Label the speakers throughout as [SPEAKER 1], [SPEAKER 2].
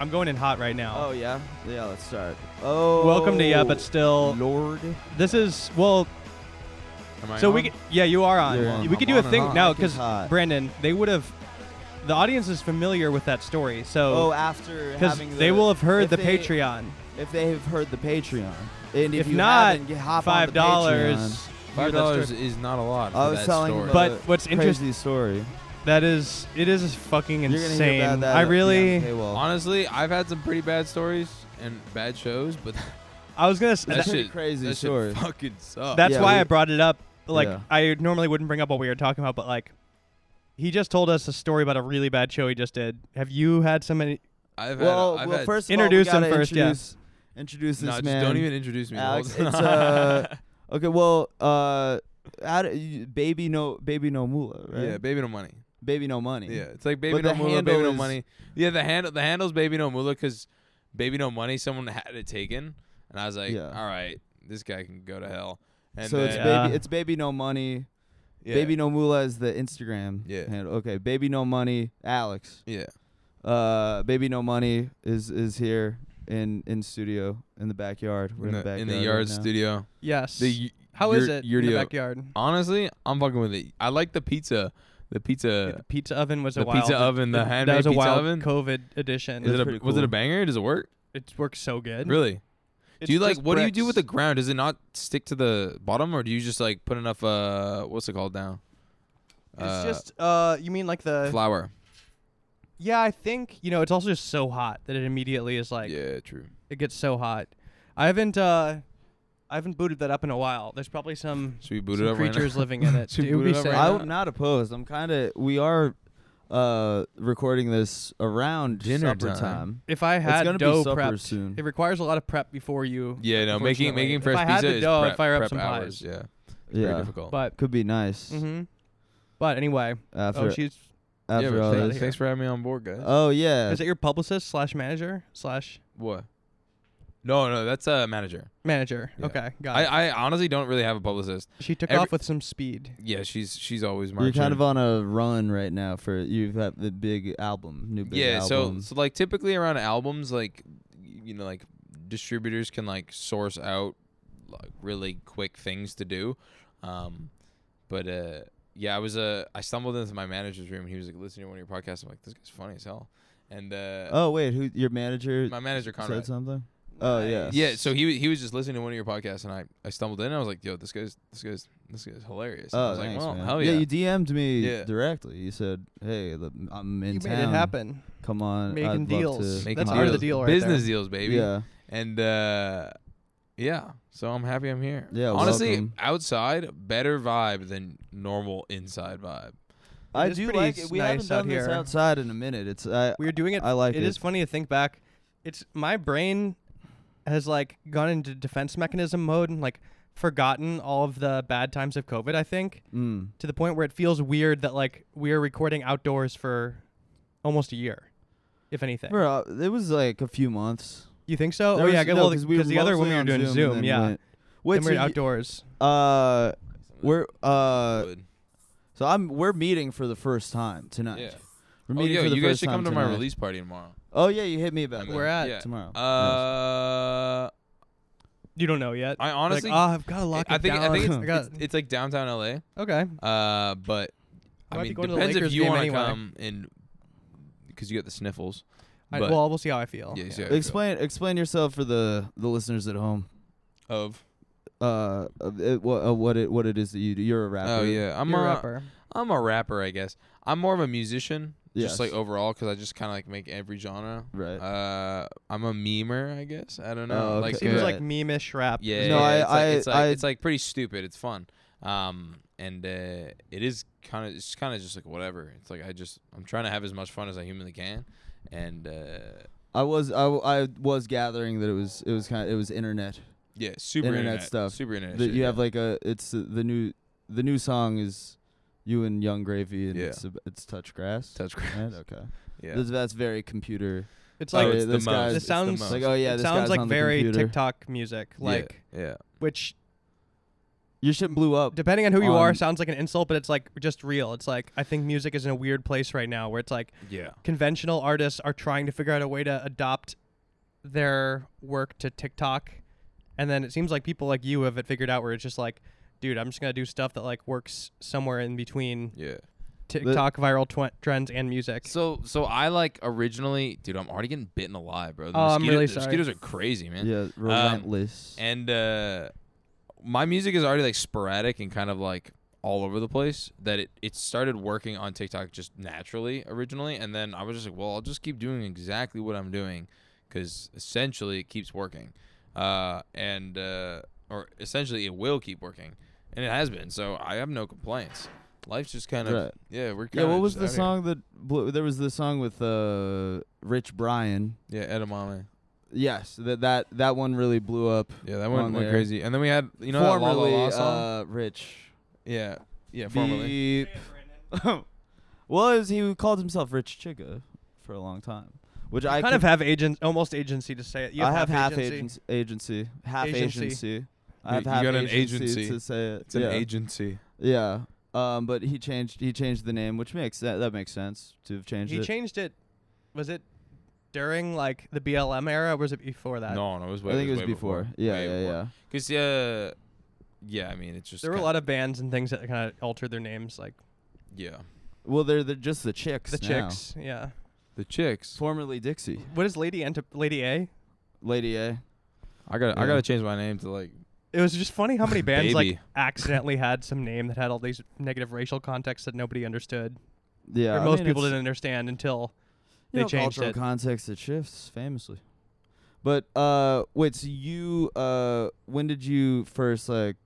[SPEAKER 1] I'm going in hot right now.
[SPEAKER 2] Oh yeah, yeah. Let's start. Oh,
[SPEAKER 1] Welcome to yeah, but still.
[SPEAKER 2] Lord.
[SPEAKER 1] This is well.
[SPEAKER 3] Am I
[SPEAKER 1] So we
[SPEAKER 3] on?
[SPEAKER 1] could, yeah, you are on.
[SPEAKER 2] You're on.
[SPEAKER 1] We could do
[SPEAKER 3] I'm
[SPEAKER 1] a
[SPEAKER 3] on and
[SPEAKER 1] thing
[SPEAKER 2] on.
[SPEAKER 1] now
[SPEAKER 2] Like it's
[SPEAKER 1] because
[SPEAKER 2] hot.
[SPEAKER 1] Brandon, they would have. The audience is familiar with that story,
[SPEAKER 2] Oh,
[SPEAKER 1] so
[SPEAKER 2] after
[SPEAKER 1] because
[SPEAKER 2] having the,
[SPEAKER 1] they will have heard
[SPEAKER 2] if
[SPEAKER 1] the
[SPEAKER 2] they-
[SPEAKER 1] Patreon.
[SPEAKER 2] if they have heard the Patreon. And if,
[SPEAKER 1] If
[SPEAKER 2] you
[SPEAKER 1] not,
[SPEAKER 2] haven't, get- hop on the
[SPEAKER 1] Five dollars.
[SPEAKER 2] Patreon.
[SPEAKER 3] Five
[SPEAKER 1] Yeah, that's
[SPEAKER 3] dollars is not a lot. For
[SPEAKER 2] I was
[SPEAKER 3] that
[SPEAKER 2] telling
[SPEAKER 3] story.
[SPEAKER 2] him
[SPEAKER 1] But
[SPEAKER 2] about
[SPEAKER 1] what's
[SPEAKER 2] a
[SPEAKER 1] interest-
[SPEAKER 2] crazy story.
[SPEAKER 1] That is, it is fucking
[SPEAKER 2] You're gonna hear
[SPEAKER 1] insane.
[SPEAKER 2] about that
[SPEAKER 1] I
[SPEAKER 2] at the
[SPEAKER 1] really,
[SPEAKER 2] end of the paywall.
[SPEAKER 3] honestly, I've had some pretty bad stories and bad shows, but
[SPEAKER 1] I was gonna. s-
[SPEAKER 3] that
[SPEAKER 1] that-
[SPEAKER 2] pretty
[SPEAKER 3] shit,
[SPEAKER 2] crazy
[SPEAKER 3] that shit
[SPEAKER 2] story.
[SPEAKER 3] fucking sucks.
[SPEAKER 1] that's
[SPEAKER 2] Yeah,
[SPEAKER 1] why
[SPEAKER 2] we-
[SPEAKER 1] I brought it up. Like
[SPEAKER 2] Yeah.
[SPEAKER 1] I normally wouldn't bring up what we were talking about, but like, he just told us a story about a really bad show he just did. Have you had so many?
[SPEAKER 3] I've
[SPEAKER 2] Well,
[SPEAKER 3] had, I've
[SPEAKER 2] well,
[SPEAKER 3] had,
[SPEAKER 2] first of
[SPEAKER 1] Introduce
[SPEAKER 2] all, we
[SPEAKER 1] him
[SPEAKER 2] gotta
[SPEAKER 1] first, yeah.
[SPEAKER 2] Introduce, introduce this
[SPEAKER 3] no, just
[SPEAKER 2] man.
[SPEAKER 3] don't even introduce me.
[SPEAKER 2] Alex,
[SPEAKER 3] Hold on.
[SPEAKER 2] it's, uh, Okay, well, uh, how do you- baby no, baby no moolah, right?
[SPEAKER 3] yeah, baby no money.
[SPEAKER 2] baby no money.
[SPEAKER 3] Yeah, it's like baby
[SPEAKER 2] But
[SPEAKER 3] no
[SPEAKER 2] the
[SPEAKER 3] moolah, baby
[SPEAKER 2] handle
[SPEAKER 3] no
[SPEAKER 2] is-
[SPEAKER 3] money. Yeah, the handle the handle's baby no moolah because baby no money. Someone had it taken, and I was like,
[SPEAKER 2] Yeah.
[SPEAKER 3] all right, this guy can go to hell. And
[SPEAKER 2] so
[SPEAKER 3] then,
[SPEAKER 2] it's
[SPEAKER 1] Yeah.
[SPEAKER 2] baby, it's baby no money.
[SPEAKER 3] yeah,
[SPEAKER 2] Baby no moolah is the Instagram.
[SPEAKER 3] Yeah.
[SPEAKER 2] Handle. Okay, baby no money. Alex.
[SPEAKER 3] Yeah,
[SPEAKER 2] Uh, baby no money is is here in in studio in the backyard. We're in,
[SPEAKER 3] in the,
[SPEAKER 2] the, backyard
[SPEAKER 3] in the
[SPEAKER 2] right
[SPEAKER 3] yard
[SPEAKER 2] now.
[SPEAKER 3] studio.
[SPEAKER 1] Yes.
[SPEAKER 3] The
[SPEAKER 1] How
[SPEAKER 3] your,
[SPEAKER 1] is it
[SPEAKER 3] Your
[SPEAKER 1] in the
[SPEAKER 3] deal.
[SPEAKER 1] backyard?
[SPEAKER 3] Honestly, I'm fucking with it. I like the pizza. The pizza.
[SPEAKER 1] the pizza oven was a
[SPEAKER 3] Uh, the
[SPEAKER 1] wild
[SPEAKER 3] pizza oven, the
[SPEAKER 1] that-
[SPEAKER 3] handmade
[SPEAKER 1] that was a
[SPEAKER 3] pizza
[SPEAKER 1] wild
[SPEAKER 3] oven?
[SPEAKER 1] COVID edition.
[SPEAKER 3] Is it
[SPEAKER 2] That's
[SPEAKER 3] a,
[SPEAKER 2] pretty
[SPEAKER 3] Was it
[SPEAKER 2] cool.
[SPEAKER 3] a banger? Does it work?
[SPEAKER 1] it works so good.
[SPEAKER 3] Really?
[SPEAKER 1] It's
[SPEAKER 3] do you like
[SPEAKER 1] just
[SPEAKER 3] what do you do with the
[SPEAKER 1] bricks.
[SPEAKER 3] ground? Does it not stick to the bottom, or do you just like put enough uh what's it called down? Uh,
[SPEAKER 1] It's just uh, you mean like the
[SPEAKER 3] flour.
[SPEAKER 1] yeah? I think you know it's also just so hot that it immediately is like
[SPEAKER 3] yeah, true.
[SPEAKER 1] it gets so hot. I haven't uh, I haven't booted that up in a while. There's probably some,
[SPEAKER 3] Should we boot
[SPEAKER 1] some
[SPEAKER 3] it up right now?
[SPEAKER 1] creatures living in it.
[SPEAKER 3] Should we
[SPEAKER 1] It would
[SPEAKER 3] boot
[SPEAKER 1] be
[SPEAKER 3] it up
[SPEAKER 1] sick.
[SPEAKER 3] right now?
[SPEAKER 2] I'm not opposed. I'm kind of. We are uh recording this around
[SPEAKER 3] Dinner
[SPEAKER 2] supper
[SPEAKER 3] time.
[SPEAKER 2] time.
[SPEAKER 1] If I had
[SPEAKER 2] gonna be
[SPEAKER 1] dough
[SPEAKER 2] supper
[SPEAKER 1] prepped,
[SPEAKER 2] soon.
[SPEAKER 1] it requires a lot of prep before you.
[SPEAKER 3] Yeah, no, making
[SPEAKER 1] Unfortunately.
[SPEAKER 3] making
[SPEAKER 1] If
[SPEAKER 3] fresh
[SPEAKER 1] I had
[SPEAKER 3] pizza
[SPEAKER 1] the
[SPEAKER 3] is
[SPEAKER 1] dough, I'd
[SPEAKER 3] prep,
[SPEAKER 1] fire up
[SPEAKER 3] prep
[SPEAKER 1] some pies.
[SPEAKER 3] hours. Yeah, it's pretty
[SPEAKER 2] Yeah,
[SPEAKER 3] difficult. Mm-hmm.
[SPEAKER 1] But
[SPEAKER 2] could be nice
[SPEAKER 1] hmm but anyway,
[SPEAKER 2] after
[SPEAKER 1] oh she's
[SPEAKER 3] yeah,
[SPEAKER 2] after
[SPEAKER 3] but
[SPEAKER 2] all
[SPEAKER 3] thanks-
[SPEAKER 2] this.
[SPEAKER 3] thanks for having me on board,
[SPEAKER 1] Uh,
[SPEAKER 3] guys.
[SPEAKER 2] Oh yeah,
[SPEAKER 1] is it your publicist slash manager slash
[SPEAKER 3] what? No, no, that's a manager.
[SPEAKER 1] manager?
[SPEAKER 3] Yeah.
[SPEAKER 1] Okay, got
[SPEAKER 3] I,
[SPEAKER 1] it.
[SPEAKER 3] I honestly don't really have a publicist.
[SPEAKER 1] She took
[SPEAKER 3] every-
[SPEAKER 1] off with some speed.
[SPEAKER 3] Yeah, she's she's always
[SPEAKER 2] you're
[SPEAKER 3] marching.
[SPEAKER 2] kind of on a run right now for you've got the big album, new big
[SPEAKER 3] yeah
[SPEAKER 2] album.
[SPEAKER 3] so so like typically around albums like y- you know like distributors can like source out like really quick things to do um but uh yeah i was uh i stumbled into my manager's room and he was like listening to one of your podcasts i'm like this guy's funny as hell and uh
[SPEAKER 2] oh wait, who your manager
[SPEAKER 3] my manager
[SPEAKER 2] said
[SPEAKER 3] Conrad.
[SPEAKER 2] something? Oh yeah,
[SPEAKER 3] yeah so he wa- he was just listening to one of your podcasts and i i stumbled in and i was like yo this guy's this guy's this guy's hilarious and
[SPEAKER 2] Oh,
[SPEAKER 3] i was
[SPEAKER 2] thanks,
[SPEAKER 3] like well
[SPEAKER 2] man.
[SPEAKER 3] hell yeah,
[SPEAKER 2] you DM'd me
[SPEAKER 3] Yeah.
[SPEAKER 2] directly. You said, "Hey, the, I'm in
[SPEAKER 1] you
[SPEAKER 2] town.
[SPEAKER 1] made it happen.
[SPEAKER 2] Come on,
[SPEAKER 1] Making
[SPEAKER 2] I'd love
[SPEAKER 1] deals.
[SPEAKER 2] to
[SPEAKER 3] Making
[SPEAKER 1] That's
[SPEAKER 2] come
[SPEAKER 1] part of the
[SPEAKER 3] deals.
[SPEAKER 1] deal right
[SPEAKER 3] business
[SPEAKER 1] there.
[SPEAKER 3] deals baby
[SPEAKER 2] Yeah,
[SPEAKER 3] And uh yeah, so I'm happy I'm here.
[SPEAKER 2] Yeah,
[SPEAKER 3] honestly,
[SPEAKER 2] welcome.
[SPEAKER 3] outside better vibe than normal inside vibe.
[SPEAKER 2] I
[SPEAKER 1] is
[SPEAKER 2] do
[SPEAKER 1] pretty
[SPEAKER 2] like it. We
[SPEAKER 1] nice
[SPEAKER 2] haven't
[SPEAKER 1] out
[SPEAKER 2] done this
[SPEAKER 1] here.
[SPEAKER 2] outside in a minute. It's I,
[SPEAKER 1] We were doing it.
[SPEAKER 2] I like
[SPEAKER 1] It
[SPEAKER 2] it.
[SPEAKER 1] is funny to think back. It's my brain has like gone into defense mechanism mode and like forgotten all of the bad times of COVID. I think
[SPEAKER 2] Mm.
[SPEAKER 1] to the point where it feels weird that like we are recording outdoors for almost a year, if anything.
[SPEAKER 2] Bro, it was like a few months.
[SPEAKER 1] You think so?
[SPEAKER 2] There
[SPEAKER 1] oh yeah,
[SPEAKER 2] was-
[SPEAKER 1] good-
[SPEAKER 2] no,
[SPEAKER 1] well,
[SPEAKER 2] 'cause we were
[SPEAKER 1] the other
[SPEAKER 2] mostly
[SPEAKER 1] women are
[SPEAKER 2] on
[SPEAKER 1] doing
[SPEAKER 2] and
[SPEAKER 1] Zoom.
[SPEAKER 2] then
[SPEAKER 1] yeah,
[SPEAKER 2] went-
[SPEAKER 1] then
[SPEAKER 2] Wait,
[SPEAKER 1] we're
[SPEAKER 2] so you-
[SPEAKER 1] outdoors.
[SPEAKER 2] uh, we're uh,
[SPEAKER 3] Good.
[SPEAKER 2] so I'm we're meeting for the first time tonight.
[SPEAKER 3] Yeah.
[SPEAKER 2] We're
[SPEAKER 3] Oh,
[SPEAKER 2] meeting
[SPEAKER 3] yo,
[SPEAKER 2] for the
[SPEAKER 3] you
[SPEAKER 2] first
[SPEAKER 3] guys should
[SPEAKER 2] time
[SPEAKER 3] come to my
[SPEAKER 2] tonight.
[SPEAKER 3] release party tomorrow.
[SPEAKER 2] Oh yeah, you hit me about
[SPEAKER 3] I'm
[SPEAKER 2] that
[SPEAKER 1] We're at-
[SPEAKER 3] yeah.
[SPEAKER 2] tomorrow.
[SPEAKER 3] Uh,
[SPEAKER 1] You don't know yet.
[SPEAKER 3] I honestly,
[SPEAKER 2] uh,
[SPEAKER 1] like, oh, I've got to lock it
[SPEAKER 3] I think
[SPEAKER 1] down.
[SPEAKER 3] I think it's,
[SPEAKER 1] I gotta-
[SPEAKER 3] it's, it's like downtown LA.
[SPEAKER 1] okay.
[SPEAKER 3] Uh, but
[SPEAKER 1] I might be
[SPEAKER 3] I mean,
[SPEAKER 1] going to the
[SPEAKER 3] depends if
[SPEAKER 1] Lakers
[SPEAKER 3] you
[SPEAKER 1] game
[SPEAKER 3] want to
[SPEAKER 1] anyway.
[SPEAKER 3] come and because you got the sniffles.
[SPEAKER 1] I,
[SPEAKER 3] but
[SPEAKER 1] well, we'll see how I feel.
[SPEAKER 3] Yeah,
[SPEAKER 1] Yeah.
[SPEAKER 3] so-
[SPEAKER 2] nice. Explain explain yourself for the the listeners at home.
[SPEAKER 3] of
[SPEAKER 2] Uh, of it, what uh, what it what it is that you do? You're a rapper.
[SPEAKER 3] oh yeah, I'm
[SPEAKER 1] You're a
[SPEAKER 3] uh,
[SPEAKER 1] rapper.
[SPEAKER 3] I'm a rapper, I guess. I'm more of a musician,
[SPEAKER 2] Yes.
[SPEAKER 3] just like overall, because I just kind of like make every genre.
[SPEAKER 2] Right.
[SPEAKER 3] Uh, I'm a memer, I guess. I don't know.
[SPEAKER 2] Oh, okay.
[SPEAKER 3] Like,
[SPEAKER 1] Seems
[SPEAKER 3] uh,
[SPEAKER 1] like memeish rap.
[SPEAKER 3] yeah.
[SPEAKER 2] No,
[SPEAKER 3] yeah,
[SPEAKER 2] I-
[SPEAKER 3] it's like,
[SPEAKER 2] I-
[SPEAKER 3] it's, like,
[SPEAKER 2] I-
[SPEAKER 3] it's like pretty stupid. It's fun. Um, and uh, it is kind of, it's kind of just like whatever. It's like I just, I'm trying to have as much fun as I humanly can, and uh,
[SPEAKER 2] I was I, w- I was gathering that it was it was kind of it was internet.
[SPEAKER 3] yeah, super
[SPEAKER 2] Internet stuff
[SPEAKER 3] super internet.
[SPEAKER 2] that
[SPEAKER 3] shit,
[SPEAKER 2] you have
[SPEAKER 3] yeah.
[SPEAKER 2] like a it's uh, the new the new song is you and Young Gravy and
[SPEAKER 3] Yeah.
[SPEAKER 2] it's ab- it's touch grass.
[SPEAKER 3] touch
[SPEAKER 2] Right?
[SPEAKER 3] grass.
[SPEAKER 2] Okay.
[SPEAKER 3] Yeah.
[SPEAKER 2] This, that's very computer.
[SPEAKER 1] It's
[SPEAKER 3] Oh,
[SPEAKER 1] like
[SPEAKER 2] yeah,
[SPEAKER 3] it's the
[SPEAKER 2] this
[SPEAKER 3] most.
[SPEAKER 2] guy's-
[SPEAKER 3] It's
[SPEAKER 1] This sounds-
[SPEAKER 3] the most.
[SPEAKER 2] Like oh
[SPEAKER 1] it
[SPEAKER 2] yeah, this
[SPEAKER 1] sounds
[SPEAKER 2] guy's
[SPEAKER 1] like
[SPEAKER 2] on the
[SPEAKER 1] very
[SPEAKER 2] computer.
[SPEAKER 1] TikTok music,
[SPEAKER 3] Yeah,
[SPEAKER 1] like
[SPEAKER 3] yeah.
[SPEAKER 1] which
[SPEAKER 2] Your shit blew up.
[SPEAKER 1] Depending on who you are,
[SPEAKER 2] On-
[SPEAKER 1] sounds like an insult, but it's like just real. It's like I think music is in a weird place right now where it's like
[SPEAKER 3] Yeah.
[SPEAKER 1] conventional artists are trying to figure out a way to adopt their work to TikTok. And then it seems like people like you have it figured out where it's just like, dude, I'm just going to do stuff that like works somewhere in between
[SPEAKER 3] Yeah.
[SPEAKER 1] TikTok viral twen- trends and music.
[SPEAKER 3] So so I like originally, dude. I'm already getting bitten alive, bro. The
[SPEAKER 1] Oh, I'm
[SPEAKER 3] mosquito-
[SPEAKER 1] really
[SPEAKER 3] the
[SPEAKER 1] sorry.
[SPEAKER 3] Mosquitoes are crazy, man. Um,
[SPEAKER 2] Yeah, relentless.
[SPEAKER 3] And uh, my music is already like sporadic and kind of like all over the place. That it it started working on TikTok just naturally originally, and then I was just like, well, I'll just keep doing exactly what I'm doing, because essentially it keeps working, uh, and uh, or essentially it will keep working, and it has been. So I have no complaints. Life's just kind of
[SPEAKER 2] Right.
[SPEAKER 3] yeah. We're
[SPEAKER 2] yeah,
[SPEAKER 3] kind
[SPEAKER 2] what was the song that blew? There was the song with uh, Rich Brian.
[SPEAKER 3] Yeah, edamame.
[SPEAKER 2] Yes, that that that one really blew up.
[SPEAKER 3] Yeah, that one
[SPEAKER 2] on
[SPEAKER 3] went
[SPEAKER 2] there.
[SPEAKER 3] crazy. And then we had you know that La
[SPEAKER 2] formerly
[SPEAKER 3] La La song.
[SPEAKER 2] Uh, Rich.
[SPEAKER 3] yeah, yeah, formerly.
[SPEAKER 2] Beep. was he who called himself Rich Chica for a long time, which I
[SPEAKER 1] I kind
[SPEAKER 2] could-
[SPEAKER 1] of have agent, almost agency to say it. You
[SPEAKER 2] I have half
[SPEAKER 1] agency.
[SPEAKER 2] agency, agency half
[SPEAKER 1] Agency.
[SPEAKER 2] agency. I
[SPEAKER 3] You-
[SPEAKER 2] have
[SPEAKER 3] you
[SPEAKER 2] half
[SPEAKER 3] got an
[SPEAKER 2] agency,
[SPEAKER 3] agency.
[SPEAKER 2] to say it.
[SPEAKER 3] It's
[SPEAKER 2] yeah.
[SPEAKER 3] an agency.
[SPEAKER 2] Yeah. Um, but he changed he changed the name, which makes that that makes sense to have changed
[SPEAKER 1] He
[SPEAKER 2] it.
[SPEAKER 1] changed it. Was it during like the BLM era or was it before that?
[SPEAKER 3] No, no, it was
[SPEAKER 2] I
[SPEAKER 3] way.
[SPEAKER 2] think it was before. Yeah, yeah, yeah.
[SPEAKER 3] Because yeah, yeah. I mean, it's just
[SPEAKER 1] There were a lot of bands and things that kind of altered their names, like
[SPEAKER 3] yeah.
[SPEAKER 2] Well, they're they're just the chicks.
[SPEAKER 1] the
[SPEAKER 2] now.
[SPEAKER 1] Chicks. Yeah.
[SPEAKER 3] The chicks.
[SPEAKER 2] Formerly Dixie,
[SPEAKER 1] What is Lady Ant- Lady A?
[SPEAKER 2] Lady A.
[SPEAKER 3] I got. to I
[SPEAKER 2] Yeah.
[SPEAKER 3] got to change my name to like.
[SPEAKER 1] It was just funny how many bands like
[SPEAKER 3] Baby.
[SPEAKER 1] accidentally had some name that had all these negative racial contexts that nobody understood.
[SPEAKER 2] Yeah,
[SPEAKER 1] or
[SPEAKER 2] I
[SPEAKER 1] most
[SPEAKER 2] mean,
[SPEAKER 1] people
[SPEAKER 2] it's-
[SPEAKER 1] didn't understand until
[SPEAKER 2] you
[SPEAKER 1] they
[SPEAKER 2] know,
[SPEAKER 1] changed
[SPEAKER 2] cultural
[SPEAKER 1] it.
[SPEAKER 2] context that shifts famously. But uh, wait, so you uh, when did you first like?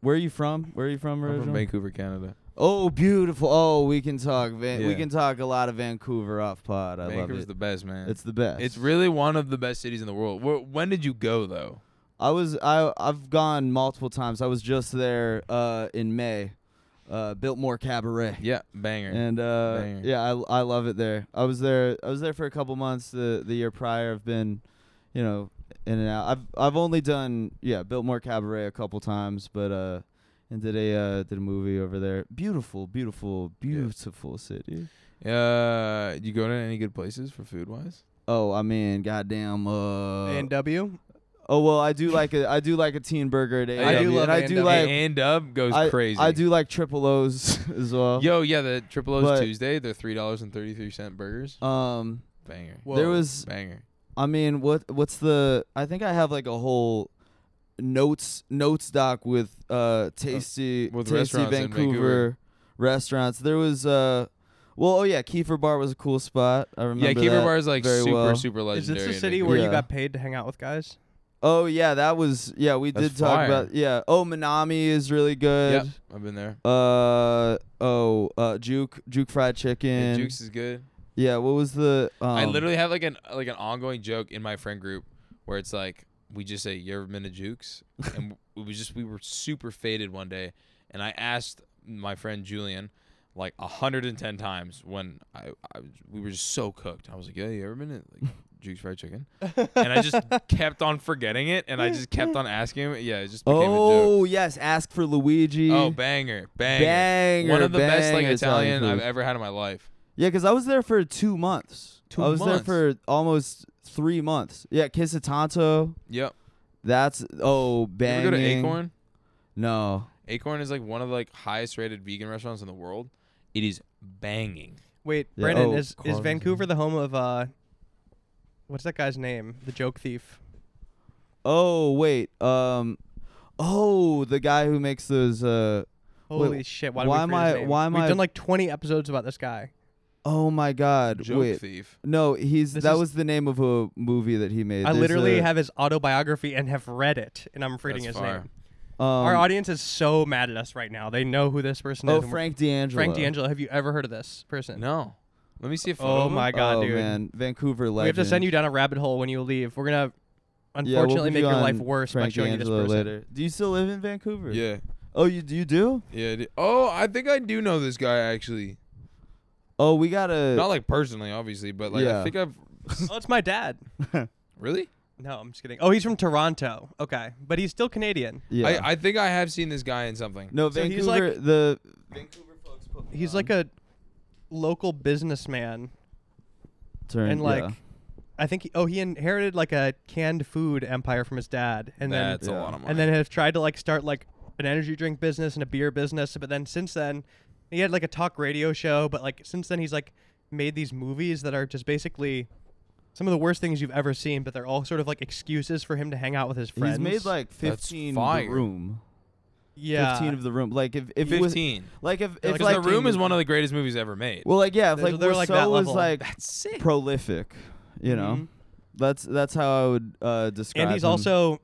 [SPEAKER 2] Where are you from? Where are you from
[SPEAKER 3] I'm
[SPEAKER 2] originally?
[SPEAKER 3] from Vancouver, Canada.
[SPEAKER 2] Oh, beautiful. Oh, we can talk. Van- We
[SPEAKER 3] Yeah.
[SPEAKER 2] can talk a lot of Vancouver off pod. I
[SPEAKER 3] Vancouver's
[SPEAKER 2] love
[SPEAKER 3] the
[SPEAKER 2] it.
[SPEAKER 3] best, man.
[SPEAKER 2] it's the best.
[SPEAKER 3] it's really one of the best cities in the world. Where, when did you go though?
[SPEAKER 2] I was I I've gone multiple times. I was just there uh, in May, uh, Biltmore Cabaret.
[SPEAKER 3] Yeah, banger.
[SPEAKER 2] And uh,
[SPEAKER 3] Banger.
[SPEAKER 2] yeah, I, I love it there. I was there I was there for a couple months the the year prior. I've been, you know, in and out. I've I've only done yeah Biltmore Cabaret a couple times, but uh, and did a uh, did a movie over there. Beautiful, beautiful, beautiful city.
[SPEAKER 3] Uh, you go to any good places for food wise?
[SPEAKER 2] Oh, I mean, goddamn. Uh,
[SPEAKER 1] A and W.
[SPEAKER 2] oh well, I do like a I do like a teen burger a day.
[SPEAKER 3] I do
[SPEAKER 2] and
[SPEAKER 1] love
[SPEAKER 2] I
[SPEAKER 1] A&W.
[SPEAKER 2] do like
[SPEAKER 3] and up goes
[SPEAKER 2] I,
[SPEAKER 3] crazy.
[SPEAKER 2] I do like triple O's as well.
[SPEAKER 3] Yo, yeah, the Triple O's
[SPEAKER 2] But-
[SPEAKER 3] Tuesday. They're three dollars and thirty three cent burgers.
[SPEAKER 2] Um,
[SPEAKER 3] Banger.
[SPEAKER 2] there was
[SPEAKER 3] banger.
[SPEAKER 2] I mean, what what's the? I think I have like a whole notes notes doc with uh tasty
[SPEAKER 3] with
[SPEAKER 2] tasty
[SPEAKER 3] restaurants in
[SPEAKER 2] Vancouver,
[SPEAKER 3] Vancouver.
[SPEAKER 2] restaurants. There was uh, well, oh yeah, Kiefer Bar was a cool spot. I remember.
[SPEAKER 3] Yeah, Keeper
[SPEAKER 2] that
[SPEAKER 3] Bar is like
[SPEAKER 2] very
[SPEAKER 3] super
[SPEAKER 2] well.
[SPEAKER 3] super
[SPEAKER 1] Is
[SPEAKER 3] legendary.
[SPEAKER 1] this the
[SPEAKER 3] in
[SPEAKER 1] city
[SPEAKER 3] Vancouver.
[SPEAKER 1] where you
[SPEAKER 2] Yeah.
[SPEAKER 1] got paid to hang out with guys?
[SPEAKER 2] Oh yeah, that was yeah. We
[SPEAKER 3] That's
[SPEAKER 2] did talk
[SPEAKER 3] fire.
[SPEAKER 2] about yeah. Oh, Manami is really
[SPEAKER 3] Yep,
[SPEAKER 2] good.
[SPEAKER 3] I've been there.
[SPEAKER 2] Uh oh, uh Juke Juke Fried
[SPEAKER 3] Yeah,
[SPEAKER 2] Chicken.
[SPEAKER 3] Jukes is good.
[SPEAKER 2] yeah, what was the? Um,
[SPEAKER 3] I literally have like an like an ongoing joke in my friend group where it's like we just say you ever been to Jukes, and we was just we were super faded one day, and I asked my friend Julian like 110 times when I, I was- we were just so cooked. I was like, yeah, you ever been to like Jukes fried chicken? And I just kept on forgetting it, and I just kept on asking him. Yeah, it just became a joke.
[SPEAKER 2] Oh yes, ask for Luigi.
[SPEAKER 3] Oh, banger, banger,
[SPEAKER 2] Banger,
[SPEAKER 3] One of the best like
[SPEAKER 2] banger Italian
[SPEAKER 3] Italian I've
[SPEAKER 2] food.
[SPEAKER 3] ever had in my life.
[SPEAKER 2] Yeah, because I was there for two months.
[SPEAKER 3] Two
[SPEAKER 2] I was
[SPEAKER 3] months?
[SPEAKER 2] there for almost three months. Yeah, Kissitanto.
[SPEAKER 3] Yep.
[SPEAKER 2] That's oh
[SPEAKER 3] You ever
[SPEAKER 2] banging.
[SPEAKER 3] go to Acorn?
[SPEAKER 2] No.
[SPEAKER 3] Acorn is like one of the like highest rated vegan restaurants in the world. It is banging.
[SPEAKER 1] Wait,
[SPEAKER 2] Yeah,
[SPEAKER 1] Brennan,
[SPEAKER 2] oh,
[SPEAKER 1] is is
[SPEAKER 2] Carl's
[SPEAKER 1] Vancouver the home of uh what's that guy's name? The joke thief.
[SPEAKER 2] Oh wait. Um. Oh, the guy who makes those. Uh. Wait,
[SPEAKER 1] Holy shit, why, did
[SPEAKER 2] why
[SPEAKER 1] we
[SPEAKER 2] am
[SPEAKER 1] forget his
[SPEAKER 2] I-
[SPEAKER 1] name?
[SPEAKER 2] why am
[SPEAKER 1] We've
[SPEAKER 2] I-
[SPEAKER 1] done like twenty episodes about this guy.
[SPEAKER 2] Oh my God.
[SPEAKER 3] Joke
[SPEAKER 2] wait.
[SPEAKER 3] thief.
[SPEAKER 2] No, he's
[SPEAKER 1] This
[SPEAKER 2] that
[SPEAKER 1] is-
[SPEAKER 2] was the name of a movie that he made.
[SPEAKER 1] I
[SPEAKER 2] There's
[SPEAKER 1] literally
[SPEAKER 2] a,
[SPEAKER 1] have his autobiography and have read it, and I'm reading
[SPEAKER 3] That's
[SPEAKER 1] his
[SPEAKER 3] fire.
[SPEAKER 1] name.
[SPEAKER 2] um,
[SPEAKER 1] Our audience is so mad at us right now. They know who this person
[SPEAKER 2] Oh,
[SPEAKER 1] is. and we're-
[SPEAKER 2] Frank D'Angelo.
[SPEAKER 1] Frank D'Angelo. Have you ever heard of this person?
[SPEAKER 3] No. Let me see a photo.
[SPEAKER 1] Oh
[SPEAKER 3] of him.
[SPEAKER 1] my god,
[SPEAKER 2] oh,
[SPEAKER 1] dude.
[SPEAKER 2] man, Vancouver legend.
[SPEAKER 1] We have to send you down a rabbit hole when you leave. We're gonna
[SPEAKER 2] Yeah, we'll
[SPEAKER 1] unfortunately
[SPEAKER 2] put
[SPEAKER 1] make
[SPEAKER 2] you
[SPEAKER 1] your
[SPEAKER 2] on
[SPEAKER 1] life worse by
[SPEAKER 2] Frank
[SPEAKER 1] showing
[SPEAKER 2] D'Angelo
[SPEAKER 1] you this person.
[SPEAKER 2] later. Do you still live in Vancouver?
[SPEAKER 3] Yeah.
[SPEAKER 2] Oh, you you do?
[SPEAKER 3] Yeah. it- Oh, I think I do know this guy actually.
[SPEAKER 2] Oh, we gotta.
[SPEAKER 3] Not like personally, obviously, but like I
[SPEAKER 2] Yeah.
[SPEAKER 3] think I've
[SPEAKER 1] Oh, it's my dad.
[SPEAKER 3] really.
[SPEAKER 1] No, I'm just kidding. Oh, he's from Toronto. Okay, but he's still Canadian.
[SPEAKER 2] Yeah.
[SPEAKER 3] I, I think I have seen this guy in something.
[SPEAKER 2] no,
[SPEAKER 1] So
[SPEAKER 2] Vancouver.
[SPEAKER 1] he's like-
[SPEAKER 2] the Vancouver folks put me
[SPEAKER 1] He's
[SPEAKER 2] on.
[SPEAKER 1] like a local businessman,
[SPEAKER 2] Turn,
[SPEAKER 1] and like,
[SPEAKER 2] yeah.
[SPEAKER 1] I think he, oh he inherited like a canned food empire from his dad, and then
[SPEAKER 3] That's
[SPEAKER 2] Yeah.
[SPEAKER 3] a lot of money.
[SPEAKER 1] and then have tried to like start like an energy drink business and a beer business but then since then he had like a talk radio show but like since then he's like made these movies that are just basically some of the worst things you've ever seen but they're all sort of like excuses for him to hang out with his friends
[SPEAKER 2] he's made like fifteen the
[SPEAKER 3] fire.
[SPEAKER 2] room.
[SPEAKER 1] yeah
[SPEAKER 2] Fifteen of the room. Like if if it was-
[SPEAKER 3] fifteen.
[SPEAKER 2] like if
[SPEAKER 1] Yeah,
[SPEAKER 2] if
[SPEAKER 3] Because
[SPEAKER 2] like
[SPEAKER 3] the room is one of the greatest movies ever made.
[SPEAKER 2] well like yeah if
[SPEAKER 1] They're-
[SPEAKER 2] like
[SPEAKER 1] they're
[SPEAKER 2] Rousseau
[SPEAKER 1] like that
[SPEAKER 2] was
[SPEAKER 1] level.
[SPEAKER 2] like
[SPEAKER 3] that's sick.
[SPEAKER 2] prolific, you know.
[SPEAKER 1] Mhm.
[SPEAKER 2] That's that's how I would uh, describe.
[SPEAKER 1] and he's
[SPEAKER 2] him.
[SPEAKER 1] also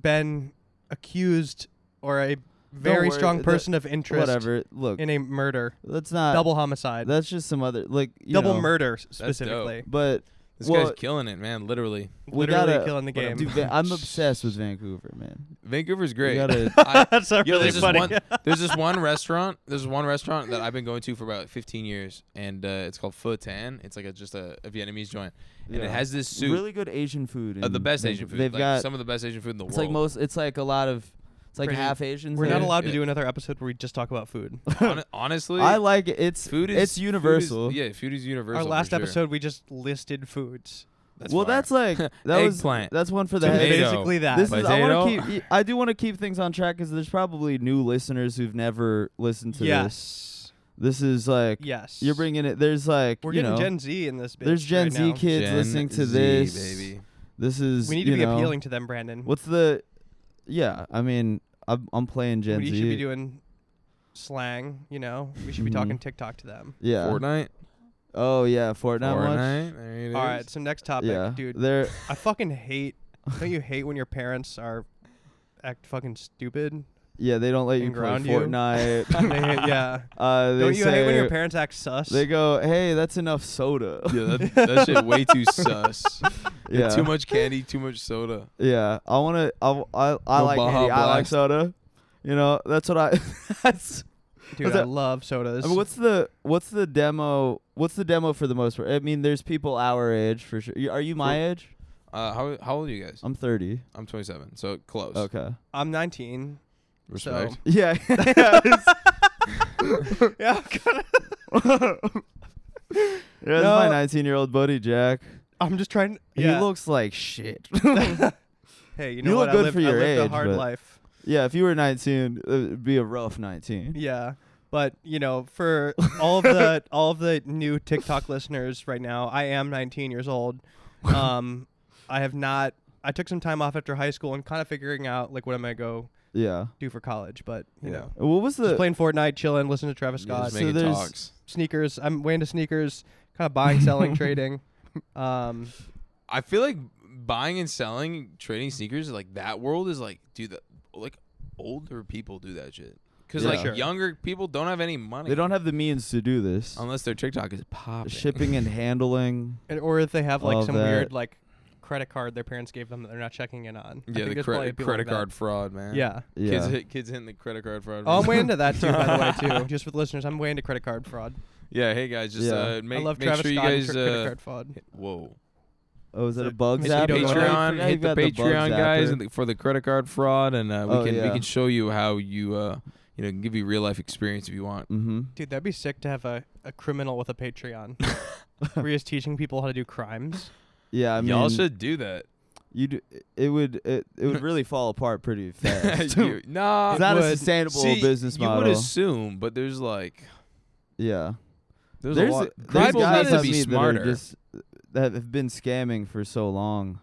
[SPEAKER 1] been accused or a very
[SPEAKER 2] worry,
[SPEAKER 1] strong
[SPEAKER 2] the-
[SPEAKER 1] person of interest
[SPEAKER 2] whatever. Look,
[SPEAKER 1] in a murder
[SPEAKER 2] that's not
[SPEAKER 1] double homicide
[SPEAKER 2] That's just some other like you
[SPEAKER 1] double
[SPEAKER 2] know,
[SPEAKER 1] murder s- specifically
[SPEAKER 2] But
[SPEAKER 3] This
[SPEAKER 2] well,
[SPEAKER 3] guy's killing it, man. Literally,
[SPEAKER 2] we
[SPEAKER 1] literally
[SPEAKER 2] gotta,
[SPEAKER 1] killing the game
[SPEAKER 2] Dude, Van- I'm obsessed with Vancouver, man.
[SPEAKER 3] Vancouver's great.
[SPEAKER 2] gotta-
[SPEAKER 3] I-
[SPEAKER 1] that's a
[SPEAKER 3] Yo,
[SPEAKER 1] really
[SPEAKER 3] there's this
[SPEAKER 1] funny
[SPEAKER 3] one. There's this one restaurant. There's this one restaurant that I've been going to for about 15 years, and uh, it's called Pho Tan. It's like a, just a, a Vietnamese joint, and
[SPEAKER 2] Yeah.
[SPEAKER 3] it has this soup
[SPEAKER 2] Really good Asian food.
[SPEAKER 3] of the
[SPEAKER 2] in
[SPEAKER 3] best Asian
[SPEAKER 2] Vancouver.
[SPEAKER 3] food.
[SPEAKER 2] They've
[SPEAKER 3] like,
[SPEAKER 2] got
[SPEAKER 3] some of the best Asian food in the
[SPEAKER 2] It's
[SPEAKER 3] world.
[SPEAKER 2] like most. It's like a lot of. It's like
[SPEAKER 1] Pretty-
[SPEAKER 2] half Asians.
[SPEAKER 1] We're not
[SPEAKER 2] there.
[SPEAKER 1] allowed to
[SPEAKER 3] Yeah.
[SPEAKER 1] do another episode where we just talk about food.
[SPEAKER 3] Hon- honestly,
[SPEAKER 2] I like it. It's
[SPEAKER 3] food is
[SPEAKER 2] it's
[SPEAKER 3] food is-
[SPEAKER 2] universal.
[SPEAKER 3] yeah, food is universal.
[SPEAKER 1] Our
[SPEAKER 3] for
[SPEAKER 1] last
[SPEAKER 3] sure.
[SPEAKER 1] episode, we just listed foods.
[SPEAKER 3] That's
[SPEAKER 2] well,
[SPEAKER 3] fire.
[SPEAKER 2] that's like that was
[SPEAKER 3] Eggplant.
[SPEAKER 2] that's one for the
[SPEAKER 1] That's
[SPEAKER 3] Tomato.
[SPEAKER 2] head.
[SPEAKER 1] basically that.
[SPEAKER 2] This is, I want to
[SPEAKER 3] Potato.
[SPEAKER 2] keep. I do want to keep things on track because there's probably new listeners who've never listened to this.
[SPEAKER 1] yes.
[SPEAKER 2] This is like
[SPEAKER 1] Yes.
[SPEAKER 2] you're bringing it. There's like
[SPEAKER 1] We're
[SPEAKER 2] you
[SPEAKER 1] getting
[SPEAKER 2] know
[SPEAKER 1] Gen Z in this. Bitch
[SPEAKER 2] there's Gen
[SPEAKER 1] right
[SPEAKER 2] Z
[SPEAKER 1] now.
[SPEAKER 2] kids
[SPEAKER 3] Gen
[SPEAKER 2] listening to
[SPEAKER 3] Z,
[SPEAKER 2] this.
[SPEAKER 3] baby.
[SPEAKER 2] This is
[SPEAKER 1] We need to
[SPEAKER 2] you
[SPEAKER 1] be
[SPEAKER 2] know,
[SPEAKER 1] appealing to them, Brandon.
[SPEAKER 2] What's the? Yeah, I mean, I'm, I'm playing Gen
[SPEAKER 1] we
[SPEAKER 2] Z.
[SPEAKER 1] should be doing slang. You know, we should be
[SPEAKER 2] Mhm.
[SPEAKER 1] talking TikTok to them.
[SPEAKER 2] yeah.
[SPEAKER 3] Fortnite.
[SPEAKER 2] Oh yeah, Fortnite. Much?
[SPEAKER 3] Fortnite. There it is.
[SPEAKER 1] All right. So next topic,
[SPEAKER 2] yeah,
[SPEAKER 1] dude.
[SPEAKER 2] They're
[SPEAKER 1] I fucking hate. Don't you hate when your parents are act fucking stupid?
[SPEAKER 2] yeah. They don't let you
[SPEAKER 1] And
[SPEAKER 2] play
[SPEAKER 1] ground you.
[SPEAKER 2] Fortnite.
[SPEAKER 1] They hate- yeah.
[SPEAKER 2] uh, they
[SPEAKER 1] Don't you
[SPEAKER 2] say,
[SPEAKER 1] hate when your parents act sus?
[SPEAKER 2] They go, hey, that's enough soda.
[SPEAKER 3] Yeah, that, that shit way too sus.
[SPEAKER 2] yeah.
[SPEAKER 3] Too much candy, too much soda.
[SPEAKER 2] Yeah, I want to. I I, I
[SPEAKER 3] No
[SPEAKER 2] like
[SPEAKER 3] Baja
[SPEAKER 2] candy. I like
[SPEAKER 3] Blast.
[SPEAKER 2] soda. You know, that's what I. that's.
[SPEAKER 1] dude,
[SPEAKER 2] what's
[SPEAKER 1] I
[SPEAKER 2] that-
[SPEAKER 1] love sodas.
[SPEAKER 2] I mean, what's the what's the demo? What's the demo for the most part? I mean, there's people our age for sure. You- Are you my age?
[SPEAKER 3] Uh, how how old are you guys?
[SPEAKER 2] I'm 30.
[SPEAKER 3] I'm 27, so close.
[SPEAKER 2] Okay.
[SPEAKER 1] I'm 19.
[SPEAKER 3] Respect.
[SPEAKER 1] So-
[SPEAKER 2] Yeah.
[SPEAKER 1] yeah, I'm kinda-
[SPEAKER 2] That's
[SPEAKER 1] No.
[SPEAKER 2] my 19 year old buddy Jack.
[SPEAKER 1] I'm just trying.
[SPEAKER 2] He
[SPEAKER 1] Yeah.
[SPEAKER 2] looks like shit.
[SPEAKER 1] hey, you
[SPEAKER 2] you
[SPEAKER 1] know
[SPEAKER 2] look
[SPEAKER 1] what?
[SPEAKER 2] good
[SPEAKER 1] I lived,
[SPEAKER 2] for your
[SPEAKER 1] I lived
[SPEAKER 2] age,
[SPEAKER 1] a hard
[SPEAKER 2] but-
[SPEAKER 1] life.
[SPEAKER 2] yeah, if you were 19, it would be a rough 19.
[SPEAKER 1] Yeah, but you know, for all of the all of the new TikTok listeners right now, I am 19 years old. Um, I have not. I took some time off after high school and kind of figuring out like what am I gonna go
[SPEAKER 2] Yeah.
[SPEAKER 1] do for college. But you
[SPEAKER 2] Yeah.
[SPEAKER 1] know,
[SPEAKER 2] What was
[SPEAKER 1] just
[SPEAKER 2] the
[SPEAKER 1] playing Fortnite, chilling, listening to Travis
[SPEAKER 3] Yeah,
[SPEAKER 1] Scott,
[SPEAKER 3] just
[SPEAKER 2] So
[SPEAKER 3] making
[SPEAKER 2] there's-
[SPEAKER 3] talks.
[SPEAKER 1] sneakers. I'm way into sneakers, kind of buying, selling, trading. Um,
[SPEAKER 3] I feel like buying and selling, trading sneakers, like that world is like, dude, that, like older people do that shit. Because
[SPEAKER 2] Yeah.
[SPEAKER 3] like
[SPEAKER 1] Sure.
[SPEAKER 3] younger people don't have any money.
[SPEAKER 2] They don't have the means to do this.
[SPEAKER 3] unless their TikTok is popping.
[SPEAKER 2] Shipping and handling.
[SPEAKER 1] And- or if they have like
[SPEAKER 2] All
[SPEAKER 1] some
[SPEAKER 2] that.
[SPEAKER 1] weird like credit card their parents gave them that they're not checking in on. I
[SPEAKER 3] Yeah,
[SPEAKER 1] think
[SPEAKER 3] the
[SPEAKER 1] there's probably
[SPEAKER 3] credit
[SPEAKER 1] people like
[SPEAKER 3] credit
[SPEAKER 1] that.
[SPEAKER 3] card fraud, man.
[SPEAKER 1] Yeah.
[SPEAKER 2] Yeah.
[SPEAKER 3] Kids hit kids hitting the credit card fraud.
[SPEAKER 1] Oh, I'm
[SPEAKER 3] rates.
[SPEAKER 1] way into that too, by the way, too. Just for the listeners, I'm way into credit card fraud.
[SPEAKER 3] yeah. Hey guys, just
[SPEAKER 2] Yeah.
[SPEAKER 3] uh, make,
[SPEAKER 1] I love
[SPEAKER 3] make
[SPEAKER 1] Travis
[SPEAKER 3] sure you
[SPEAKER 1] Scott and
[SPEAKER 3] guys.
[SPEAKER 1] cr-
[SPEAKER 3] uh,
[SPEAKER 1] credit card fraud.
[SPEAKER 3] hit- whoa.
[SPEAKER 2] Oh, is that a
[SPEAKER 1] Hit
[SPEAKER 2] bug
[SPEAKER 1] the
[SPEAKER 2] zapper?
[SPEAKER 1] Zapper.
[SPEAKER 2] I
[SPEAKER 3] Patreon,
[SPEAKER 2] forgot
[SPEAKER 3] hit
[SPEAKER 2] you
[SPEAKER 3] the
[SPEAKER 2] got bug
[SPEAKER 3] Patreon guys
[SPEAKER 2] zapper.
[SPEAKER 3] and the, for the credit card fraud, and uh, we
[SPEAKER 2] Oh,
[SPEAKER 3] can we
[SPEAKER 2] yeah.
[SPEAKER 3] can show you how you uh you know can give you real life experience if you want.
[SPEAKER 2] Mhm.
[SPEAKER 1] Dude, that'd be sick to have a, a criminal with a Patreon. where he's teaching people how to do crimes.
[SPEAKER 2] Yeah, I mean,
[SPEAKER 3] Y'all should do that.
[SPEAKER 2] you do, it would it, it would really fall apart pretty fast.
[SPEAKER 3] You- nah,
[SPEAKER 2] it's not
[SPEAKER 1] It
[SPEAKER 2] a
[SPEAKER 1] would.
[SPEAKER 2] sustainable
[SPEAKER 3] See,
[SPEAKER 2] business
[SPEAKER 3] You would
[SPEAKER 2] model.
[SPEAKER 3] assume, but there's like
[SPEAKER 2] yeah,
[SPEAKER 3] there's,
[SPEAKER 2] there's
[SPEAKER 3] a lot.
[SPEAKER 2] there's
[SPEAKER 3] people
[SPEAKER 2] guys
[SPEAKER 3] need to
[SPEAKER 2] on
[SPEAKER 3] be
[SPEAKER 2] me That,
[SPEAKER 3] smarter.
[SPEAKER 2] are just, that have been scamming for so long,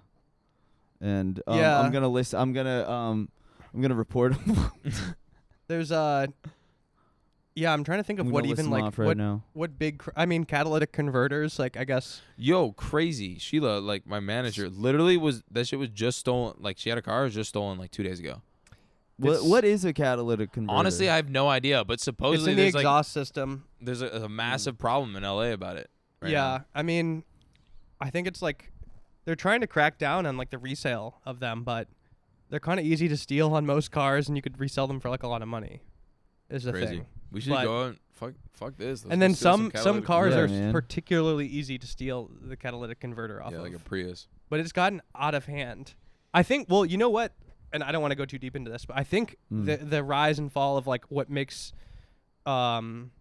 [SPEAKER 2] and um,
[SPEAKER 1] Yeah.
[SPEAKER 2] I'm gonna list. I'm gonna um, I'm gonna report 'em.
[SPEAKER 1] There's uh yeah, I'm trying to think of
[SPEAKER 2] I'm
[SPEAKER 1] what
[SPEAKER 2] gonna list
[SPEAKER 1] even
[SPEAKER 2] 'em
[SPEAKER 1] like
[SPEAKER 2] off right
[SPEAKER 1] what
[SPEAKER 2] now.
[SPEAKER 1] what big cr- I mean catalytic converters like I guess
[SPEAKER 3] Yo, crazy Sheila, like my manager, literally was that shit was just stolen. Like she had a car was just stolen like two days ago.
[SPEAKER 2] What
[SPEAKER 1] it's-
[SPEAKER 2] what is a catalytic converter?
[SPEAKER 3] Honestly, I have no idea, but
[SPEAKER 1] it's
[SPEAKER 3] supposedly
[SPEAKER 1] in the
[SPEAKER 3] there's like
[SPEAKER 1] exhaust system.
[SPEAKER 3] there's a, a massive problem in LA about it. right
[SPEAKER 1] yeah,
[SPEAKER 3] now.
[SPEAKER 1] I mean I think it's like they're trying to crack down on like the resale of them, but they're kind of easy to steal on most cars and you could resell them for like a lot of money. Is the
[SPEAKER 3] crazy.
[SPEAKER 1] thing.
[SPEAKER 3] We should
[SPEAKER 1] But-
[SPEAKER 3] go out and fuck fuck this. Let's
[SPEAKER 1] and
[SPEAKER 3] go
[SPEAKER 1] then
[SPEAKER 3] steal
[SPEAKER 1] some some
[SPEAKER 3] catalytic
[SPEAKER 1] cars
[SPEAKER 2] Yeah,
[SPEAKER 1] are
[SPEAKER 3] converters.
[SPEAKER 2] man.
[SPEAKER 1] particularly easy to steal the catalytic converter off
[SPEAKER 3] yeah,
[SPEAKER 1] of.
[SPEAKER 3] like a Prius.
[SPEAKER 1] but it's gotten out of hand. I think. Well, you know what? And I don't want to go too deep into this, but I think
[SPEAKER 2] Mm.
[SPEAKER 1] the the rise and fall of like what makes, um,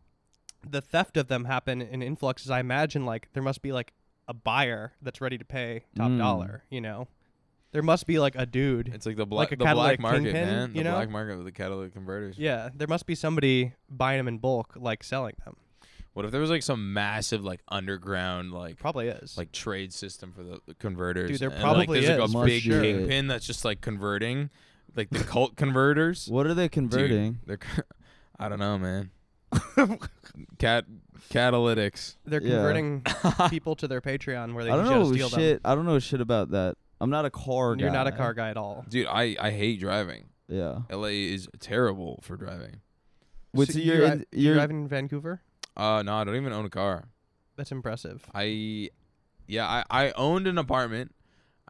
[SPEAKER 1] the theft of them happen in influx is I imagine like there must be like a buyer that's ready to pay top
[SPEAKER 2] Mm.
[SPEAKER 1] dollar. You know, there must be like a dude.
[SPEAKER 3] It's like the
[SPEAKER 1] Like
[SPEAKER 3] black
[SPEAKER 1] a
[SPEAKER 3] the black
[SPEAKER 1] catalytic
[SPEAKER 3] market,
[SPEAKER 1] kingpin,
[SPEAKER 3] man. The
[SPEAKER 1] you know?
[SPEAKER 3] black market with the catalytic converters.
[SPEAKER 1] yeah, there must be somebody buying them in bulk, like selling them.
[SPEAKER 3] What if there was like some massive like underground like
[SPEAKER 1] Probably is.
[SPEAKER 3] like trade system for the converters?
[SPEAKER 1] Dude, there
[SPEAKER 3] and,
[SPEAKER 1] probably
[SPEAKER 3] like, there's
[SPEAKER 1] is.
[SPEAKER 3] like a
[SPEAKER 2] Must
[SPEAKER 3] big
[SPEAKER 2] be.
[SPEAKER 3] kingpin that's just like converting, like the cult converters.
[SPEAKER 2] What are they
[SPEAKER 3] Dude,
[SPEAKER 2] converting?
[SPEAKER 3] they're, c- I don't know, man. Cat catalytics.
[SPEAKER 1] they're
[SPEAKER 2] Yeah.
[SPEAKER 1] converting people to their Patreon where they
[SPEAKER 2] I don't
[SPEAKER 1] just gotta
[SPEAKER 2] know
[SPEAKER 1] steal them.
[SPEAKER 2] shit. I don't know shit about that. I'm not a car guy.
[SPEAKER 1] You're not a car guy at all.
[SPEAKER 3] Dude, I I hate driving.
[SPEAKER 2] Yeah.
[SPEAKER 3] LA is terrible for driving.
[SPEAKER 2] Wait,
[SPEAKER 1] So
[SPEAKER 2] so you're
[SPEAKER 1] you're
[SPEAKER 2] in, you're
[SPEAKER 1] driving in Vancouver?
[SPEAKER 3] Uh no, I don't even own a car.
[SPEAKER 1] That's impressive.
[SPEAKER 3] I yeah, I I owned an apartment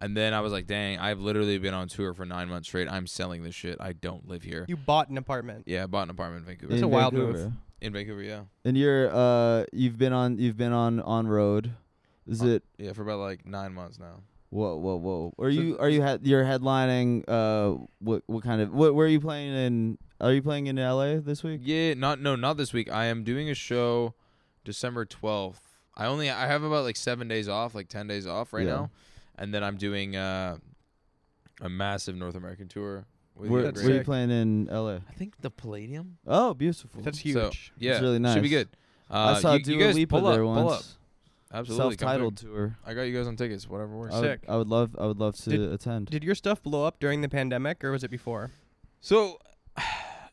[SPEAKER 3] and then I was like, "Dang, I've literally been on tour for 9 months straight. I'm selling this shit. I don't live here."
[SPEAKER 1] You bought an apartment.
[SPEAKER 3] Yeah, I bought an apartment in Vancouver.
[SPEAKER 1] It's
[SPEAKER 2] in
[SPEAKER 1] a wild move.
[SPEAKER 2] Vancouver.
[SPEAKER 3] in Vancouver, yeah.
[SPEAKER 2] And you're uh you've been on you've been on on road. Is
[SPEAKER 3] Uh,
[SPEAKER 2] it
[SPEAKER 3] Yeah, for about like 9 months now.
[SPEAKER 2] whoa whoa whoa? Are
[SPEAKER 3] So
[SPEAKER 2] you are you head you're headlining uh what what kind of what where are you playing in? Are you playing in L.A. this week?
[SPEAKER 3] Yeah, not no, not this week. I am doing a show December 12th. I only I have about like 7 days off, like 10 days off right
[SPEAKER 2] Yeah.
[SPEAKER 3] now. And then I'm doing uh a massive North American tour with
[SPEAKER 2] Where,
[SPEAKER 3] Yo
[SPEAKER 1] That's
[SPEAKER 2] where are you
[SPEAKER 1] sick.
[SPEAKER 3] Greg.
[SPEAKER 2] playing in L.A.?
[SPEAKER 3] I think the Palladium.
[SPEAKER 2] Oh, beautiful.
[SPEAKER 1] That's huge.
[SPEAKER 3] So, yeah,
[SPEAKER 2] really
[SPEAKER 3] Should
[SPEAKER 2] nice.
[SPEAKER 3] be good. Uh,
[SPEAKER 2] I saw
[SPEAKER 3] you,
[SPEAKER 2] Dua
[SPEAKER 3] you guys
[SPEAKER 2] Lipa
[SPEAKER 3] pull up,
[SPEAKER 2] there
[SPEAKER 3] pull up.
[SPEAKER 2] once.
[SPEAKER 3] Absolutely, come through.
[SPEAKER 2] Self-titled Uh, tour.
[SPEAKER 3] I got you guys on tickets. Whatever works.
[SPEAKER 2] I would,
[SPEAKER 1] Sick.
[SPEAKER 2] I would love I would love to
[SPEAKER 1] Did-
[SPEAKER 2] attend.
[SPEAKER 1] Did your stuff blow up during the pandemic or was it before?
[SPEAKER 3] So,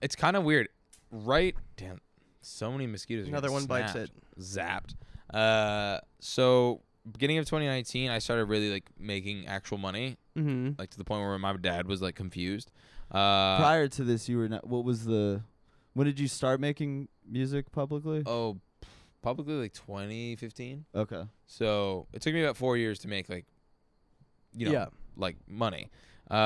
[SPEAKER 3] it's kind of weird, right? Damn, so many mosquitoes. are
[SPEAKER 1] Another one
[SPEAKER 3] getting
[SPEAKER 1] bites
[SPEAKER 3] snapped.
[SPEAKER 1] it.
[SPEAKER 3] Zapped. Uh, so beginning of 2019, I started really like making actual money,
[SPEAKER 1] Mm-hmm.
[SPEAKER 3] like to the point where my dad was like confused. Uh,
[SPEAKER 2] prior to this you were not what was the when did you start making music publicly
[SPEAKER 3] oh, um, p- probably like 2015.
[SPEAKER 2] okay
[SPEAKER 3] So it took me about four years to make like, you know,
[SPEAKER 1] Yeah.
[SPEAKER 3] like money.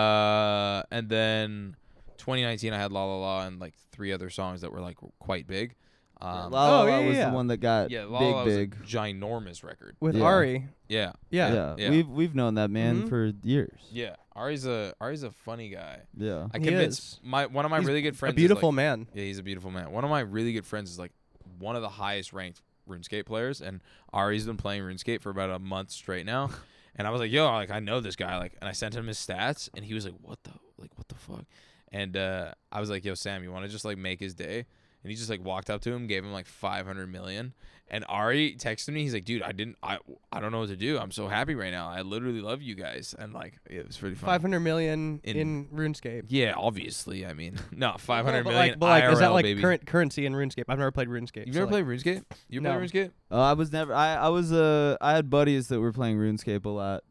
[SPEAKER 3] Uh, and then 2019, I had La La La and like three other songs that were like quite big.
[SPEAKER 2] La
[SPEAKER 3] Um,
[SPEAKER 2] La
[SPEAKER 1] Oh,
[SPEAKER 2] La
[SPEAKER 1] yeah,
[SPEAKER 2] was
[SPEAKER 1] yeah.
[SPEAKER 2] the one that got
[SPEAKER 3] yeah, La La
[SPEAKER 2] big
[SPEAKER 3] La was
[SPEAKER 2] big
[SPEAKER 3] a ginormous record.
[SPEAKER 1] With
[SPEAKER 2] Yeah.
[SPEAKER 1] Ari.
[SPEAKER 3] Yeah,
[SPEAKER 1] Yeah.
[SPEAKER 2] yeah.
[SPEAKER 3] yeah. Mm-hmm.
[SPEAKER 2] we've we've known that man
[SPEAKER 1] Mhm.
[SPEAKER 2] for years
[SPEAKER 3] yeah. Ari's a Ari's a funny guy.
[SPEAKER 2] yeah
[SPEAKER 3] I
[SPEAKER 1] He
[SPEAKER 3] convinced
[SPEAKER 1] is.
[SPEAKER 3] my one of my
[SPEAKER 1] He's
[SPEAKER 3] really good
[SPEAKER 1] A
[SPEAKER 3] friends. is,
[SPEAKER 1] beautiful
[SPEAKER 3] like-
[SPEAKER 1] man.
[SPEAKER 3] yeah, he's a beautiful man. One of my really good friends is like one of the highest ranked RuneScape players, and Ari's been playing RuneScape for about a month straight now. and I was like, yo, like I know this guy, like, and I sent him his stats, and he was like, what the, like, what the fuck? And uh, I was like, yo, Sam, you want to just like make his day? And he just like walked up to him, gave him like 500 million. And Ari texted me. He's like, dude, I didn't, I, I don't know what to do. I'm so happy right now. I literally love you guys. And like, it was pretty funny.
[SPEAKER 1] 500 million in,
[SPEAKER 3] In-
[SPEAKER 1] RuneScape.
[SPEAKER 3] Yeah, obviously. I mean, no, five
[SPEAKER 1] No,
[SPEAKER 3] hundred
[SPEAKER 1] but
[SPEAKER 3] million.
[SPEAKER 1] like, but like is that
[SPEAKER 3] IRL,
[SPEAKER 1] like
[SPEAKER 3] baby.
[SPEAKER 1] current currency in RuneScape? I've never played RuneScape.
[SPEAKER 3] You've
[SPEAKER 1] so,
[SPEAKER 3] never
[SPEAKER 1] like,
[SPEAKER 3] played RuneScape? You play
[SPEAKER 1] No.
[SPEAKER 3] RuneScape?
[SPEAKER 2] oh i was never i i was uh i had buddies that were playing runescape a lot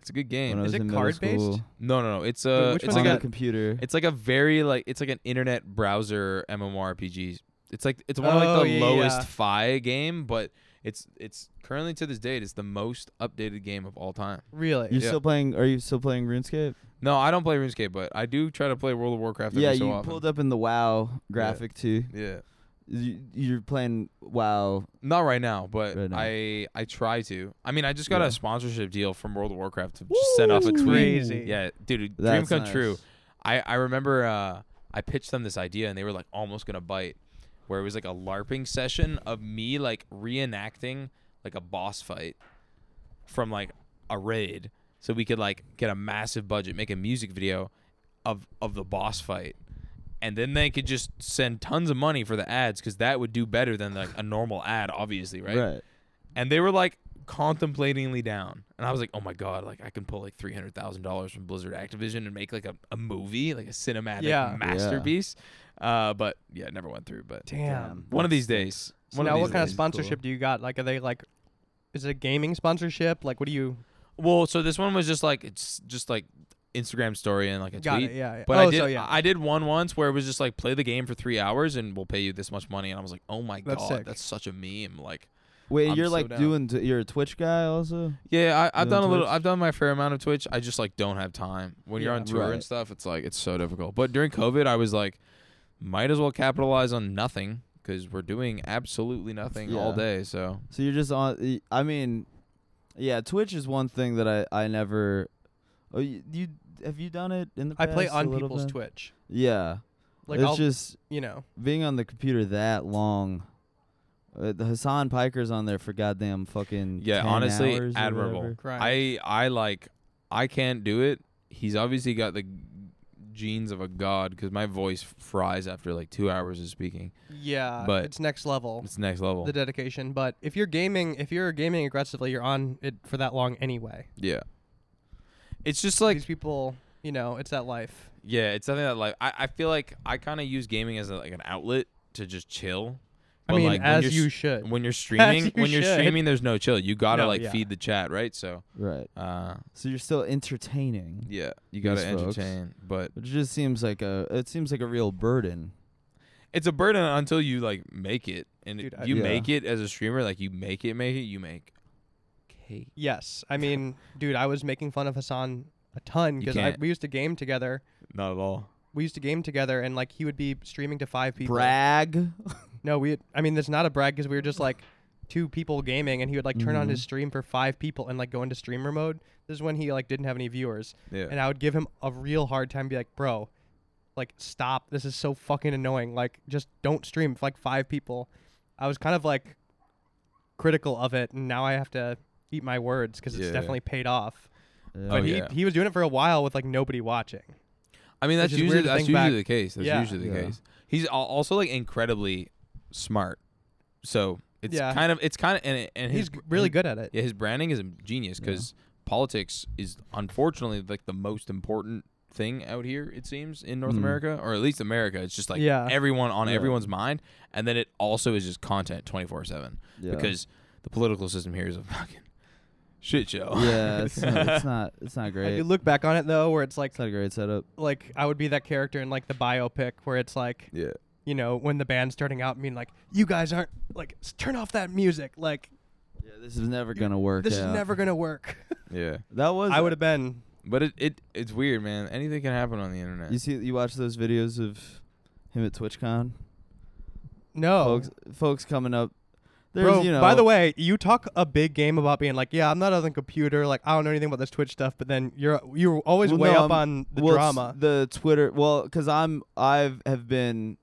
[SPEAKER 3] It's a good
[SPEAKER 2] when i
[SPEAKER 3] game.
[SPEAKER 1] Is
[SPEAKER 2] was
[SPEAKER 1] it
[SPEAKER 2] in middle
[SPEAKER 1] card-based?
[SPEAKER 2] school
[SPEAKER 3] No, no, no. It's
[SPEAKER 1] Dude,
[SPEAKER 3] a
[SPEAKER 1] which
[SPEAKER 3] it's
[SPEAKER 1] one's
[SPEAKER 2] on
[SPEAKER 3] like
[SPEAKER 2] the
[SPEAKER 1] that?
[SPEAKER 3] a
[SPEAKER 2] computer
[SPEAKER 3] it's like a very like it's like an internet browser MMORPG. It's like it's one of
[SPEAKER 1] Oh,
[SPEAKER 3] like the
[SPEAKER 1] yeah,
[SPEAKER 3] lowest
[SPEAKER 1] yeah.
[SPEAKER 3] Fi game, but it's it's currently to this date it's the most updated game of all time.
[SPEAKER 1] Really?
[SPEAKER 2] you're
[SPEAKER 3] yeah.
[SPEAKER 2] still playing are you still playing runescape
[SPEAKER 3] No, I don't play RuneScape, but I do try to play World of Warcraft every
[SPEAKER 2] yeah
[SPEAKER 3] so
[SPEAKER 2] you
[SPEAKER 3] often.
[SPEAKER 2] pulled up in the wow graphic too
[SPEAKER 3] yeah.
[SPEAKER 2] you, you're playing wow
[SPEAKER 3] Not right now, but
[SPEAKER 2] Right now.
[SPEAKER 3] I I try to. I mean, I just got
[SPEAKER 2] Yeah.
[SPEAKER 3] a sponsorship deal from World of Warcraft to just send off a
[SPEAKER 1] That's
[SPEAKER 3] tweet.
[SPEAKER 1] crazy.
[SPEAKER 3] Yeah, dude,
[SPEAKER 2] That's
[SPEAKER 3] dream come
[SPEAKER 2] nice.
[SPEAKER 3] true. I I remember uh, I pitched them this idea and they were like almost gonna bite, where it was like a LARPing session of me like reenacting like a boss fight from like a raid, so we could like get a massive budget, make a music video of of the boss fight. And then they could just send tons of money for the ads because that would do better than like a normal ad, obviously, right?
[SPEAKER 2] right
[SPEAKER 3] and they were like contemplatingly down and i was like oh my god like i can pull like $300000 from blizzard activision and make like a, a movie like a cinematic
[SPEAKER 1] Yeah.
[SPEAKER 3] masterpiece uh but yeah it never went through but
[SPEAKER 1] Damn.
[SPEAKER 3] one of these days
[SPEAKER 1] So
[SPEAKER 3] one
[SPEAKER 1] now
[SPEAKER 3] of
[SPEAKER 1] what
[SPEAKER 3] these
[SPEAKER 1] kind of
[SPEAKER 3] days.
[SPEAKER 1] sponsorship do you got? Like are they like is it a gaming sponsorship? Like what do you
[SPEAKER 3] well so this one was just like it's just like instagram story and like a
[SPEAKER 1] got
[SPEAKER 3] tweet
[SPEAKER 1] it? Yeah. yeah.
[SPEAKER 3] But
[SPEAKER 1] oh,
[SPEAKER 3] I did.
[SPEAKER 1] so yeah.
[SPEAKER 3] I did one once where it was just like play the game for three hours and we'll pay you this much money. And I was like, oh my
[SPEAKER 1] That's
[SPEAKER 3] god,
[SPEAKER 1] sick.
[SPEAKER 3] that's such a meme. Like,
[SPEAKER 2] wait
[SPEAKER 3] I'm
[SPEAKER 2] you're
[SPEAKER 3] so
[SPEAKER 2] like
[SPEAKER 3] down.
[SPEAKER 2] doing t- you're a twitch guy also
[SPEAKER 3] Yeah, I, I've
[SPEAKER 2] You
[SPEAKER 3] done
[SPEAKER 2] on
[SPEAKER 3] a little.
[SPEAKER 2] Twitch?
[SPEAKER 3] I've done my fair amount of Twitch. I just like don't have time when you're
[SPEAKER 1] Yeah.
[SPEAKER 3] on tour
[SPEAKER 2] Right.
[SPEAKER 3] and stuff. It's like it's so difficult. But during COVID, I was like, might as well capitalize on nothing because we're doing absolutely nothing all
[SPEAKER 2] Yeah.
[SPEAKER 3] day. So
[SPEAKER 2] So you're just on. I mean, Yeah, Twitch is one thing that I I never. Oh, you, you have you done it in the
[SPEAKER 1] I
[SPEAKER 2] past?
[SPEAKER 1] play
[SPEAKER 2] a
[SPEAKER 1] on
[SPEAKER 2] little
[SPEAKER 1] people's
[SPEAKER 2] bit?
[SPEAKER 1] Twitch.
[SPEAKER 2] Yeah,
[SPEAKER 1] Like
[SPEAKER 2] it's
[SPEAKER 1] I'll,
[SPEAKER 2] just
[SPEAKER 1] you know,
[SPEAKER 2] being on the computer that long. Uh, the Hassan Piker's on there for goddamn fucking
[SPEAKER 3] Yeah,
[SPEAKER 2] 10
[SPEAKER 3] honestly,
[SPEAKER 2] hours or
[SPEAKER 3] admirable.
[SPEAKER 2] whatever.
[SPEAKER 1] grind.
[SPEAKER 3] I I like I can't do it. He's obviously got the genes of a god because my voice fries after like two hours of speaking.
[SPEAKER 1] yeah,
[SPEAKER 3] but-
[SPEAKER 1] it's next level.
[SPEAKER 3] It's next level.
[SPEAKER 1] the dedication. But if you're gaming, if you're gaming aggressively, you're on it for that long anyway.
[SPEAKER 3] yeah. It's just like
[SPEAKER 1] These people, you know, it's that life.
[SPEAKER 3] yeah, it's something that like I, I feel like I kind of use gaming as a, like an outlet to just chill.
[SPEAKER 1] I
[SPEAKER 3] But,
[SPEAKER 1] mean,
[SPEAKER 3] like, when
[SPEAKER 1] as
[SPEAKER 3] you're
[SPEAKER 1] you
[SPEAKER 3] s-
[SPEAKER 1] should.
[SPEAKER 3] When you're streaming,
[SPEAKER 1] you
[SPEAKER 3] when you're
[SPEAKER 1] should.
[SPEAKER 3] streaming, there's no chill. You gotta
[SPEAKER 1] No,
[SPEAKER 3] like
[SPEAKER 1] yeah.
[SPEAKER 3] feed the chat, right? So,
[SPEAKER 2] Right.
[SPEAKER 3] uh,
[SPEAKER 2] So you're still entertaining.
[SPEAKER 3] yeah, you gotta
[SPEAKER 2] Yes, folks.
[SPEAKER 3] entertain, but
[SPEAKER 2] It just seems like a it seems like a real burden.
[SPEAKER 3] it's a burden until you like make it and it-
[SPEAKER 1] Dude, I-
[SPEAKER 3] you
[SPEAKER 2] Yeah.
[SPEAKER 3] make it as a streamer like you make it make it you make cake
[SPEAKER 1] Yes, I mean, dude, I was making fun of Hassan a ton
[SPEAKER 3] You
[SPEAKER 1] because
[SPEAKER 3] can't.
[SPEAKER 1] we used to game together.
[SPEAKER 3] not at all
[SPEAKER 1] We used to game together, and like he would be streaming to five people.
[SPEAKER 2] Brag.
[SPEAKER 1] No, we. I mean, that's not a brag because we were just like two people gaming, and he would like turn on
[SPEAKER 2] Mhm.
[SPEAKER 1] his
[SPEAKER 3] Mm-hmm.
[SPEAKER 1] stream for five people and like go into streamer mode. This is when he like didn't have any viewers,
[SPEAKER 3] yeah
[SPEAKER 1] and I would give him a real hard time, be like, bro, like stop. This is so fucking annoying. Like, just don't stream for like five people. I was kind of like critical of it, and now I have to eat my words because it's
[SPEAKER 3] Yeah.
[SPEAKER 1] definitely paid off.
[SPEAKER 2] Yeah.
[SPEAKER 3] Oh,
[SPEAKER 1] But he
[SPEAKER 3] yeah.
[SPEAKER 1] he was doing it for a while with like nobody watching.
[SPEAKER 3] i mean that's
[SPEAKER 1] which is
[SPEAKER 3] usually
[SPEAKER 1] weird to
[SPEAKER 3] that's
[SPEAKER 1] think
[SPEAKER 3] usually
[SPEAKER 1] back.
[SPEAKER 3] the case that's
[SPEAKER 1] Yeah.
[SPEAKER 3] usually the
[SPEAKER 2] Yeah.
[SPEAKER 3] case he's al- also like incredibly smart so it's
[SPEAKER 1] Yeah.
[SPEAKER 3] kind of it's kind of and, and his,
[SPEAKER 1] He's g- really good at it.
[SPEAKER 3] yeah his branding is genius because politics is unfortunately like the most important thing out here it seems in north
[SPEAKER 2] Mm.
[SPEAKER 3] america or at least america it's just like
[SPEAKER 1] Hmm. Yeah.
[SPEAKER 3] everyone on
[SPEAKER 2] Yeah.
[SPEAKER 3] everyone's mind and then it also is just content 24 7
[SPEAKER 2] Yeah.
[SPEAKER 3] because the political system here is a fucking shit show.
[SPEAKER 2] yeah, it's not, it's not it's not
[SPEAKER 1] I
[SPEAKER 2] great.
[SPEAKER 1] could look back on it though, where it's like
[SPEAKER 2] It's not a great setup.
[SPEAKER 1] like I would be that character in like the biopic where it's like
[SPEAKER 3] yeah.
[SPEAKER 1] you know when the band's starting out, being like, you guys aren't like s- turn off that music. Like
[SPEAKER 2] Yeah, this is never gonna work.
[SPEAKER 1] this
[SPEAKER 2] out.
[SPEAKER 1] is never gonna work.
[SPEAKER 3] Yeah.
[SPEAKER 2] That was
[SPEAKER 1] I would have been
[SPEAKER 3] But it, it it's weird, man. Anything can happen on the internet.
[SPEAKER 2] You see, you watch those videos of him at TwitchCon.
[SPEAKER 1] no.
[SPEAKER 2] Folks, folks coming up. There's,
[SPEAKER 1] Oh. Bro,
[SPEAKER 2] you know,
[SPEAKER 1] by the way, you talk a big game about being like, yeah, I'm not on the computer, like I don't know anything about this Twitch stuff, but then you're you're always
[SPEAKER 2] Well,
[SPEAKER 1] way
[SPEAKER 2] no,
[SPEAKER 1] up
[SPEAKER 2] I'm-
[SPEAKER 1] on the
[SPEAKER 2] well, it's
[SPEAKER 1] drama.
[SPEAKER 2] The Twitter, well, because I'm, I've have been,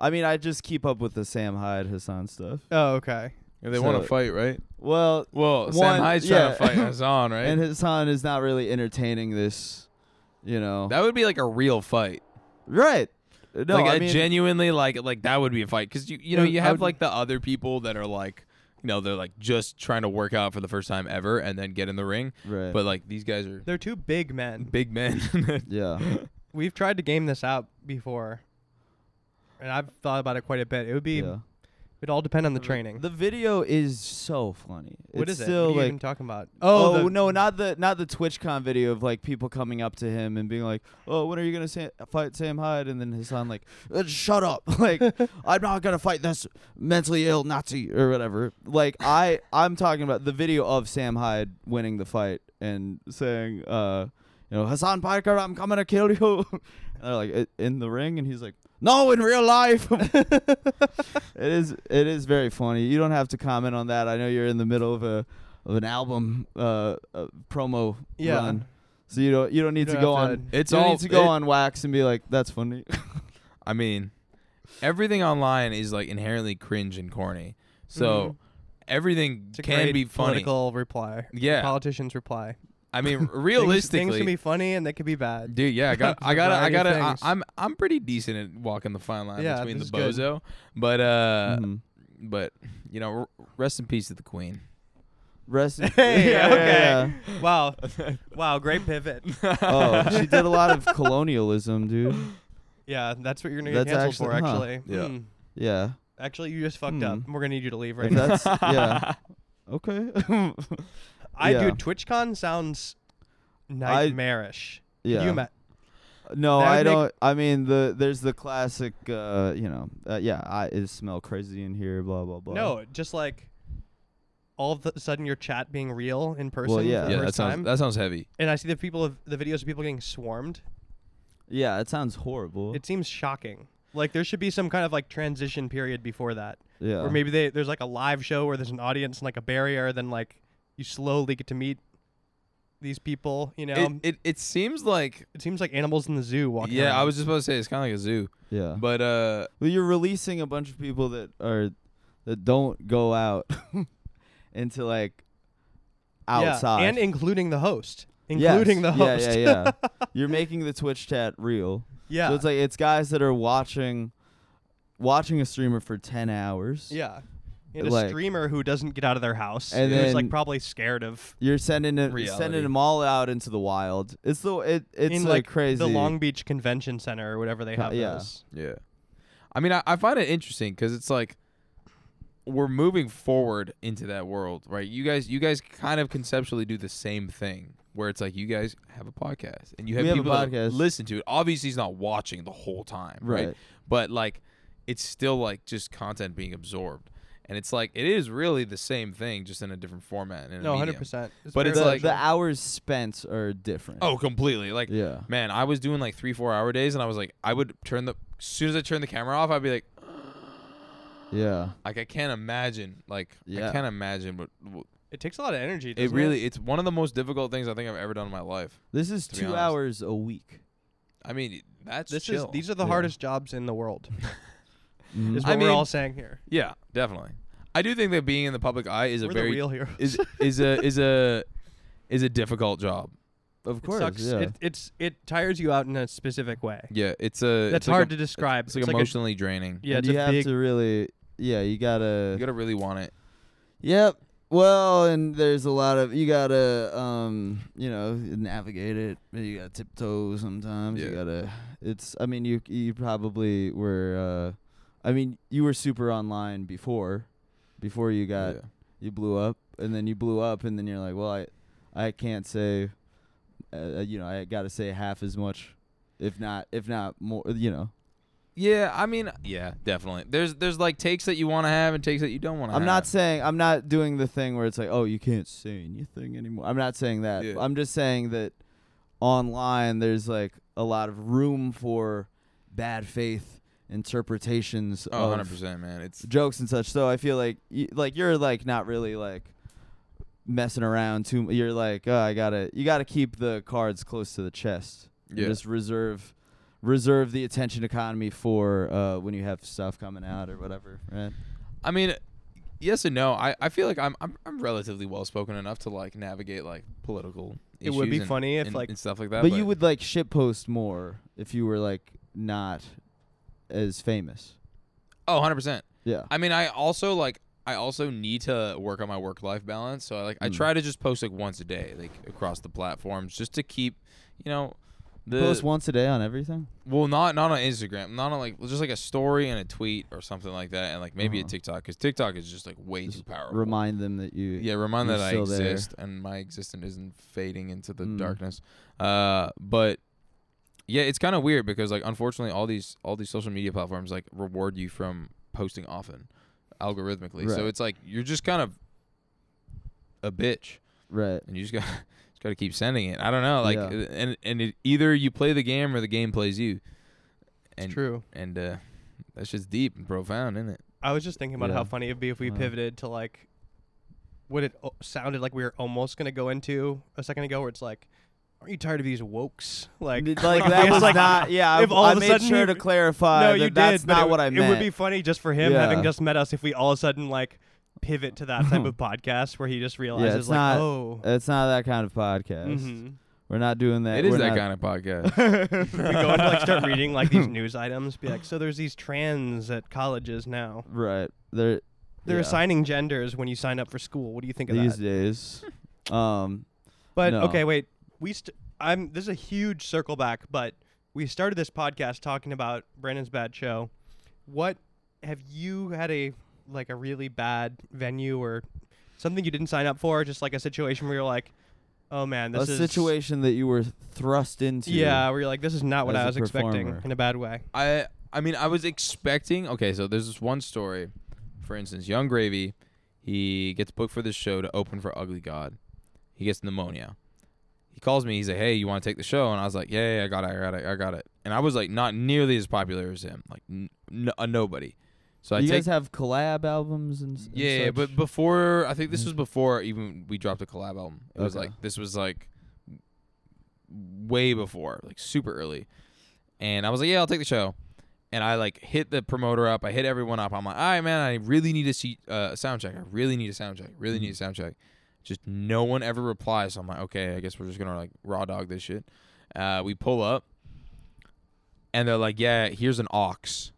[SPEAKER 2] I mean, I just keep up with the Sam Hyde Hassan stuff.
[SPEAKER 1] Oh, okay.
[SPEAKER 3] Yeah,
[SPEAKER 2] so-
[SPEAKER 3] wanna fight, right?
[SPEAKER 2] Well,
[SPEAKER 3] Well,
[SPEAKER 2] One-
[SPEAKER 3] Sam Hyde's
[SPEAKER 2] yeah.
[SPEAKER 3] trying to fight Hassan, right?
[SPEAKER 2] and Hassan is not really entertaining this, you know.
[SPEAKER 3] that would be like a real fight.
[SPEAKER 2] right. No,
[SPEAKER 3] like
[SPEAKER 2] I
[SPEAKER 3] a
[SPEAKER 2] mean,
[SPEAKER 3] genuinely like like that would be a fight cuz you you know,
[SPEAKER 1] It-
[SPEAKER 3] you
[SPEAKER 1] I
[SPEAKER 3] have
[SPEAKER 1] would-
[SPEAKER 3] like the other people that are like you know, they're like just trying to work out for the first time ever and then get in the ring.
[SPEAKER 2] right.
[SPEAKER 3] But like these guys are
[SPEAKER 1] They're two big men.
[SPEAKER 3] big men.
[SPEAKER 2] yeah.
[SPEAKER 1] We've tried to game this out before. And I've thought about it quite a bit. It would be
[SPEAKER 2] yeah.
[SPEAKER 1] it all depend on the training.
[SPEAKER 2] The video is so funny.
[SPEAKER 1] What
[SPEAKER 2] it's
[SPEAKER 1] is
[SPEAKER 2] still
[SPEAKER 1] it? What are you
[SPEAKER 2] like
[SPEAKER 1] even talking about?
[SPEAKER 2] Oh,
[SPEAKER 1] the-
[SPEAKER 2] no, not the not the TwitchCon video of like people coming up to him and being like, "Oh, when are you gonna sa- fight Sam Hyde?" And then his son like, "Uh, "Shut up! like, I'm not gonna fight this mentally ill Nazi or whatever." Like, I I'm talking about the video of Sam Hyde winning the fight and saying, "Uh, you know, Hassan Piker, I'm coming to kill you." and they're like, "I- "In the ring," and he's like, "No, in real life." It is it is very funny. You don't have to comment on that. I know you're in the middle of a of an album uh, uh promo
[SPEAKER 1] Yeah.
[SPEAKER 2] run. So you don't you don't need
[SPEAKER 1] You
[SPEAKER 2] to
[SPEAKER 1] don't
[SPEAKER 2] go
[SPEAKER 1] have to-
[SPEAKER 2] on
[SPEAKER 3] it's
[SPEAKER 2] you don't
[SPEAKER 3] all
[SPEAKER 2] need to go
[SPEAKER 3] it-
[SPEAKER 2] on wax and be like that's funny.
[SPEAKER 3] I mean, everything online is like inherently cringe and corny. So
[SPEAKER 1] Mhm.
[SPEAKER 3] everything
[SPEAKER 1] it's a
[SPEAKER 3] can
[SPEAKER 1] great
[SPEAKER 3] be funny.
[SPEAKER 1] Political reply.
[SPEAKER 3] Yeah.
[SPEAKER 1] Politicians reply.
[SPEAKER 3] I mean,
[SPEAKER 1] Things-
[SPEAKER 3] realistically,
[SPEAKER 1] things, can be funny and they can be bad.
[SPEAKER 3] dude. Yeah, I got, I
[SPEAKER 1] There's a
[SPEAKER 3] got, I
[SPEAKER 1] variety
[SPEAKER 3] got.
[SPEAKER 1] of
[SPEAKER 3] I,
[SPEAKER 1] things.
[SPEAKER 3] I'm, I'm pretty decent at walking the fine line
[SPEAKER 1] Yeah,
[SPEAKER 3] between the
[SPEAKER 1] this is Mm-hmm.
[SPEAKER 3] bozo, but, uh,
[SPEAKER 2] Mhm.
[SPEAKER 3] but you know, r- rest in peace to the queen.
[SPEAKER 2] Rest in-
[SPEAKER 1] Hey,
[SPEAKER 2] yeah,
[SPEAKER 1] okay.
[SPEAKER 2] yeah,
[SPEAKER 1] Wow. wow, great pivot.
[SPEAKER 2] yeah. Oh, she did a lot of colonialism, dude.
[SPEAKER 1] Yeah, that's what you're gonna
[SPEAKER 2] That's
[SPEAKER 1] get canceled
[SPEAKER 2] actually-
[SPEAKER 1] for,
[SPEAKER 2] huh.
[SPEAKER 1] actually.
[SPEAKER 3] Yeah.
[SPEAKER 1] Hmm.
[SPEAKER 2] Yeah.
[SPEAKER 1] Actually, you just fucked up.
[SPEAKER 2] Hmm.
[SPEAKER 1] We're gonna need you to leave right
[SPEAKER 2] If
[SPEAKER 1] now.
[SPEAKER 2] that's yeah. Okay.
[SPEAKER 1] I
[SPEAKER 2] yeah.
[SPEAKER 1] dude, TwitchCon sounds nightmarish. Can
[SPEAKER 2] yeah.
[SPEAKER 1] You ima-
[SPEAKER 2] no,
[SPEAKER 1] that would
[SPEAKER 2] I
[SPEAKER 1] make-
[SPEAKER 2] don't I mean the there's the classic uh, you know, uh, yeah, I it smell crazy in here blah blah blah.
[SPEAKER 1] no, just like all of a sudden your chat being real in person
[SPEAKER 2] yeah.
[SPEAKER 1] for the
[SPEAKER 3] yeah, that
[SPEAKER 1] first
[SPEAKER 3] sounds,
[SPEAKER 1] time.
[SPEAKER 3] that sounds heavy.
[SPEAKER 1] and I see the people of the videos of people getting swarmed.
[SPEAKER 2] Yeah, it sounds horrible.
[SPEAKER 1] It seems shocking. Like there should be some kind of like transition period before that,
[SPEAKER 2] yeah.
[SPEAKER 1] or maybe they there's like a live show where there's an audience and like a barrier, then like you slowly get to meet these people. You know,
[SPEAKER 3] It, it it seems like
[SPEAKER 1] It seems like animals in the zoo um, walking.
[SPEAKER 3] yeah.
[SPEAKER 1] around. Uh-huh.
[SPEAKER 3] I was just about to say it's kind of like a zoo,
[SPEAKER 2] Yeah.
[SPEAKER 3] but uh,
[SPEAKER 2] Well, you're releasing a bunch of people that are that don't go out into like
[SPEAKER 1] Yeah,
[SPEAKER 2] outside
[SPEAKER 1] and including the host,
[SPEAKER 2] Yes.
[SPEAKER 1] including the host.
[SPEAKER 2] Yeah, yeah, yeah. you're making the Twitch chat real.
[SPEAKER 1] yeah,
[SPEAKER 2] So it's like it's guys that are watching watching a streamer for 10 hours.
[SPEAKER 1] yeah. And a
[SPEAKER 2] Like-
[SPEAKER 1] streamer who doesn't get out of their house
[SPEAKER 2] And
[SPEAKER 1] who's like
[SPEAKER 2] then-
[SPEAKER 1] probably scared of
[SPEAKER 2] You're sending it, you're
[SPEAKER 3] Reality.
[SPEAKER 2] sending them all out into the wild. It's the it it's
[SPEAKER 1] in
[SPEAKER 2] like, crazy.
[SPEAKER 1] the Long Beach Convention Center or whatever they
[SPEAKER 2] Co-
[SPEAKER 1] have.
[SPEAKER 2] yeah.
[SPEAKER 1] those.
[SPEAKER 3] yeah. I mean, I, I find it interesting because it's like we're moving forward into that world, right? You guys, you guys kind of conceptually do the same thing, where it's like you guys have a podcast and you have
[SPEAKER 2] We have a
[SPEAKER 3] people that
[SPEAKER 2] podcast.
[SPEAKER 3] listen to it. Obviously, he's not watching the whole time, right?
[SPEAKER 2] Right.
[SPEAKER 3] But like, it's still like just content being absorbed, and it's like it is really the same thing, just in a different format. And a
[SPEAKER 1] No, hundred
[SPEAKER 3] medium.
[SPEAKER 1] percent.
[SPEAKER 3] But it's
[SPEAKER 2] the,
[SPEAKER 3] like-
[SPEAKER 2] the hours spent are different.
[SPEAKER 3] Oh, completely. Like,
[SPEAKER 2] Yeah.
[SPEAKER 3] man, I was doing like three, four hour days, and I was like, I would turn the as soon as I turned the camera off, I'd be like,
[SPEAKER 2] Yeah.
[SPEAKER 3] like I can't imagine, like I
[SPEAKER 2] Yeah.
[SPEAKER 3] can't imagine, but w-
[SPEAKER 1] it takes a lot of energy.
[SPEAKER 3] it
[SPEAKER 1] doesn't
[SPEAKER 3] really, it's one of the most difficult things I think I've ever done in my life.
[SPEAKER 2] This is
[SPEAKER 3] To be
[SPEAKER 2] 2
[SPEAKER 3] honest.
[SPEAKER 2] hours a week.
[SPEAKER 3] I mean, that's
[SPEAKER 1] This
[SPEAKER 3] chill.
[SPEAKER 1] is these are the
[SPEAKER 2] Yeah.
[SPEAKER 1] hardest jobs in the world.
[SPEAKER 2] Mhm.
[SPEAKER 1] Is
[SPEAKER 3] I
[SPEAKER 1] what we're
[SPEAKER 3] mean-
[SPEAKER 1] all saying here.
[SPEAKER 3] yeah, definitely. I do think that being in the public eye is a
[SPEAKER 1] we're the
[SPEAKER 3] very
[SPEAKER 1] real heroes.
[SPEAKER 3] is is a is a is a difficult job.
[SPEAKER 2] Of
[SPEAKER 1] It
[SPEAKER 2] course.
[SPEAKER 1] sucks.
[SPEAKER 2] Yeah.
[SPEAKER 1] It, it's it tires you out in a specific way.
[SPEAKER 3] Yeah, it's a
[SPEAKER 1] That's
[SPEAKER 3] it's like
[SPEAKER 1] hard
[SPEAKER 3] a-
[SPEAKER 1] to describe.
[SPEAKER 3] It's like
[SPEAKER 1] a-
[SPEAKER 3] emotionally draining.
[SPEAKER 1] yeah,
[SPEAKER 2] and
[SPEAKER 1] it's
[SPEAKER 2] you
[SPEAKER 1] a
[SPEAKER 2] have
[SPEAKER 1] big.
[SPEAKER 2] to really yeah, you got
[SPEAKER 3] you gotta really want it.
[SPEAKER 2] Yep. Well, and there's a lot of you gotta, um, you know, navigate it. You gotta tiptoe sometimes. You
[SPEAKER 3] Yeah.
[SPEAKER 2] gotta. It's. I mean, you you probably were. Uh, I mean, you were super online before, before you got
[SPEAKER 3] yeah.
[SPEAKER 2] you blew up, and then you blew up, and then you're like, well, I, I can't say, uh, you know, I gotta say half as much, if not, if not more, you know.
[SPEAKER 3] Yeah, I mean, yeah, definitely. There's there's like takes that you want to have and takes that you don't want to.
[SPEAKER 2] I'm not saying I'm not doing the thing where it's like, oh, you can't say anything anymore. I'm not saying that.
[SPEAKER 3] Yeah.
[SPEAKER 2] I'm just saying that online there's like a lot of room for bad faith interpretations
[SPEAKER 3] Oh,
[SPEAKER 2] of
[SPEAKER 3] 100%, man. It's
[SPEAKER 2] jokes and such. So I feel like y- like you're like not really like messing around too. m- You're like, oh, I gotta you gotta keep the cards close to the chest. and
[SPEAKER 3] Yeah.
[SPEAKER 2] Just reserve reserve the attention economy for uh, when you have stuff coming out or whatever, right?
[SPEAKER 3] I mean, yes and no. I, I feel like I'm I'm, I'm relatively well spoken enough to like navigate like political
[SPEAKER 1] It would be
[SPEAKER 3] issues and-
[SPEAKER 1] funny if
[SPEAKER 3] and,
[SPEAKER 1] like
[SPEAKER 3] and stuff like that.
[SPEAKER 2] but you would like shitpost more if you were like not as famous.
[SPEAKER 3] Oh, 100%.
[SPEAKER 2] Yeah.
[SPEAKER 3] I mean, I also like I also need to work on my work life balance. So I like I
[SPEAKER 2] Mm.
[SPEAKER 3] try to just post like once a day like across the platforms just to keep, you know, the
[SPEAKER 2] Post once a day on everything.
[SPEAKER 3] Well, not not on Instagram, not on like just like a story and a tweet or something like that, and like maybe a
[SPEAKER 2] Uh-huh.
[SPEAKER 3] TikTok because TikTok is just like way
[SPEAKER 2] Just
[SPEAKER 3] too powerful.
[SPEAKER 2] Remind them that you
[SPEAKER 3] yeah, remind
[SPEAKER 2] you're
[SPEAKER 3] that I
[SPEAKER 2] still there.
[SPEAKER 3] exist and my existence isn't fading into the
[SPEAKER 2] Mm.
[SPEAKER 3] darkness. Uh, but yeah, it's kind of weird because like unfortunately all these all these social media platforms like reward you from posting often, algorithmically.
[SPEAKER 2] Right.
[SPEAKER 3] So it's like you're just kind of a bitch
[SPEAKER 2] right.
[SPEAKER 3] and you just got just got to keep sending it. I don't know, like,
[SPEAKER 2] Yeah.
[SPEAKER 3] uh, and and it, either you play the game or the game plays you. And
[SPEAKER 1] true.
[SPEAKER 3] and uh, that's just deep and profound, isn't it?
[SPEAKER 1] I was just thinking about how
[SPEAKER 2] Yeah. Uh-huh.
[SPEAKER 1] funny it'd be if we
[SPEAKER 2] Wow.
[SPEAKER 1] pivoted to like what it o- sounded like we were almost gonna go into a second ago, where it's like, aren't you tired of these wokes? Like,
[SPEAKER 2] Like,
[SPEAKER 1] if
[SPEAKER 2] that
[SPEAKER 1] it's
[SPEAKER 2] was
[SPEAKER 1] like-
[SPEAKER 2] not. Yeah,
[SPEAKER 1] if
[SPEAKER 2] I,
[SPEAKER 1] all
[SPEAKER 2] I
[SPEAKER 1] of a
[SPEAKER 2] made
[SPEAKER 1] sudden
[SPEAKER 2] sure
[SPEAKER 1] you-
[SPEAKER 2] to clarify
[SPEAKER 1] no,
[SPEAKER 2] that
[SPEAKER 1] you
[SPEAKER 2] that's
[SPEAKER 1] did. but
[SPEAKER 2] not
[SPEAKER 1] it,
[SPEAKER 2] what I meant.
[SPEAKER 1] It would be funny just for him having
[SPEAKER 2] Yeah.
[SPEAKER 1] just met us if we all of a sudden like pivot to that type of podcast where he just realizes
[SPEAKER 2] it's
[SPEAKER 1] like,
[SPEAKER 2] not-
[SPEAKER 1] oh,
[SPEAKER 2] it's not that kind of podcast.
[SPEAKER 1] mhm.
[SPEAKER 2] We're not doing that.
[SPEAKER 3] it is
[SPEAKER 2] Uh, We're
[SPEAKER 3] that
[SPEAKER 2] not-
[SPEAKER 3] kind of podcast.
[SPEAKER 1] we go into like start reading like these news items, be like, so there's these trans at colleges now.
[SPEAKER 2] Right. They're
[SPEAKER 1] They're
[SPEAKER 2] yeah,
[SPEAKER 1] assigning genders when you sign up for school. What do you think of that?
[SPEAKER 2] these days. Um.
[SPEAKER 1] But
[SPEAKER 2] No.
[SPEAKER 1] okay, wait. We st- I'm this is a huge circle back, but we started this podcast talking about Brandon's bad show. What have you had a like a really bad venue or something you didn't sign up for, just like a situation where you're like, "Oh man, this
[SPEAKER 2] a
[SPEAKER 1] is
[SPEAKER 2] situation that you were thrust into.
[SPEAKER 1] Yeah, where you're like, this is not what
[SPEAKER 2] as
[SPEAKER 1] I
[SPEAKER 2] a
[SPEAKER 1] was expecting
[SPEAKER 2] performer.
[SPEAKER 1] in a bad way.
[SPEAKER 3] I I mean, I was expecting. Okay, so there's this one story. For instance, Young Gravy, he gets booked for this show to open for Ugly God. He gets pneumonia. He calls me. He's like, "Hey, you want to take the show?" And I was like, "Yeah, yeah, I got it, I got it, I got it." And I was like, not nearly as popular as him, like n- n- a nobody. So I
[SPEAKER 2] you
[SPEAKER 3] take
[SPEAKER 2] guys have collab albums and s- and
[SPEAKER 3] yeah, yeah, but
[SPEAKER 2] such? Oh,
[SPEAKER 3] before I think this
[SPEAKER 2] Mhm.
[SPEAKER 3] was before even we dropped a collab album. It was
[SPEAKER 2] Okay.
[SPEAKER 3] like this was like way before, like super early. And I was like, yeah, I'll take the show. And I like hit the promoter up. I hit everyone up. I'm like, all right, man, I really need a seat, uh, a sound check. I really need a sound check. Really
[SPEAKER 2] Mm.
[SPEAKER 3] need a sound check. Just no one ever replies. So I'm like, okay, I guess we're just gonna like raw dog this shit. Uh, we pull up, and they're like, yeah, here's an aux.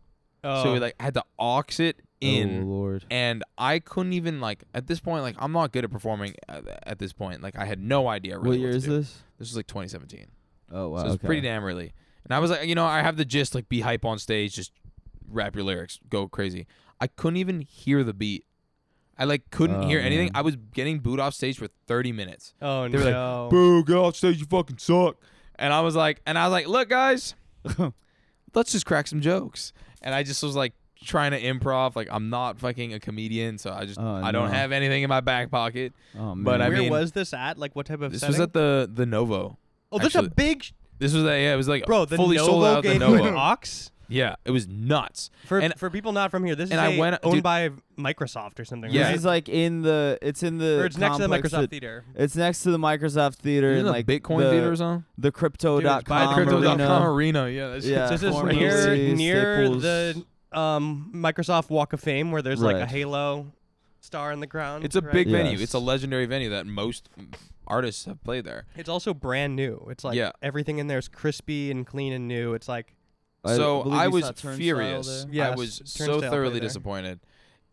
[SPEAKER 1] Oh,
[SPEAKER 3] So we like had to aux it in
[SPEAKER 2] oh lord,
[SPEAKER 3] and I couldn't even like at this point like I'm not good at performing at, at this point like I had no idea really
[SPEAKER 2] what year
[SPEAKER 3] to
[SPEAKER 2] is
[SPEAKER 3] do.
[SPEAKER 2] this?
[SPEAKER 3] This was like 2017,
[SPEAKER 2] Oh wow,
[SPEAKER 3] so it's
[SPEAKER 2] okay.
[SPEAKER 3] pretty damn early. And I was like, you know, I have the gist like be hype on stage, just rap your lyrics, go crazy. I couldn't even hear the beat. I like couldn't
[SPEAKER 2] Oh,
[SPEAKER 3] hear anything.
[SPEAKER 2] man.
[SPEAKER 3] I was getting booed off stage for 30 minutes.
[SPEAKER 1] oh
[SPEAKER 3] they were like,
[SPEAKER 1] no.
[SPEAKER 3] Boo, get off stage, you fucking suck. And I was like, and I was like, look guys, let's just crack some jokes. And I just was like trying to improv. Like I'm not fucking a comedian, so I just
[SPEAKER 2] Oh,
[SPEAKER 3] I don't
[SPEAKER 2] no.
[SPEAKER 3] have anything in my back pocket.
[SPEAKER 2] oh man,
[SPEAKER 3] but I
[SPEAKER 1] Where
[SPEAKER 3] mean-
[SPEAKER 1] was this at? Like what type of
[SPEAKER 3] This
[SPEAKER 1] setting?
[SPEAKER 3] was at the the Novo.
[SPEAKER 1] oh, that's a
[SPEAKER 3] actually-
[SPEAKER 1] big sh-
[SPEAKER 3] This was a, yeah, it was like
[SPEAKER 1] bro. The
[SPEAKER 3] fully
[SPEAKER 1] Novo
[SPEAKER 3] sold out the
[SPEAKER 1] gave you an
[SPEAKER 3] Novo.
[SPEAKER 1] ox.
[SPEAKER 3] yeah, it was nuts.
[SPEAKER 1] For
[SPEAKER 3] And-
[SPEAKER 1] for people not from here, this is
[SPEAKER 3] and I
[SPEAKER 1] a-
[SPEAKER 3] went-
[SPEAKER 1] owned
[SPEAKER 3] dude-
[SPEAKER 1] by Microsoft or something.
[SPEAKER 3] Yeah.
[SPEAKER 1] right?
[SPEAKER 2] this is like in the it's in the
[SPEAKER 1] or it's next to the
[SPEAKER 2] complex
[SPEAKER 1] Microsoft
[SPEAKER 2] that-
[SPEAKER 1] Theater.
[SPEAKER 2] It's next to the Microsoft Theater
[SPEAKER 3] Isn't
[SPEAKER 2] and
[SPEAKER 3] it
[SPEAKER 2] like
[SPEAKER 3] Bitcoin
[SPEAKER 2] the,
[SPEAKER 3] theater or something?
[SPEAKER 2] the crypto
[SPEAKER 1] Dude, it's
[SPEAKER 2] dot
[SPEAKER 1] by
[SPEAKER 2] com
[SPEAKER 1] Crypto dot
[SPEAKER 2] arena.
[SPEAKER 3] Crypto.com arena. Yeah, that's
[SPEAKER 2] Yeah.
[SPEAKER 1] This is
[SPEAKER 2] formerly
[SPEAKER 1] near
[SPEAKER 2] Staples.
[SPEAKER 1] near the um, Microsoft Walk of Fame, where there's like a
[SPEAKER 2] Right.
[SPEAKER 1] halo star in the ground.
[SPEAKER 3] It's a
[SPEAKER 1] right?
[SPEAKER 3] big
[SPEAKER 2] Yes.
[SPEAKER 3] venue. It's a legendary venue that most artists have played there.
[SPEAKER 1] It's also brand new. It's like
[SPEAKER 3] Yeah.
[SPEAKER 1] everything in there is crispy and clean and new. It's like
[SPEAKER 3] so
[SPEAKER 2] believe
[SPEAKER 3] I
[SPEAKER 2] we
[SPEAKER 3] was
[SPEAKER 2] saw Turnstile
[SPEAKER 3] furious.
[SPEAKER 2] there.
[SPEAKER 1] Yeah,
[SPEAKER 3] I
[SPEAKER 1] s-
[SPEAKER 3] was
[SPEAKER 1] Turnstile
[SPEAKER 3] so
[SPEAKER 1] played
[SPEAKER 3] thoroughly
[SPEAKER 1] there.
[SPEAKER 3] disappointed,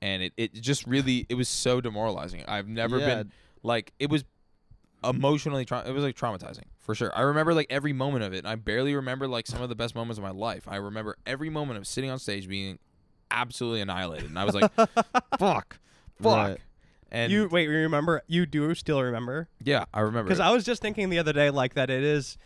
[SPEAKER 3] and it, it just really it was so demoralizing. I've never
[SPEAKER 2] Yeah.
[SPEAKER 3] been like it was emotionally tra- it was like traumatizing for sure. I remember like every moment of it. and I barely remember like some of the best moments of my life. I remember every moment of sitting on stage being absolutely annihilated, and I was like, "Fuck, fuck."
[SPEAKER 2] Right.
[SPEAKER 3] And
[SPEAKER 1] you wait. You remember? You do still remember?
[SPEAKER 3] yeah, I remember.
[SPEAKER 1] Because
[SPEAKER 3] it.
[SPEAKER 1] I was just thinking the other day, like that it is.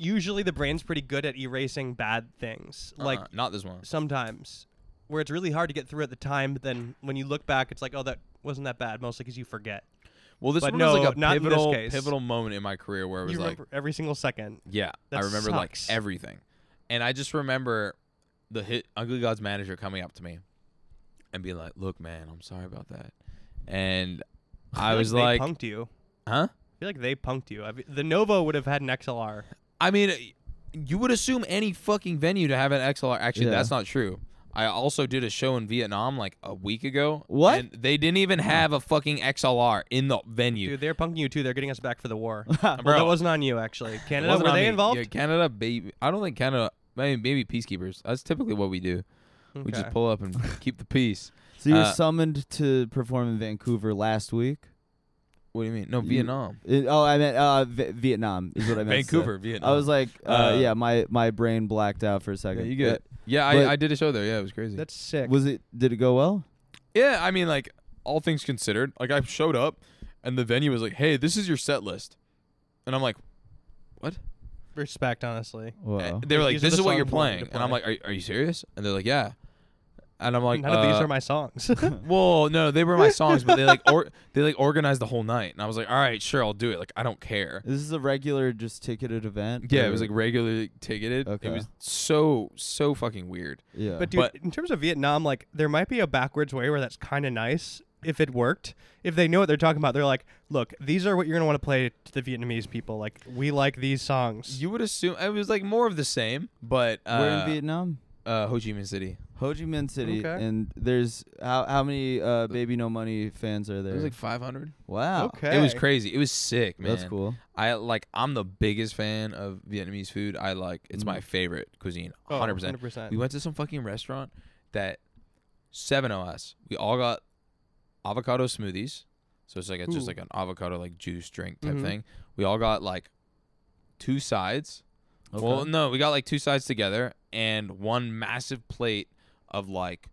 [SPEAKER 1] Usually, the brain's pretty good at erasing bad things. Like
[SPEAKER 3] Uh-uh, not this one.
[SPEAKER 1] sometimes, where it's really hard to get through at the time. But then when you look back, it's like, oh, that wasn't that bad. Mostly because you forget.
[SPEAKER 3] Well, this
[SPEAKER 1] but
[SPEAKER 3] one was like a
[SPEAKER 1] no, not in this
[SPEAKER 3] pivotal
[SPEAKER 1] case.
[SPEAKER 3] pivotal moment in my career where it was
[SPEAKER 1] You
[SPEAKER 3] like
[SPEAKER 1] remember every single second.
[SPEAKER 3] Yeah, I
[SPEAKER 1] That
[SPEAKER 3] remember like
[SPEAKER 1] sucks.
[SPEAKER 3] everything, and I just remember the hit Ugly God's manager coming up to me and being like, "Look, man, I'm sorry about that," and I
[SPEAKER 1] feel
[SPEAKER 3] was
[SPEAKER 1] they
[SPEAKER 3] like,
[SPEAKER 1] punked you.
[SPEAKER 3] "Huh?"
[SPEAKER 1] I feel like they punked you. I mean, the Novo would have had an XLR.
[SPEAKER 3] I mean, you would assume any fucking venue to have an XLR. Actually,
[SPEAKER 2] Yeah.
[SPEAKER 3] that's not true. I also did a show in Vietnam like a week ago.
[SPEAKER 2] What?
[SPEAKER 3] And they didn't even have a fucking XLR in the venue. Uh,
[SPEAKER 1] Dude, they're punking you too. They're getting us back for the war.
[SPEAKER 3] Bro.
[SPEAKER 1] well, that wasn't on you actually.
[SPEAKER 3] It
[SPEAKER 1] Canada
[SPEAKER 3] wasn't
[SPEAKER 1] were
[SPEAKER 3] on
[SPEAKER 1] they
[SPEAKER 3] me.
[SPEAKER 1] involved?
[SPEAKER 3] Yeah, Canada, baby. I don't think Canada. Maybe, maybe peacekeepers. That's typically what we do. We just
[SPEAKER 1] Okay.
[SPEAKER 3] pull up and keep the peace.
[SPEAKER 2] So you were
[SPEAKER 3] Uh,
[SPEAKER 2] summoned to perform in Vancouver last week.
[SPEAKER 3] What do you mean? No,
[SPEAKER 2] You-
[SPEAKER 3] Vietnam.
[SPEAKER 2] It- oh, I meant uh, v- Vietnam is what I meant. to say.
[SPEAKER 3] Vancouver, Vietnam.
[SPEAKER 2] I was like, uh,
[SPEAKER 3] Uh,
[SPEAKER 2] yeah, my, my brain blacked out for a second.
[SPEAKER 3] yeah, you get. Yeah,
[SPEAKER 2] but-
[SPEAKER 3] I, I did a show there. Yeah, it was crazy.
[SPEAKER 1] That's sick.
[SPEAKER 2] But Was it? Did it go well?
[SPEAKER 3] yeah, I mean, like all things considered, like I showed up, and the venue was like, "Hey, this is your set list," and I'm like,
[SPEAKER 1] Respect, honestly.
[SPEAKER 2] Wow.
[SPEAKER 3] eh, "They were like,
[SPEAKER 1] These are
[SPEAKER 3] this
[SPEAKER 1] the
[SPEAKER 3] is what you're
[SPEAKER 1] songs we want you
[SPEAKER 3] playing,"
[SPEAKER 1] to
[SPEAKER 3] and I'm
[SPEAKER 1] play.
[SPEAKER 3] like, are, "Are you serious?" And they're like, "Yeah," and I'm like,
[SPEAKER 1] None of these
[SPEAKER 3] "Uh,
[SPEAKER 1] are my songs.
[SPEAKER 3] Well, no, they were my songs, but they like or they like organized the whole night, and I was like, "All right, sure, I'll do it." Like I don't care.
[SPEAKER 2] This is a regular, just ticketed event.
[SPEAKER 3] Yeah, it was
[SPEAKER 2] or-
[SPEAKER 3] like regularly ticketed.
[SPEAKER 2] Okay.
[SPEAKER 3] It was so so fucking weird.
[SPEAKER 2] yeah.
[SPEAKER 1] but dude,
[SPEAKER 3] But-
[SPEAKER 1] in terms of Vietnam, like there might be a backwards way where that's kind of nice if it worked. If they know what they're talking about, they're like, "Look, these are what you're gonna want to play to the Vietnamese people. Like, we like these songs."
[SPEAKER 3] You would assume it was like more of the same, but uh,
[SPEAKER 2] we're in Vietnam,
[SPEAKER 3] uh, Ho Chi Minh City.
[SPEAKER 2] Ho Chi Minh City,
[SPEAKER 1] Okay.
[SPEAKER 2] and there's how how many uh, Baby No Money fans are there?
[SPEAKER 3] It was like 500.
[SPEAKER 2] wow,
[SPEAKER 1] okay,
[SPEAKER 3] It was crazy. It was sick, man.
[SPEAKER 2] that's cool.
[SPEAKER 3] I like. I'm the biggest fan of Vietnamese food. I like. It's my
[SPEAKER 2] Mm.
[SPEAKER 3] favorite cuisine.
[SPEAKER 1] Oh,
[SPEAKER 3] 100. percent We went to some fucking restaurant that seven of us. We all got avocado smoothies. So it's like it's
[SPEAKER 1] Ooh.
[SPEAKER 3] just like an avocado like juice drink type
[SPEAKER 1] Mhm.
[SPEAKER 3] thing. We all got like two sides.
[SPEAKER 2] Okay.
[SPEAKER 3] Well, no, we got like two sides together and one massive plate of like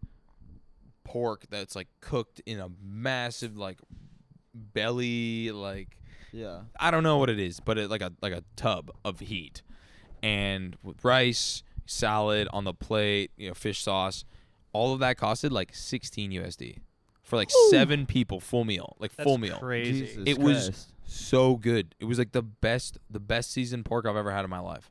[SPEAKER 3] pork that's like cooked in a massive like belly like
[SPEAKER 2] yeah,
[SPEAKER 3] I don't know what it is, but it like a like a tub of heat and with rice, salad on the plate, you know, fish sauce. All of that costed like 16 USD for like seven people full meal, like
[SPEAKER 1] That's
[SPEAKER 3] full meal.
[SPEAKER 1] Crazy.
[SPEAKER 2] Jesus
[SPEAKER 3] It was-
[SPEAKER 2] Christ.
[SPEAKER 3] So good. It was like the best the best seasoned pork I've ever had in my life.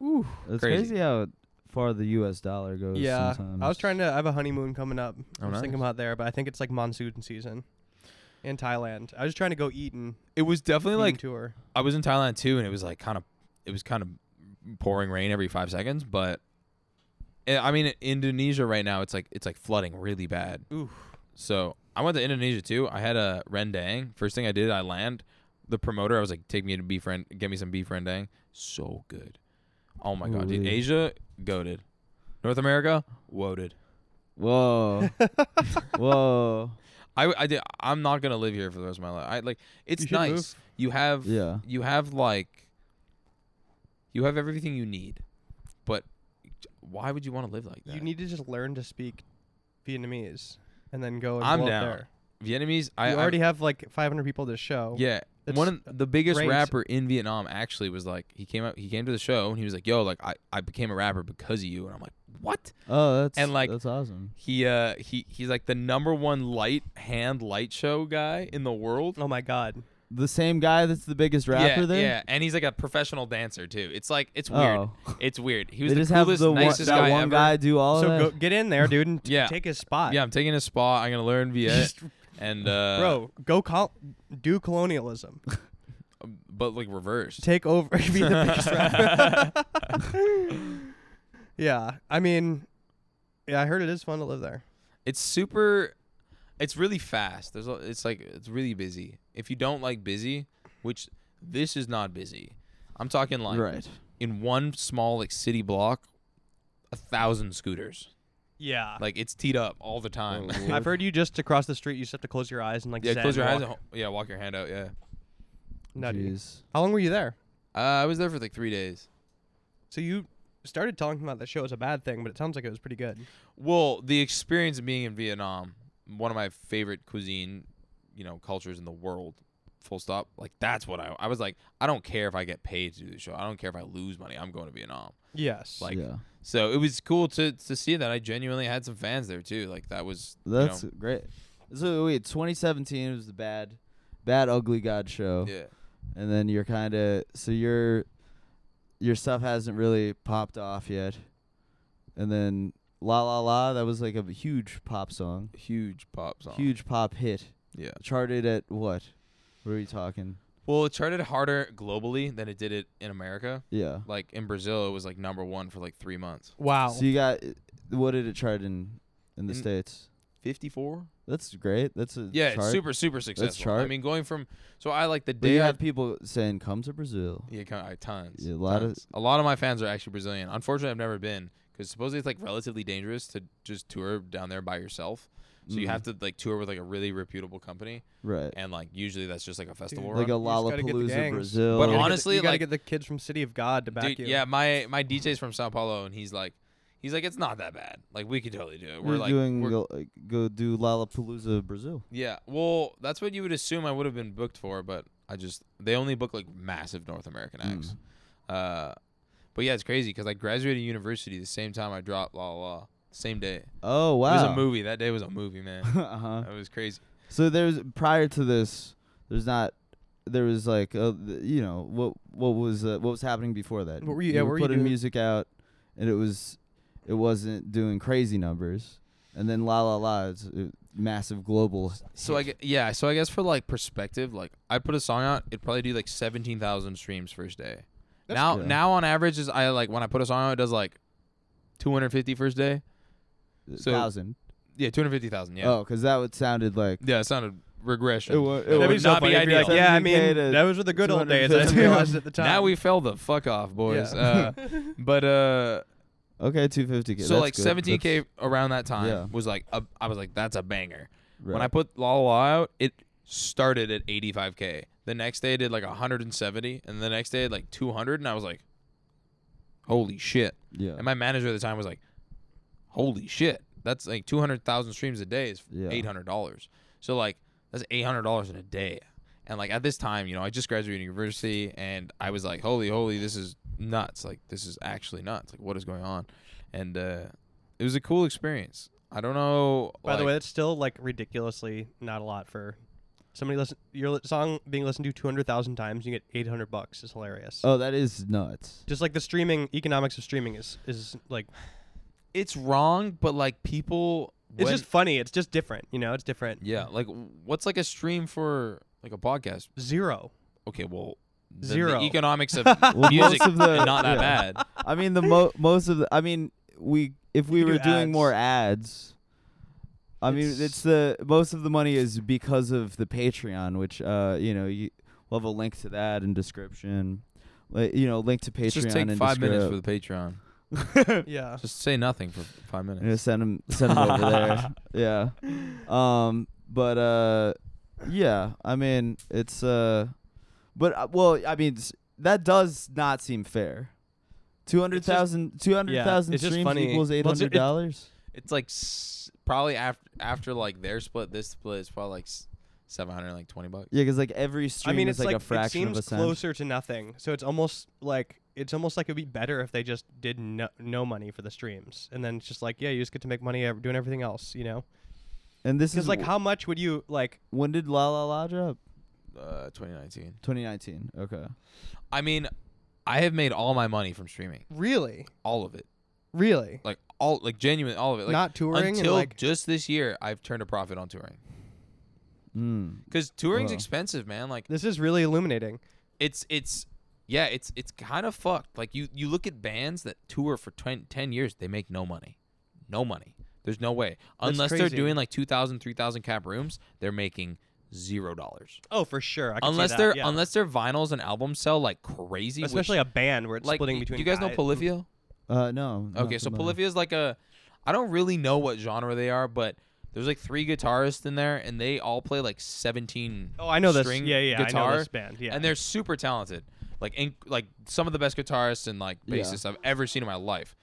[SPEAKER 2] It's
[SPEAKER 3] crazy.
[SPEAKER 2] crazy how far the U.S. dollar goes.
[SPEAKER 1] yeah,
[SPEAKER 2] sometimes.
[SPEAKER 1] I was trying to. I have a honeymoon coming up. I
[SPEAKER 3] Oh,
[SPEAKER 1] was thinking
[SPEAKER 3] nice.
[SPEAKER 1] about there, but I think it's like monsoon season in Thailand. I was trying to go eat and
[SPEAKER 3] It was definitely
[SPEAKER 1] eat
[SPEAKER 3] like
[SPEAKER 1] and tour.
[SPEAKER 3] I was in Thailand too, and it was like kind of, it was kind of pouring rain every five seconds. But eh, I mean, Indonesia right now, it's like it's like flooding really bad.
[SPEAKER 1] Ooh,
[SPEAKER 3] So I went to Indonesia too. I had a rendang. First thing I did, I land. The promoter, I was like, take me to beef rend, get me some beef rendang. So good. Oh my god, dude.
[SPEAKER 2] Ooh-wee.
[SPEAKER 3] Asia goaded. North America woaded.
[SPEAKER 2] Whoa, whoa.
[SPEAKER 3] I, I did, I'm not gonna live here for the rest of my life. I like it's
[SPEAKER 1] You should
[SPEAKER 3] nice.
[SPEAKER 1] move.
[SPEAKER 3] You have
[SPEAKER 2] Yeah.
[SPEAKER 3] you have like you have everything you need but why would you want to live like that
[SPEAKER 1] you need to just learn to speak Vietnamese and then go. And
[SPEAKER 3] I'm
[SPEAKER 1] blow up
[SPEAKER 3] down.
[SPEAKER 1] There.
[SPEAKER 3] vietnamese
[SPEAKER 1] You
[SPEAKER 3] i I-
[SPEAKER 1] already have like 500 people to show.
[SPEAKER 3] yeah
[SPEAKER 1] It's
[SPEAKER 3] one of the biggest
[SPEAKER 1] ranked-
[SPEAKER 3] rapper in vietnam actually was like he came out he came to the show and he was like yo like i, I became a rapper because of you and i'm like what
[SPEAKER 2] Oh, that's
[SPEAKER 3] And, like,
[SPEAKER 2] that's awesome.
[SPEAKER 3] he uh he he's like the number one light hand light show guy in the world
[SPEAKER 1] Oh my god.
[SPEAKER 2] The same guy that's the biggest rapper
[SPEAKER 3] yeah,
[SPEAKER 2] there.
[SPEAKER 3] yeah, and he's like a professional dancer too. It's like it's weird.
[SPEAKER 2] Oh.
[SPEAKER 3] It's weird. He was
[SPEAKER 2] They
[SPEAKER 3] the
[SPEAKER 2] just have
[SPEAKER 3] coolest,
[SPEAKER 2] the one,
[SPEAKER 3] nicest
[SPEAKER 2] that
[SPEAKER 3] guy
[SPEAKER 2] one
[SPEAKER 3] ever.
[SPEAKER 2] guy do all
[SPEAKER 1] so
[SPEAKER 2] of
[SPEAKER 1] go
[SPEAKER 2] that.
[SPEAKER 1] get in there, dude, and t-
[SPEAKER 3] Yeah.
[SPEAKER 1] take his spot.
[SPEAKER 3] Yeah, I'm taking a spa. I'm gonna learn Viet, and uh,
[SPEAKER 1] Bro, go col- do colonialism.
[SPEAKER 3] but like reversed.
[SPEAKER 1] Take over. be the biggest rapper. yeah, I mean, yeah, I heard it is fun to live there.
[SPEAKER 3] It's super. It's really fast. There's. A, it's like it's really busy. If you don't like busy, which this is not busy, I'm talking like
[SPEAKER 2] right.
[SPEAKER 3] in one small like city block, a thousand scooters.
[SPEAKER 1] Yeah.
[SPEAKER 3] Like it's teed up all the time.
[SPEAKER 2] Oh,
[SPEAKER 1] I've heard you just to cross the street, you just have to close your eyes and like
[SPEAKER 3] yeah,
[SPEAKER 1] zen
[SPEAKER 3] close your eyes.
[SPEAKER 1] walk.
[SPEAKER 3] And, ho- yeah, walk your hand out. Yeah.
[SPEAKER 1] Nutty.
[SPEAKER 2] Jeez.
[SPEAKER 1] How long were you there?
[SPEAKER 3] Uh, I was there for like three days.
[SPEAKER 1] So you started talking about that show was a bad thing, but it sounds like it was pretty good.
[SPEAKER 3] Well, the experience of being in Vietnam, one of my favorite cuisine, you know, cultures in the world. Full stop. Like that's what I I was like, I don't care if I get paid to do the show. I don't care if I lose money. I'm going to Vietnam.
[SPEAKER 1] Yes.
[SPEAKER 3] Like
[SPEAKER 2] yeah.
[SPEAKER 3] so it was cool to to see that I genuinely had some fans there too. Like that was you know,
[SPEAKER 2] That's great. So wait, 2017 was the bad, bad ugly god show,
[SPEAKER 3] yeah.
[SPEAKER 2] and then you're kind of so your your stuff hasn't really popped off yet, and then La La La that was like a huge pop song,
[SPEAKER 3] Huge pop song.
[SPEAKER 2] huge pop hit,
[SPEAKER 3] Yeah.
[SPEAKER 2] charted at what? What are we talking?
[SPEAKER 3] Well, it charted harder globally than it did it in America.
[SPEAKER 2] Yeah.
[SPEAKER 3] Like in Brazil, it was like number one for like three months.
[SPEAKER 1] wow.
[SPEAKER 2] So you got what did it chart in in the
[SPEAKER 3] In-
[SPEAKER 2] states?
[SPEAKER 3] Fifty four.
[SPEAKER 2] That's great. That's a
[SPEAKER 3] Mm. Yeah, it's
[SPEAKER 2] chart.
[SPEAKER 3] super super successful. I
[SPEAKER 2] chart.
[SPEAKER 3] mean, going from so I like the
[SPEAKER 2] But
[SPEAKER 3] day
[SPEAKER 2] you
[SPEAKER 3] I
[SPEAKER 2] have people saying come to Brazil.
[SPEAKER 3] Yeah, kind of, tons.
[SPEAKER 2] Yeah, a lot of-
[SPEAKER 3] tons. a lot of my fans are actually Brazilian. Unfortunately, I've never been because supposedly it's like relatively dangerous to just tour down there by yourself. So you
[SPEAKER 2] Mm.
[SPEAKER 3] have to like tour with like a really reputable company,
[SPEAKER 2] right.
[SPEAKER 3] and like usually that's just like a festival.
[SPEAKER 1] Dude,
[SPEAKER 2] like a
[SPEAKER 3] run.
[SPEAKER 1] You just gotta get the
[SPEAKER 2] Lollapalooza
[SPEAKER 1] gangs.
[SPEAKER 2] Brazil.
[SPEAKER 1] You
[SPEAKER 3] But
[SPEAKER 1] gotta get the-
[SPEAKER 3] honestly,
[SPEAKER 1] you gotta
[SPEAKER 3] like-
[SPEAKER 1] get the kids from City of God to back
[SPEAKER 3] Dude,
[SPEAKER 1] you.
[SPEAKER 3] yeah, my my DJ's from Sao Paulo, and he's like, he's like, it's not that bad. Like we could totally do it. We're
[SPEAKER 2] You're
[SPEAKER 3] like,
[SPEAKER 2] doing
[SPEAKER 3] we're-
[SPEAKER 2] go, like, go do Lollapalooza Brazil.
[SPEAKER 3] yeah. Well, that's what you would assume I would have been booked for, but I just they only book like massive North American acts.
[SPEAKER 2] Mm.
[SPEAKER 3] Uh, but yeah, it's crazy because I graduated university the same time I dropped La La, La same day.
[SPEAKER 2] Oh wow.
[SPEAKER 3] It was a movie. That day was a movie, man.
[SPEAKER 2] uh-huh.
[SPEAKER 3] That was crazy.
[SPEAKER 2] So there's prior to this, there's not there was like uh, th- you know what what was uh, what was happening before that.
[SPEAKER 1] What were you- yeah, what were you
[SPEAKER 2] putting
[SPEAKER 1] doing?
[SPEAKER 2] music out, and it was it wasn't doing crazy numbers. And then La La La is a massive global.
[SPEAKER 3] So I gue- yeah. So I guess for like perspective, like I put a song out, it'd probably do like seventeen thousand streams first day.
[SPEAKER 1] That's
[SPEAKER 3] now
[SPEAKER 2] good.
[SPEAKER 3] now on average is I like when I put a song out, it does like 250 first day.
[SPEAKER 2] uh,
[SPEAKER 3] So-
[SPEAKER 2] thousand.
[SPEAKER 3] Yeah, two hundred fifty thousand. Yeah.
[SPEAKER 2] Oh, because that would sounded like
[SPEAKER 3] Yeah, it sounded regression.
[SPEAKER 2] It wa- it
[SPEAKER 3] That
[SPEAKER 1] That'd
[SPEAKER 2] would
[SPEAKER 1] be
[SPEAKER 3] would
[SPEAKER 1] so
[SPEAKER 3] not
[SPEAKER 1] funny
[SPEAKER 3] be
[SPEAKER 1] if you're
[SPEAKER 3] ideal.
[SPEAKER 1] like, yeah, I mean,
[SPEAKER 2] 7K to
[SPEAKER 1] those were the good old days. I didn't
[SPEAKER 2] 250.
[SPEAKER 1] realize it at the time.
[SPEAKER 3] now we fell the fuck off, boys. Uh, but uh,
[SPEAKER 2] okay, two fifty k.
[SPEAKER 3] so like seventeen k around that time
[SPEAKER 2] Yeah.
[SPEAKER 3] was like a, I was like, that's a banger. When I
[SPEAKER 2] Right.
[SPEAKER 3] put La La La out, it started at 85k. The next day, it did like 170, and the next day, it did like 200, and I was like, "Holy shit!"
[SPEAKER 2] Yeah.
[SPEAKER 3] And my manager at the time was like, "Holy shit, that's like 200,000 streams a day is
[SPEAKER 2] Yeah.
[SPEAKER 3] $800." So like, that's $800 in a day. And like at this time, you know, I just graduated university, and I was like, "Holy, holy, this is nuts! Like, this is actually nuts! Like, what is going on?" And uh, it was a cool experience. I don't know.
[SPEAKER 1] By the
[SPEAKER 3] like-
[SPEAKER 1] way, that's still like ridiculously not a lot for Somebody listen your li- song being listened to 200,000 times, you get 800 bucks. It's hilarious.
[SPEAKER 2] Oh, that is nuts.
[SPEAKER 1] Just like the streaming economics of streaming is is like
[SPEAKER 3] It's wrong, but like people.
[SPEAKER 1] it's
[SPEAKER 3] when-
[SPEAKER 1] just funny. It's just different, you know. It's different.
[SPEAKER 3] yeah. Like what's like a stream for like a podcast?
[SPEAKER 1] Zero.
[SPEAKER 3] Okay, well. then
[SPEAKER 1] Zero.
[SPEAKER 3] The economics of
[SPEAKER 2] Well,
[SPEAKER 3] music
[SPEAKER 2] most of the-
[SPEAKER 3] is not that
[SPEAKER 2] yeah.
[SPEAKER 3] bad.
[SPEAKER 2] I mean, the mo- most of the. I mean, we if we
[SPEAKER 1] You do
[SPEAKER 2] were doing
[SPEAKER 1] ads.
[SPEAKER 2] more ads. I mean,
[SPEAKER 1] It's-
[SPEAKER 2] it's the most of the money is because of the Patreon, which uh, you know, you, we'll have a link to that in description. Like, you know, link to Patreon.
[SPEAKER 3] Just take
[SPEAKER 2] in
[SPEAKER 3] five minutes for
[SPEAKER 2] descrip-
[SPEAKER 3] the Patreon.
[SPEAKER 1] Yeah.
[SPEAKER 3] Just say nothing for five minutes.
[SPEAKER 2] You know, send him send him over there. Yeah. Um. But uh, yeah. I mean, it's uh, but uh, well, I mean, s- that does not seem fair. Two hundred thousand, two hundred thousand
[SPEAKER 1] it's just
[SPEAKER 2] streams
[SPEAKER 1] funny.
[SPEAKER 2] equals
[SPEAKER 1] Well,
[SPEAKER 2] eight
[SPEAKER 1] it's-
[SPEAKER 2] hundred dollars.
[SPEAKER 3] It's like s- probably after after like their split, this split is probably like s- seven hundred like twenty bucks.
[SPEAKER 2] Yeah, because like every
[SPEAKER 1] I
[SPEAKER 2] stream
[SPEAKER 1] mean,
[SPEAKER 2] is
[SPEAKER 1] it's
[SPEAKER 2] like,
[SPEAKER 1] like,
[SPEAKER 2] a fraction
[SPEAKER 1] it seems
[SPEAKER 2] of a cent.
[SPEAKER 1] closer to nothing. So it's almost like it's almost like it'd be better if they just did no, no money for the streams, and then it's just like, yeah, you just get to make money ev- doing everything else, you know?
[SPEAKER 2] And this
[SPEAKER 1] Because
[SPEAKER 2] is
[SPEAKER 1] like,
[SPEAKER 2] w-
[SPEAKER 1] how much would you like?
[SPEAKER 2] when did La La La drop?
[SPEAKER 3] Uh, twenty nineteen.
[SPEAKER 2] 2019. Okay.
[SPEAKER 3] I mean, I have made all my money from streaming,
[SPEAKER 1] Really,
[SPEAKER 3] all of it,
[SPEAKER 1] really,
[SPEAKER 3] like all like genuine, all of it. Like,
[SPEAKER 1] not touring and
[SPEAKER 3] until
[SPEAKER 1] like
[SPEAKER 3] just this year, I've turned a profit on touring
[SPEAKER 2] Mm.
[SPEAKER 3] because touring's
[SPEAKER 2] Wow.
[SPEAKER 3] expensive, man. Like
[SPEAKER 1] this is really illuminating.
[SPEAKER 3] it's it's yeah, it's it's kind of fucked. Like you you look at bands that tour for 10, 10 years, they make no money, no money. There's no way
[SPEAKER 1] That's
[SPEAKER 3] unless they're
[SPEAKER 1] crazy.
[SPEAKER 3] doing like 2,000, 3,000 cap rooms, they're making zero dollars.
[SPEAKER 1] Oh, for sure. I can see
[SPEAKER 3] unless
[SPEAKER 1] that,
[SPEAKER 3] their
[SPEAKER 1] yeah.
[SPEAKER 3] unless their vinyls and albums sell like crazy, which-
[SPEAKER 1] especially a band where it's
[SPEAKER 3] like
[SPEAKER 1] splitting
[SPEAKER 3] y-
[SPEAKER 1] between.
[SPEAKER 3] You guys know
[SPEAKER 1] guys-
[SPEAKER 3] Polyphia?
[SPEAKER 2] Uh, no. not
[SPEAKER 3] Okay, so
[SPEAKER 2] familiar.
[SPEAKER 3] Polyphia is like a I don't really know what genre they are, but there's like three guitarists in there, and they all play like 17.
[SPEAKER 1] Oh, I know this.
[SPEAKER 3] string
[SPEAKER 1] Yeah, yeah,
[SPEAKER 3] guitar,
[SPEAKER 1] I know this band. Yeah,
[SPEAKER 3] and they're super talented. Like in, like some of the best guitarists and like
[SPEAKER 2] Yeah.
[SPEAKER 3] bassists I've ever seen in my life.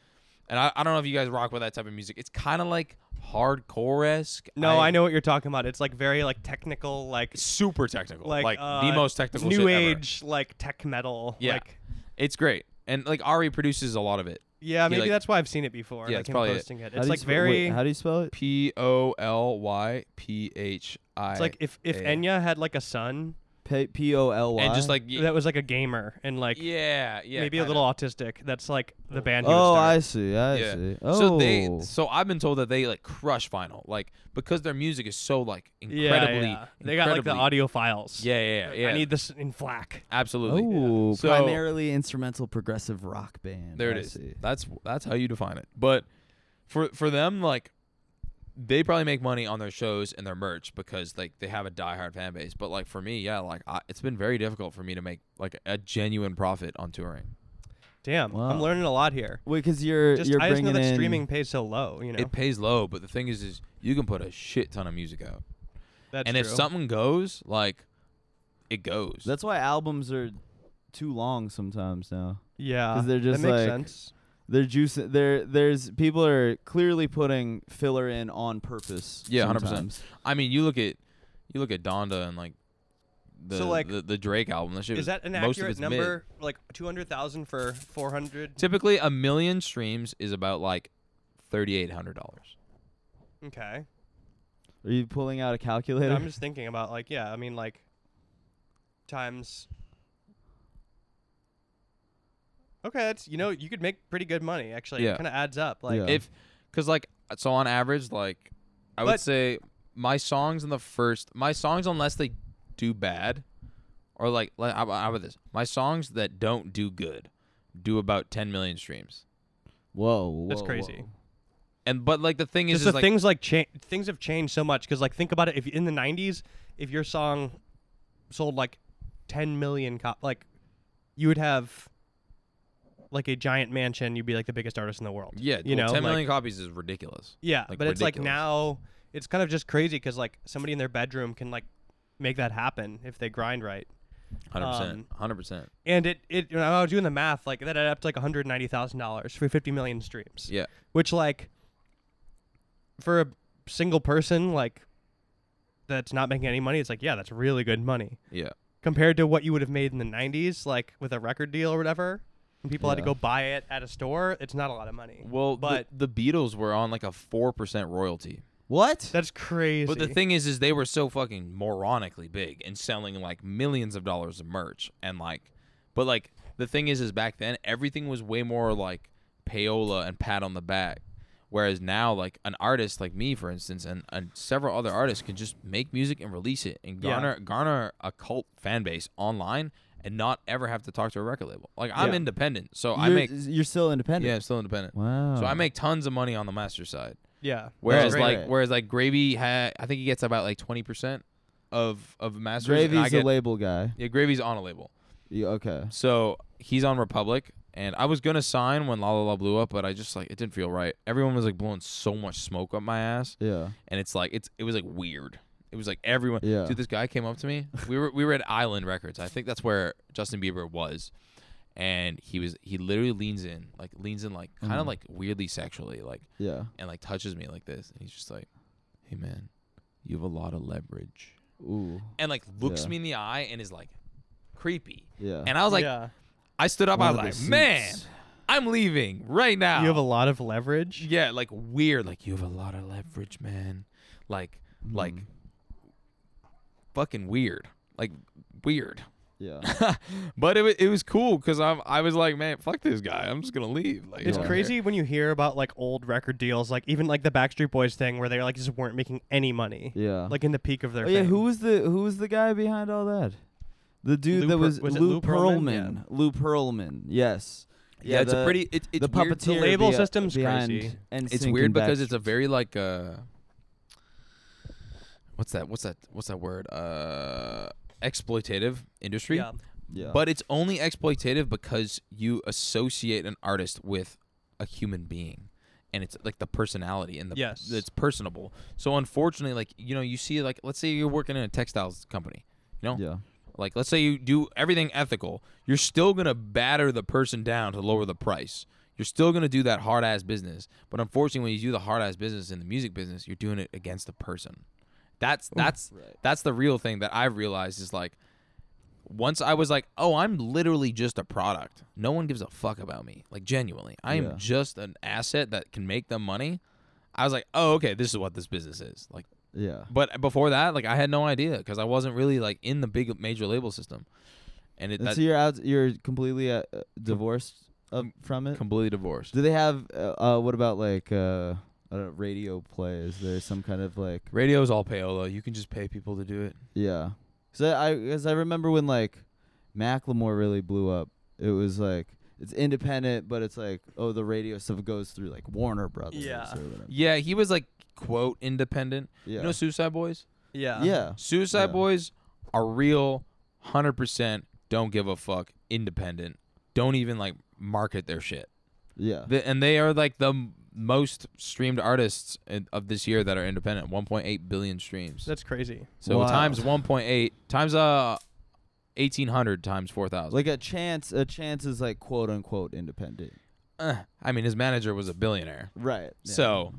[SPEAKER 3] And I, I don't know if you guys rock with that type of music. It's kind of like hardcore esque.
[SPEAKER 1] no, I, know what you're talking about. It's like very like technical, like
[SPEAKER 3] Super technical, like,
[SPEAKER 1] like,
[SPEAKER 3] the
[SPEAKER 1] uh,
[SPEAKER 3] most technical.
[SPEAKER 1] new
[SPEAKER 3] shit ever.
[SPEAKER 1] age, like tech metal.
[SPEAKER 3] Yeah.
[SPEAKER 1] like,
[SPEAKER 3] It's great, and like Ari produces a lot of it.
[SPEAKER 1] yeah.
[SPEAKER 3] He,
[SPEAKER 1] Maybe
[SPEAKER 3] like-
[SPEAKER 1] that's why I've seen it before.
[SPEAKER 3] Yeah,
[SPEAKER 1] like
[SPEAKER 3] it's
[SPEAKER 1] him
[SPEAKER 3] probably it.
[SPEAKER 1] posting it.
[SPEAKER 2] How do
[SPEAKER 1] It's
[SPEAKER 2] you
[SPEAKER 1] like
[SPEAKER 2] spe-
[SPEAKER 1] very.
[SPEAKER 2] Wait, how do you spell it?
[SPEAKER 3] P O L Y P H I.
[SPEAKER 1] it's like if if
[SPEAKER 3] A.
[SPEAKER 1] Enya had like a son
[SPEAKER 2] P- P O L Y.
[SPEAKER 3] and just like y-
[SPEAKER 1] that was like a gamer and like
[SPEAKER 3] yeah, yeah,
[SPEAKER 1] maybe a
[SPEAKER 3] kinda.
[SPEAKER 1] little autistic. That's like the band. he would
[SPEAKER 2] Oh,
[SPEAKER 1] start.
[SPEAKER 2] I see. I
[SPEAKER 3] Yeah.
[SPEAKER 2] see. Oh.
[SPEAKER 3] So they, so I've been told that they like crush vinyl, like because their music is so like incredibly.
[SPEAKER 1] yeah, yeah. They got like the
[SPEAKER 3] incredibly-
[SPEAKER 1] audio files.
[SPEAKER 3] Yeah, yeah, yeah.
[SPEAKER 1] I need this in FLAC.
[SPEAKER 3] absolutely.
[SPEAKER 2] Oh,
[SPEAKER 3] So-
[SPEAKER 2] primarily instrumental progressive rock band.
[SPEAKER 3] There it
[SPEAKER 2] I
[SPEAKER 3] is.
[SPEAKER 2] see.
[SPEAKER 3] That's that's how you define it. But for for them, like they probably make money on their shows and their merch because like they have a diehard fan base. But like for me, yeah, like I, it's been very difficult for me to make like a genuine profit on touring.
[SPEAKER 1] Damn,
[SPEAKER 2] Wow.
[SPEAKER 1] I'm learning a lot here.
[SPEAKER 2] Wait, because you're
[SPEAKER 1] Just
[SPEAKER 2] you're
[SPEAKER 1] I just
[SPEAKER 2] bringing
[SPEAKER 1] know that
[SPEAKER 2] in
[SPEAKER 1] streaming pays so low. You know,
[SPEAKER 3] It pays low, but the thing is, is you can put a shit ton of music out,
[SPEAKER 1] that's
[SPEAKER 3] and if
[SPEAKER 1] true.
[SPEAKER 3] something goes, like it goes.
[SPEAKER 2] That's why albums are too long sometimes now.
[SPEAKER 1] yeah,
[SPEAKER 2] 'cause they're just
[SPEAKER 1] that makes
[SPEAKER 2] like-
[SPEAKER 1] sense.
[SPEAKER 2] They're juicing. There, there's people are clearly putting filler in on purpose.
[SPEAKER 3] Yeah, 100%.
[SPEAKER 2] sometimes.
[SPEAKER 3] I mean, you look at you look at Donda and like the
[SPEAKER 1] So, like,
[SPEAKER 3] the, the Drake album. That shit
[SPEAKER 1] Is
[SPEAKER 3] was-
[SPEAKER 1] that an
[SPEAKER 3] most of
[SPEAKER 1] accurate
[SPEAKER 3] it's mid.
[SPEAKER 1] number? Like two hundred thousand for four hundred.
[SPEAKER 3] Typically, a million streams is about like thirty eight hundred dollars.
[SPEAKER 1] Okay,
[SPEAKER 2] Are you pulling out a calculator?
[SPEAKER 1] I'm just thinking about like yeah. I mean like times. Okay, that's you know you could make pretty good money actually.
[SPEAKER 3] Yeah.
[SPEAKER 1] It kind of adds up. Like
[SPEAKER 2] Yeah.
[SPEAKER 3] If because like so on average, like I would
[SPEAKER 1] But-
[SPEAKER 3] say my songs in the first my songs unless they do bad or like like how about how about this my songs that don't do good do about ten million streams.
[SPEAKER 2] whoa, whoa,
[SPEAKER 1] That's crazy.
[SPEAKER 2] whoa.
[SPEAKER 3] And but like the thing
[SPEAKER 1] just
[SPEAKER 3] is, is
[SPEAKER 1] the
[SPEAKER 3] like
[SPEAKER 1] things like cha- things have changed so much because like think about it if in the 90s if your song sold like 10 million cop like you would have like a giant mansion you'd be like the biggest artist in the world
[SPEAKER 3] yeah,
[SPEAKER 1] you
[SPEAKER 3] well,
[SPEAKER 1] know
[SPEAKER 3] ten
[SPEAKER 1] like-
[SPEAKER 3] million copies is ridiculous.
[SPEAKER 1] yeah
[SPEAKER 3] like,
[SPEAKER 1] but it's like
[SPEAKER 3] ridiculous.
[SPEAKER 1] now it's kind of just crazy because like somebody in their bedroom can like make that happen if they grind right
[SPEAKER 3] Hundred
[SPEAKER 1] Um,
[SPEAKER 3] percent, hundred percent.
[SPEAKER 1] and it, it you know, I was doing the math like that added up to like $190,000 for 50 million streams
[SPEAKER 3] Yeah,
[SPEAKER 1] which like for a single person like that's not making any money it's like yeah that's really good money
[SPEAKER 3] yeah.
[SPEAKER 1] compared to what you would have made in the 90s like with a record deal or whatever and people had to
[SPEAKER 2] Yeah.
[SPEAKER 1] go buy it at a store it's not a lot of money
[SPEAKER 3] Well,
[SPEAKER 1] But-
[SPEAKER 3] the, the Beatles were on like a four percent royalty.
[SPEAKER 2] What?
[SPEAKER 1] That's crazy.
[SPEAKER 3] But the thing is, is they were so fucking moronically big and selling like millions of dollars of merch and like, but like the thing is, is back then everything was way more like payola and pat on the back, whereas now like an artist like me, for instance, and, and several other artists can just make music and release it and
[SPEAKER 1] Yeah.
[SPEAKER 3] garner garner a cult fan base online and not ever have to talk to a record label. Like I'm
[SPEAKER 1] Yeah.
[SPEAKER 3] independent, so
[SPEAKER 2] you're,
[SPEAKER 3] I make
[SPEAKER 2] you're still
[SPEAKER 3] yeah,
[SPEAKER 2] independent.
[SPEAKER 3] I'm still independent.
[SPEAKER 2] Wow.
[SPEAKER 3] So I make tons of money on the master side.
[SPEAKER 1] yeah.
[SPEAKER 3] Whereas
[SPEAKER 2] great.
[SPEAKER 3] like whereas like Gravy had I think he gets about like twenty percent of of masters. and I
[SPEAKER 2] Gravy's
[SPEAKER 3] get,
[SPEAKER 2] a label guy.
[SPEAKER 3] yeah, Gravy's on a label.
[SPEAKER 2] Yeah, okay.
[SPEAKER 3] So he's on Republic and I was gonna sign when La La La blew up, but I just like it didn't feel right. Everyone was like blowing so much smoke up my ass
[SPEAKER 2] Yeah.
[SPEAKER 3] and it's like it's it was like weird. It was like everyone
[SPEAKER 2] Yeah.
[SPEAKER 3] dude, this guy came up to me. We were we were at Island Records. I think that's where Justin Bieber was. And he was he literally leans in, like leans in like kind of
[SPEAKER 2] Mhm.
[SPEAKER 3] like weirdly sexually, like
[SPEAKER 2] Yeah.
[SPEAKER 3] and like touches me like this and he's just like hey man you have a lot of leverage
[SPEAKER 2] Ooh.
[SPEAKER 3] and like looks
[SPEAKER 2] Yeah.
[SPEAKER 3] me in the eye and is like creepy
[SPEAKER 2] Yeah.
[SPEAKER 3] and i was like
[SPEAKER 1] yeah.
[SPEAKER 3] i stood up
[SPEAKER 2] One
[SPEAKER 3] i
[SPEAKER 2] of
[SPEAKER 3] was
[SPEAKER 2] the
[SPEAKER 3] like man
[SPEAKER 2] suits.
[SPEAKER 3] i'm leaving right now
[SPEAKER 1] You have a lot of leverage.
[SPEAKER 3] yeah like weird like you have a lot of leverage man like like
[SPEAKER 2] Mm. Mm-hmm.
[SPEAKER 3] fucking weird like weird
[SPEAKER 2] Yeah.
[SPEAKER 3] but it, wa- it was cool because i'm i was like man fuck this guy i'm just gonna leave like
[SPEAKER 1] It's
[SPEAKER 3] I don't care.
[SPEAKER 1] crazy when you hear about like old record deals, like even like the Backstreet Boys thing, where they like just weren't making any money,
[SPEAKER 2] Yeah.
[SPEAKER 1] like in the peak of their.
[SPEAKER 2] Oh, yeah,
[SPEAKER 1] fame.
[SPEAKER 2] who was the who was the guy behind all that? The dude
[SPEAKER 1] Lou
[SPEAKER 2] that
[SPEAKER 1] Per-
[SPEAKER 2] was,
[SPEAKER 1] was it
[SPEAKER 2] Lou
[SPEAKER 1] Lou Pearlman?
[SPEAKER 2] Pearlman. Lou Pearlman. Yes.
[SPEAKER 3] yeah, it's
[SPEAKER 2] the-
[SPEAKER 3] a pretty it, it's
[SPEAKER 2] the
[SPEAKER 3] weird
[SPEAKER 2] puppeteer.
[SPEAKER 1] The label
[SPEAKER 2] be-
[SPEAKER 1] system's
[SPEAKER 2] behind
[SPEAKER 1] crazy.
[SPEAKER 2] NSYNC
[SPEAKER 3] it's
[SPEAKER 2] and
[SPEAKER 3] weird because
[SPEAKER 2] Backstreet
[SPEAKER 3] it's a very like uh what's that what's that what's that word uh exploitative industry
[SPEAKER 1] Yeah.
[SPEAKER 2] Yeah.
[SPEAKER 3] but it's only exploitative because you associate an artist with a human being and it's like the personality and the
[SPEAKER 1] Yes.
[SPEAKER 3] it's personable so unfortunately like you know you see like let's say you're working in a textiles company you know
[SPEAKER 2] yeah.
[SPEAKER 3] like let's say you do everything ethical, you're still gonna batter the person down to lower the price. You're still gonna do that hard ass business. But unfortunately when you do the hard ass business in the music business, you're doing it against the person. That's that's
[SPEAKER 2] right.
[SPEAKER 3] that's the real thing that I've realized is like once I was like, oh, I'm literally just a product. No one gives a fuck about me. Like genuinely. I am
[SPEAKER 2] Yeah.
[SPEAKER 3] just an asset that can make them money. I was like, oh, okay, this is what this business is. Like
[SPEAKER 2] Yeah.
[SPEAKER 3] but before that, like I had no idea because I wasn't really like in the big major label system, and it
[SPEAKER 2] And
[SPEAKER 3] that
[SPEAKER 2] so you're out. You're completely uh, uh, divorced uh, from it.
[SPEAKER 3] completely divorced.
[SPEAKER 2] Do they have? Uh, uh, what about like uh, I don't know, radio play? Is there some kind of like
[SPEAKER 3] Radio's all payola. You can just pay people to do it.
[SPEAKER 2] yeah? So I because I remember when like Macklemore really blew up. It was like it's independent, but it's like oh the radio stuff goes through like Warner Brothers.
[SPEAKER 1] Yeah.
[SPEAKER 2] Or whatever.
[SPEAKER 3] Yeah, he was like quote independent.
[SPEAKER 2] Yeah.
[SPEAKER 3] You know, Suicide Boys.
[SPEAKER 1] Yeah.
[SPEAKER 2] yeah.
[SPEAKER 3] Suicide
[SPEAKER 2] Yeah.
[SPEAKER 3] Boys are real, hundred percent. Don't give a fuck. Independent. Don't even like market their shit.
[SPEAKER 2] Yeah.
[SPEAKER 3] The, and they are like the m- most streamed artists in, of this year that are independent. 1.8 billion streams.
[SPEAKER 1] That's crazy.
[SPEAKER 3] So
[SPEAKER 2] Wow.
[SPEAKER 3] times 1.8 times uh 1800 times 4000.
[SPEAKER 2] Like a chance. A chance is like quote unquote independent.
[SPEAKER 3] Uh, I mean his manager was a billionaire.
[SPEAKER 2] Right. yeah.
[SPEAKER 3] So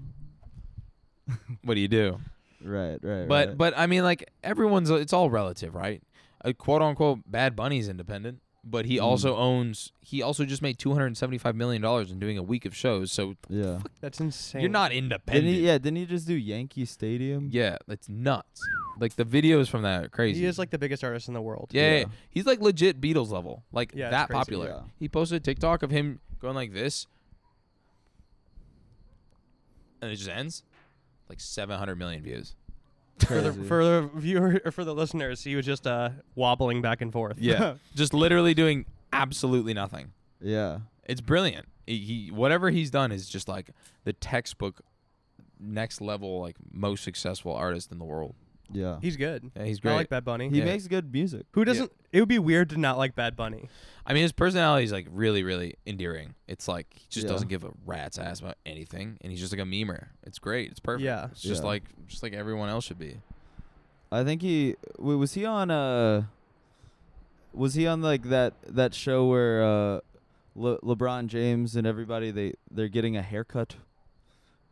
[SPEAKER 3] what do you do?
[SPEAKER 2] Right. Right.
[SPEAKER 3] But
[SPEAKER 2] right.
[SPEAKER 3] but I mean like everyone's it's all relative, right? A quote unquote Bad Bunny's independent, but he
[SPEAKER 2] Mm.
[SPEAKER 3] also owns he also just made 275 million dollars in doing a week of shows. So
[SPEAKER 2] yeah.
[SPEAKER 1] That's insane.
[SPEAKER 3] you're not independent.
[SPEAKER 2] Didn't he, yeah. Didn't he just do Yankee Stadium?
[SPEAKER 3] yeah, that's nuts. Like the videos from that are crazy.
[SPEAKER 1] He is like the biggest artist in the world.
[SPEAKER 3] Yeah, yeah,
[SPEAKER 2] Yeah.
[SPEAKER 3] he's like legit Beatles level, like
[SPEAKER 1] Yeah, it's
[SPEAKER 3] that
[SPEAKER 1] crazy.
[SPEAKER 3] popular.
[SPEAKER 2] Yeah.
[SPEAKER 3] He posted a TikTok of him going like this, and it just ends, like 700 million views.
[SPEAKER 1] For the,
[SPEAKER 2] Crazy.
[SPEAKER 1] for the viewer or for the listeners, he was just uh wobbling back and forth.
[SPEAKER 3] just literally doing absolutely nothing.
[SPEAKER 2] Yeah.
[SPEAKER 3] It's brilliant. He, he whatever he's done is just like the textbook, next level, like most successful artist in the world.
[SPEAKER 2] Yeah.
[SPEAKER 1] He's good.
[SPEAKER 3] Yeah, he's
[SPEAKER 1] I
[SPEAKER 3] great.
[SPEAKER 1] like Bad Bunny.
[SPEAKER 2] He
[SPEAKER 3] Yeah.
[SPEAKER 2] makes good music.
[SPEAKER 1] Who doesn't? It would be weird to not like Bad Bunny.
[SPEAKER 3] I mean, his personality is like really, really endearing. It's like he just
[SPEAKER 2] Yeah.
[SPEAKER 3] doesn't give a rat's ass about anything, and he's just like a memer. It's great. It's perfect.
[SPEAKER 1] Yeah.
[SPEAKER 3] It's just
[SPEAKER 2] Yeah.
[SPEAKER 3] like just like everyone else should be.
[SPEAKER 2] I think he wa- was he on uh was he on like that that show where uh Le- LeBron James and everybody they they're getting a haircut.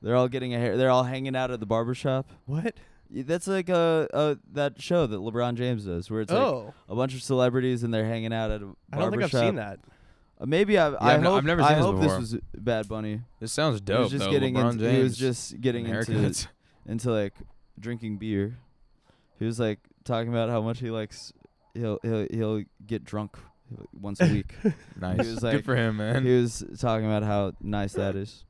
[SPEAKER 2] They're all getting a hair. They're all hanging out at the barbershop.
[SPEAKER 1] What?
[SPEAKER 2] Y- That's like a, a that show that LeBron James does, where it's like
[SPEAKER 1] oh,
[SPEAKER 2] a bunch of celebrities and they're hanging out at a barbershop.
[SPEAKER 1] I don't think I've seen that.
[SPEAKER 2] Uh, maybe I. I
[SPEAKER 3] I've
[SPEAKER 2] hope.
[SPEAKER 3] no- I've never
[SPEAKER 2] I
[SPEAKER 3] seen this
[SPEAKER 2] hope
[SPEAKER 3] before.
[SPEAKER 2] was Bad Bunny.
[SPEAKER 3] This sounds
[SPEAKER 2] he
[SPEAKER 3] dope.
[SPEAKER 2] was just
[SPEAKER 3] though.
[SPEAKER 2] getting.
[SPEAKER 3] LeBron
[SPEAKER 2] into,
[SPEAKER 3] James
[SPEAKER 2] He was just getting
[SPEAKER 3] and
[SPEAKER 2] into
[SPEAKER 3] haircuts.
[SPEAKER 2] into like drinking beer. He was like talking about how much he likes he'll he'll he'll get drunk once a week.
[SPEAKER 3] Nice.
[SPEAKER 2] was like-
[SPEAKER 3] Good for him, man.
[SPEAKER 2] he was talking about how nice that is.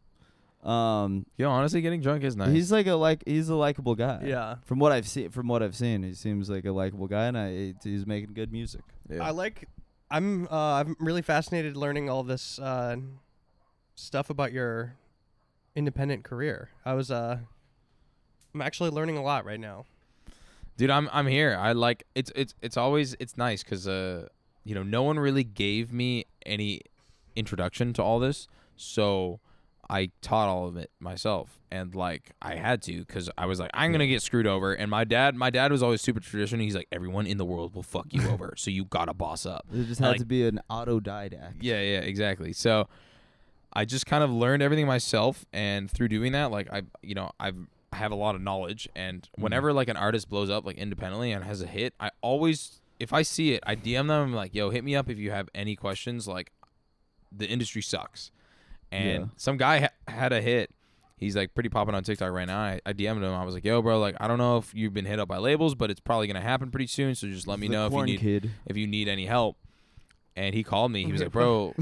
[SPEAKER 2] Um
[SPEAKER 3] Yo, honestly, getting drunk is nice.
[SPEAKER 2] he's like a like he's a likable guy.
[SPEAKER 1] Yeah.
[SPEAKER 2] From what I've seen from what I've seen, he seems like a likable guy and I, he's making good music.
[SPEAKER 3] Yeah.
[SPEAKER 1] I like. I'm. Uh, I'm really fascinated learning all this uh, stuff about your independent career. I was. Uh, I'm actually learning a lot right now.
[SPEAKER 3] dude i'm i'm here i like it's it's it's always it's nice because uh you know no one really gave me any introduction to all this so i taught all of it myself and like i had to because i was like i'm gonna get screwed over and my dad my dad was always super traditional he's like everyone in the world will fuck you over so you gotta boss up
[SPEAKER 2] It just
[SPEAKER 3] I
[SPEAKER 2] had
[SPEAKER 3] like-
[SPEAKER 2] to be an autodidact.
[SPEAKER 3] yeah, yeah, exactly. So I just kind of learned everything myself and through doing that like I you know, I've I have a lot of knowledge and
[SPEAKER 2] Mm-hmm.
[SPEAKER 3] whenever like an artist blows up like independently and has a hit, I always if I see it, I DM them I'm like, "Yo, hit me up if you have any questions like the industry sucks." And
[SPEAKER 2] Yeah.
[SPEAKER 3] some guy ha- had a hit. He's like pretty popping on TikTok right now. I, I DM'd him. I was like, "Yo, bro, like I don't know if you've been hit up by labels, but it's probably gonna happen pretty soon. So just let me
[SPEAKER 2] The
[SPEAKER 3] know if you
[SPEAKER 2] corn
[SPEAKER 3] need
[SPEAKER 2] kid.
[SPEAKER 3] if you need any help." And he called me. He was like, "Bro,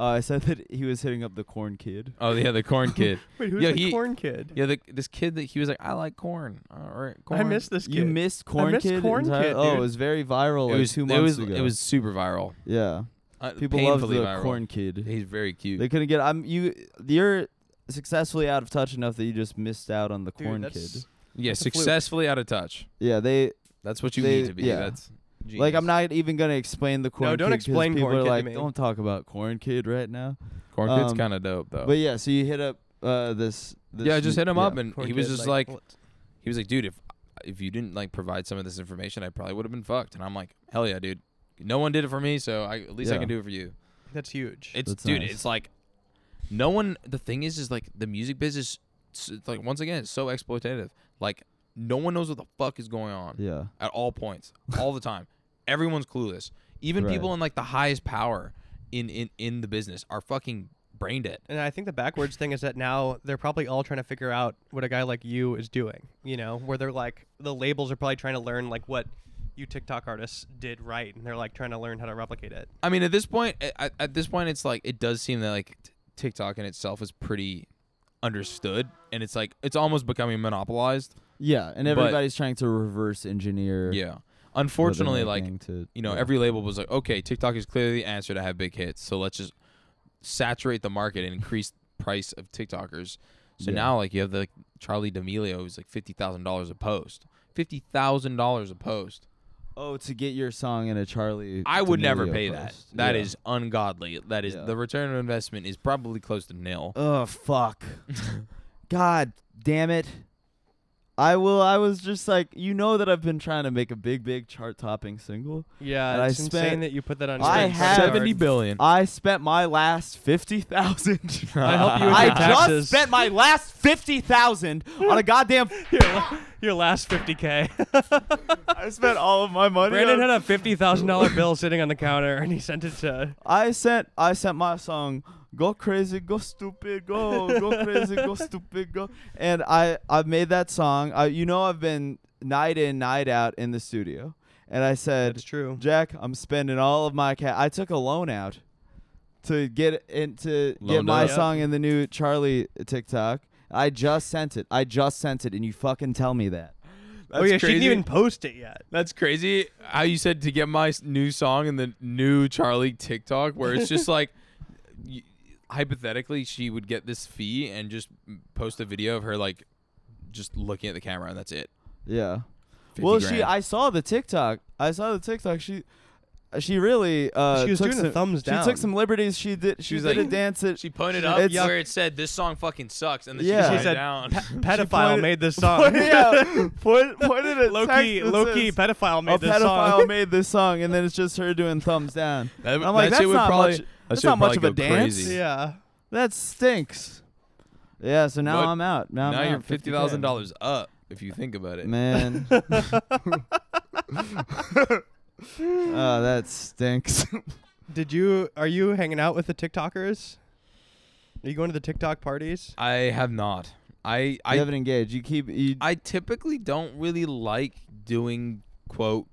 [SPEAKER 2] Uh, I said that he was hitting up the corn kid.
[SPEAKER 3] Oh yeah, the corn kid.
[SPEAKER 1] Wait,
[SPEAKER 3] who's Yeah, the he- corn
[SPEAKER 1] kid?
[SPEAKER 3] yeah, the, this kid that he was like, I like corn. Uh, or corn.
[SPEAKER 1] I missed this kid.
[SPEAKER 2] You missed corn
[SPEAKER 1] missed
[SPEAKER 2] kid.
[SPEAKER 1] Corn
[SPEAKER 2] entire-
[SPEAKER 1] Kid,
[SPEAKER 2] Oh, it
[SPEAKER 1] dude.
[SPEAKER 2] was very viral.
[SPEAKER 3] It
[SPEAKER 2] like
[SPEAKER 3] was
[SPEAKER 2] two
[SPEAKER 3] it
[SPEAKER 2] months
[SPEAKER 3] was
[SPEAKER 2] ago.
[SPEAKER 3] it was super viral.
[SPEAKER 2] yeah.
[SPEAKER 3] Uh,
[SPEAKER 2] People love the
[SPEAKER 3] painfully viral.
[SPEAKER 2] corn kid.
[SPEAKER 3] He's very cute.
[SPEAKER 2] They couldn't get. I'm you. You're successfully out of touch enough that you just missed out on the corn kid.
[SPEAKER 3] yeah,
[SPEAKER 1] that's a fluke.
[SPEAKER 3] successfully out of touch.
[SPEAKER 2] Yeah, they
[SPEAKER 3] That's what you
[SPEAKER 2] They-
[SPEAKER 3] need to be.
[SPEAKER 2] yeah.
[SPEAKER 3] That's genius.
[SPEAKER 2] like. I'm not even gonna explain the corn.
[SPEAKER 1] don't
[SPEAKER 2] Kid 'cause
[SPEAKER 1] explain
[SPEAKER 2] people
[SPEAKER 1] Corn
[SPEAKER 2] are
[SPEAKER 1] Kid to
[SPEAKER 2] like,
[SPEAKER 1] me.
[SPEAKER 2] Don't talk about corn kid right now.
[SPEAKER 3] corn kid's
[SPEAKER 2] um,
[SPEAKER 3] kind of dope though.
[SPEAKER 2] But yeah, so you hit up uh this. this
[SPEAKER 3] Oh. yeah, I just hit him
[SPEAKER 2] yeah.
[SPEAKER 3] up and
[SPEAKER 1] Corn
[SPEAKER 3] he was
[SPEAKER 1] kid,
[SPEAKER 3] just like,
[SPEAKER 1] what-
[SPEAKER 3] he was like, dude, if if you didn't like provide some of this information, I probably would have been fucked. And I'm like, hell yeah, dude. No one did it for me, so I, at least I
[SPEAKER 2] Yeah.
[SPEAKER 3] can do it for you.
[SPEAKER 1] that's huge.
[SPEAKER 3] It's
[SPEAKER 2] That's
[SPEAKER 3] dude.
[SPEAKER 2] nice.
[SPEAKER 3] It's like no one. The thing is, is like the music business. It's, it's like once again, it's so exploitative. Like no one knows what the fuck is going on
[SPEAKER 2] Yeah.
[SPEAKER 3] at all points, all the time. Everyone's clueless. Even
[SPEAKER 2] Right.
[SPEAKER 3] people in like the highest power in in in the business are fucking brain dead.
[SPEAKER 1] and I think the backwards thing is that now they're probably all trying to figure out what a guy like you is doing. You know, where they're like the labels are probably trying to learn like what you TikTok artists did right, and they're like trying to learn how to replicate it.
[SPEAKER 3] I mean, at this point, at, at this point, it's like it does seem that like t- TikTok in itself is pretty understood, and it's like it's almost becoming monopolized.
[SPEAKER 2] Yeah, and
[SPEAKER 3] But-
[SPEAKER 2] everybody's trying to reverse engineer. what
[SPEAKER 3] Yeah.
[SPEAKER 2] they're
[SPEAKER 3] Unfortunately, like
[SPEAKER 2] making to,
[SPEAKER 3] you know,
[SPEAKER 2] yeah.
[SPEAKER 3] every label was like, okay, TikTok is clearly the answer to have big hits, so let's just saturate the market and increase the price of TikTokers. So
[SPEAKER 2] Yeah.
[SPEAKER 3] now, like, you have the Charlie D'Amelio who's like fifty thousand dollars a post, fifty thousand dollars a post.
[SPEAKER 2] Oh, to get your song in a Charlie.
[SPEAKER 3] I would never
[SPEAKER 2] D'Amelio
[SPEAKER 3] pay that.
[SPEAKER 2] post.
[SPEAKER 3] That
[SPEAKER 2] Yeah.
[SPEAKER 3] is ungodly. That is
[SPEAKER 2] Yeah.
[SPEAKER 3] the return on investment is probably close to nil.
[SPEAKER 2] Oh fuck. God damn it. I will I was just like, you know that I've been trying to make a big, big chart topping single.
[SPEAKER 1] Yeah,
[SPEAKER 2] And I
[SPEAKER 1] it's insane
[SPEAKER 2] spent-
[SPEAKER 1] that you put that on.
[SPEAKER 2] I
[SPEAKER 1] your credit
[SPEAKER 2] have-
[SPEAKER 1] card.
[SPEAKER 3] seventy billion.
[SPEAKER 2] I spent my last fifty thousand
[SPEAKER 1] I help you with
[SPEAKER 2] I
[SPEAKER 1] your taxes.
[SPEAKER 2] just spent my last fifty thousand on a goddamn
[SPEAKER 1] your, la- your last 50k.
[SPEAKER 2] I spent all of my money.
[SPEAKER 1] Brandon
[SPEAKER 2] on-
[SPEAKER 1] had a fifty thousand dollar bill sitting on the counter, and he sent it to.
[SPEAKER 2] I sent I sent my song Go Crazy, Go Stupid, Go, Go Crazy, Go Stupid, Go. And I I made that song. I, you know I've been night in, night out in the studio. And I said,
[SPEAKER 1] That's true.
[SPEAKER 2] Jack, I'm spending all of my cash. I took a loan out to get into get
[SPEAKER 3] Loaned
[SPEAKER 2] my
[SPEAKER 1] up.
[SPEAKER 2] song in the new Charlie TikTok. I just sent it. I just sent it, and you fucking tell me that.
[SPEAKER 1] oh yeah, she
[SPEAKER 3] crazy.
[SPEAKER 1] didn't even post it yet.
[SPEAKER 3] That's crazy how you said to get my s- new song in the new Charlie TikTok, where it's just like, y- hypothetically, she would get this fee and just m- post a video of her like, just looking at the camera, and that's it.
[SPEAKER 2] Yeah.
[SPEAKER 3] 50
[SPEAKER 2] Well,
[SPEAKER 3] grand.
[SPEAKER 2] she. I saw the TikTok. I saw the TikTok. She. She really. Uh,
[SPEAKER 1] She was
[SPEAKER 2] took
[SPEAKER 1] doing the
[SPEAKER 2] some,
[SPEAKER 1] thumbs down.
[SPEAKER 2] She took some liberties. She did. She
[SPEAKER 3] was
[SPEAKER 2] did
[SPEAKER 3] like-
[SPEAKER 2] a dance. That
[SPEAKER 3] she pointed
[SPEAKER 2] she-
[SPEAKER 3] up
[SPEAKER 2] it's-
[SPEAKER 3] where it said this song fucking sucks, and then
[SPEAKER 2] Yeah.
[SPEAKER 3] she,
[SPEAKER 2] She
[SPEAKER 3] she
[SPEAKER 1] said,
[SPEAKER 3] down.
[SPEAKER 1] Pedophile
[SPEAKER 2] pointed-
[SPEAKER 1] made this song.
[SPEAKER 2] yeah. Point, pointed at
[SPEAKER 1] low
[SPEAKER 2] text
[SPEAKER 1] key,
[SPEAKER 2] that
[SPEAKER 1] low key,
[SPEAKER 2] says,
[SPEAKER 1] pedophile made
[SPEAKER 2] a
[SPEAKER 1] this
[SPEAKER 2] pedophile
[SPEAKER 1] song.
[SPEAKER 2] made this song, and then it's just her doing thumbs down.
[SPEAKER 3] That,
[SPEAKER 2] I'm like,
[SPEAKER 3] that
[SPEAKER 2] that's
[SPEAKER 3] shit would
[SPEAKER 2] not
[SPEAKER 3] probably,
[SPEAKER 2] much-
[SPEAKER 3] that
[SPEAKER 2] that's
[SPEAKER 3] shit
[SPEAKER 2] not
[SPEAKER 3] would
[SPEAKER 2] much
[SPEAKER 3] probably
[SPEAKER 2] of a
[SPEAKER 3] go
[SPEAKER 2] dance.
[SPEAKER 3] crazy.
[SPEAKER 1] yeah.
[SPEAKER 2] That stinks. Yeah. So now
[SPEAKER 3] What?
[SPEAKER 2] I'm out. Now, I'm
[SPEAKER 3] Now
[SPEAKER 2] out,
[SPEAKER 3] you're fifty thousand
[SPEAKER 2] 50K.
[SPEAKER 3] dollars up if you think about it.
[SPEAKER 2] Man. oh, that stinks.
[SPEAKER 1] Did you? Are you hanging out with the TikTokers? Are you going to the TikTok parties?
[SPEAKER 3] I have not. I
[SPEAKER 2] you
[SPEAKER 3] I
[SPEAKER 2] haven't engaged. You keep you
[SPEAKER 3] I typically don't really like doing quote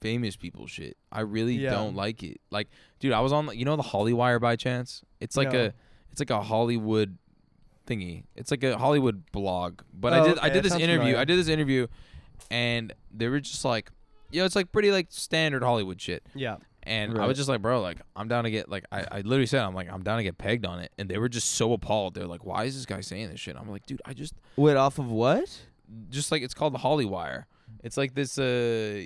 [SPEAKER 3] famous people shit. I really
[SPEAKER 1] Yeah.
[SPEAKER 3] don't like it. Like, dude, I was on you know the Hollywire by chance. It's like
[SPEAKER 1] No.
[SPEAKER 3] a it's like a Hollywood thingy. It's like a Hollywood blog. But
[SPEAKER 1] Oh,
[SPEAKER 3] I did I
[SPEAKER 1] okay,
[SPEAKER 3] did
[SPEAKER 1] that
[SPEAKER 3] this
[SPEAKER 1] sounds
[SPEAKER 3] interview.
[SPEAKER 1] familiar.
[SPEAKER 3] I did this interview, and they were just like, you know, it's like pretty like standard Hollywood shit.
[SPEAKER 1] Yeah.
[SPEAKER 3] And I
[SPEAKER 2] Right.
[SPEAKER 3] was just like, bro, like I'm down to get like I, I literally said I'm like I'm down to get pegged on it. And they were just so appalled. They're like, why is this guy saying this shit? I'm like, dude, I just
[SPEAKER 2] wait off of what?
[SPEAKER 3] just like it's called the Holly Wire. It's like this uh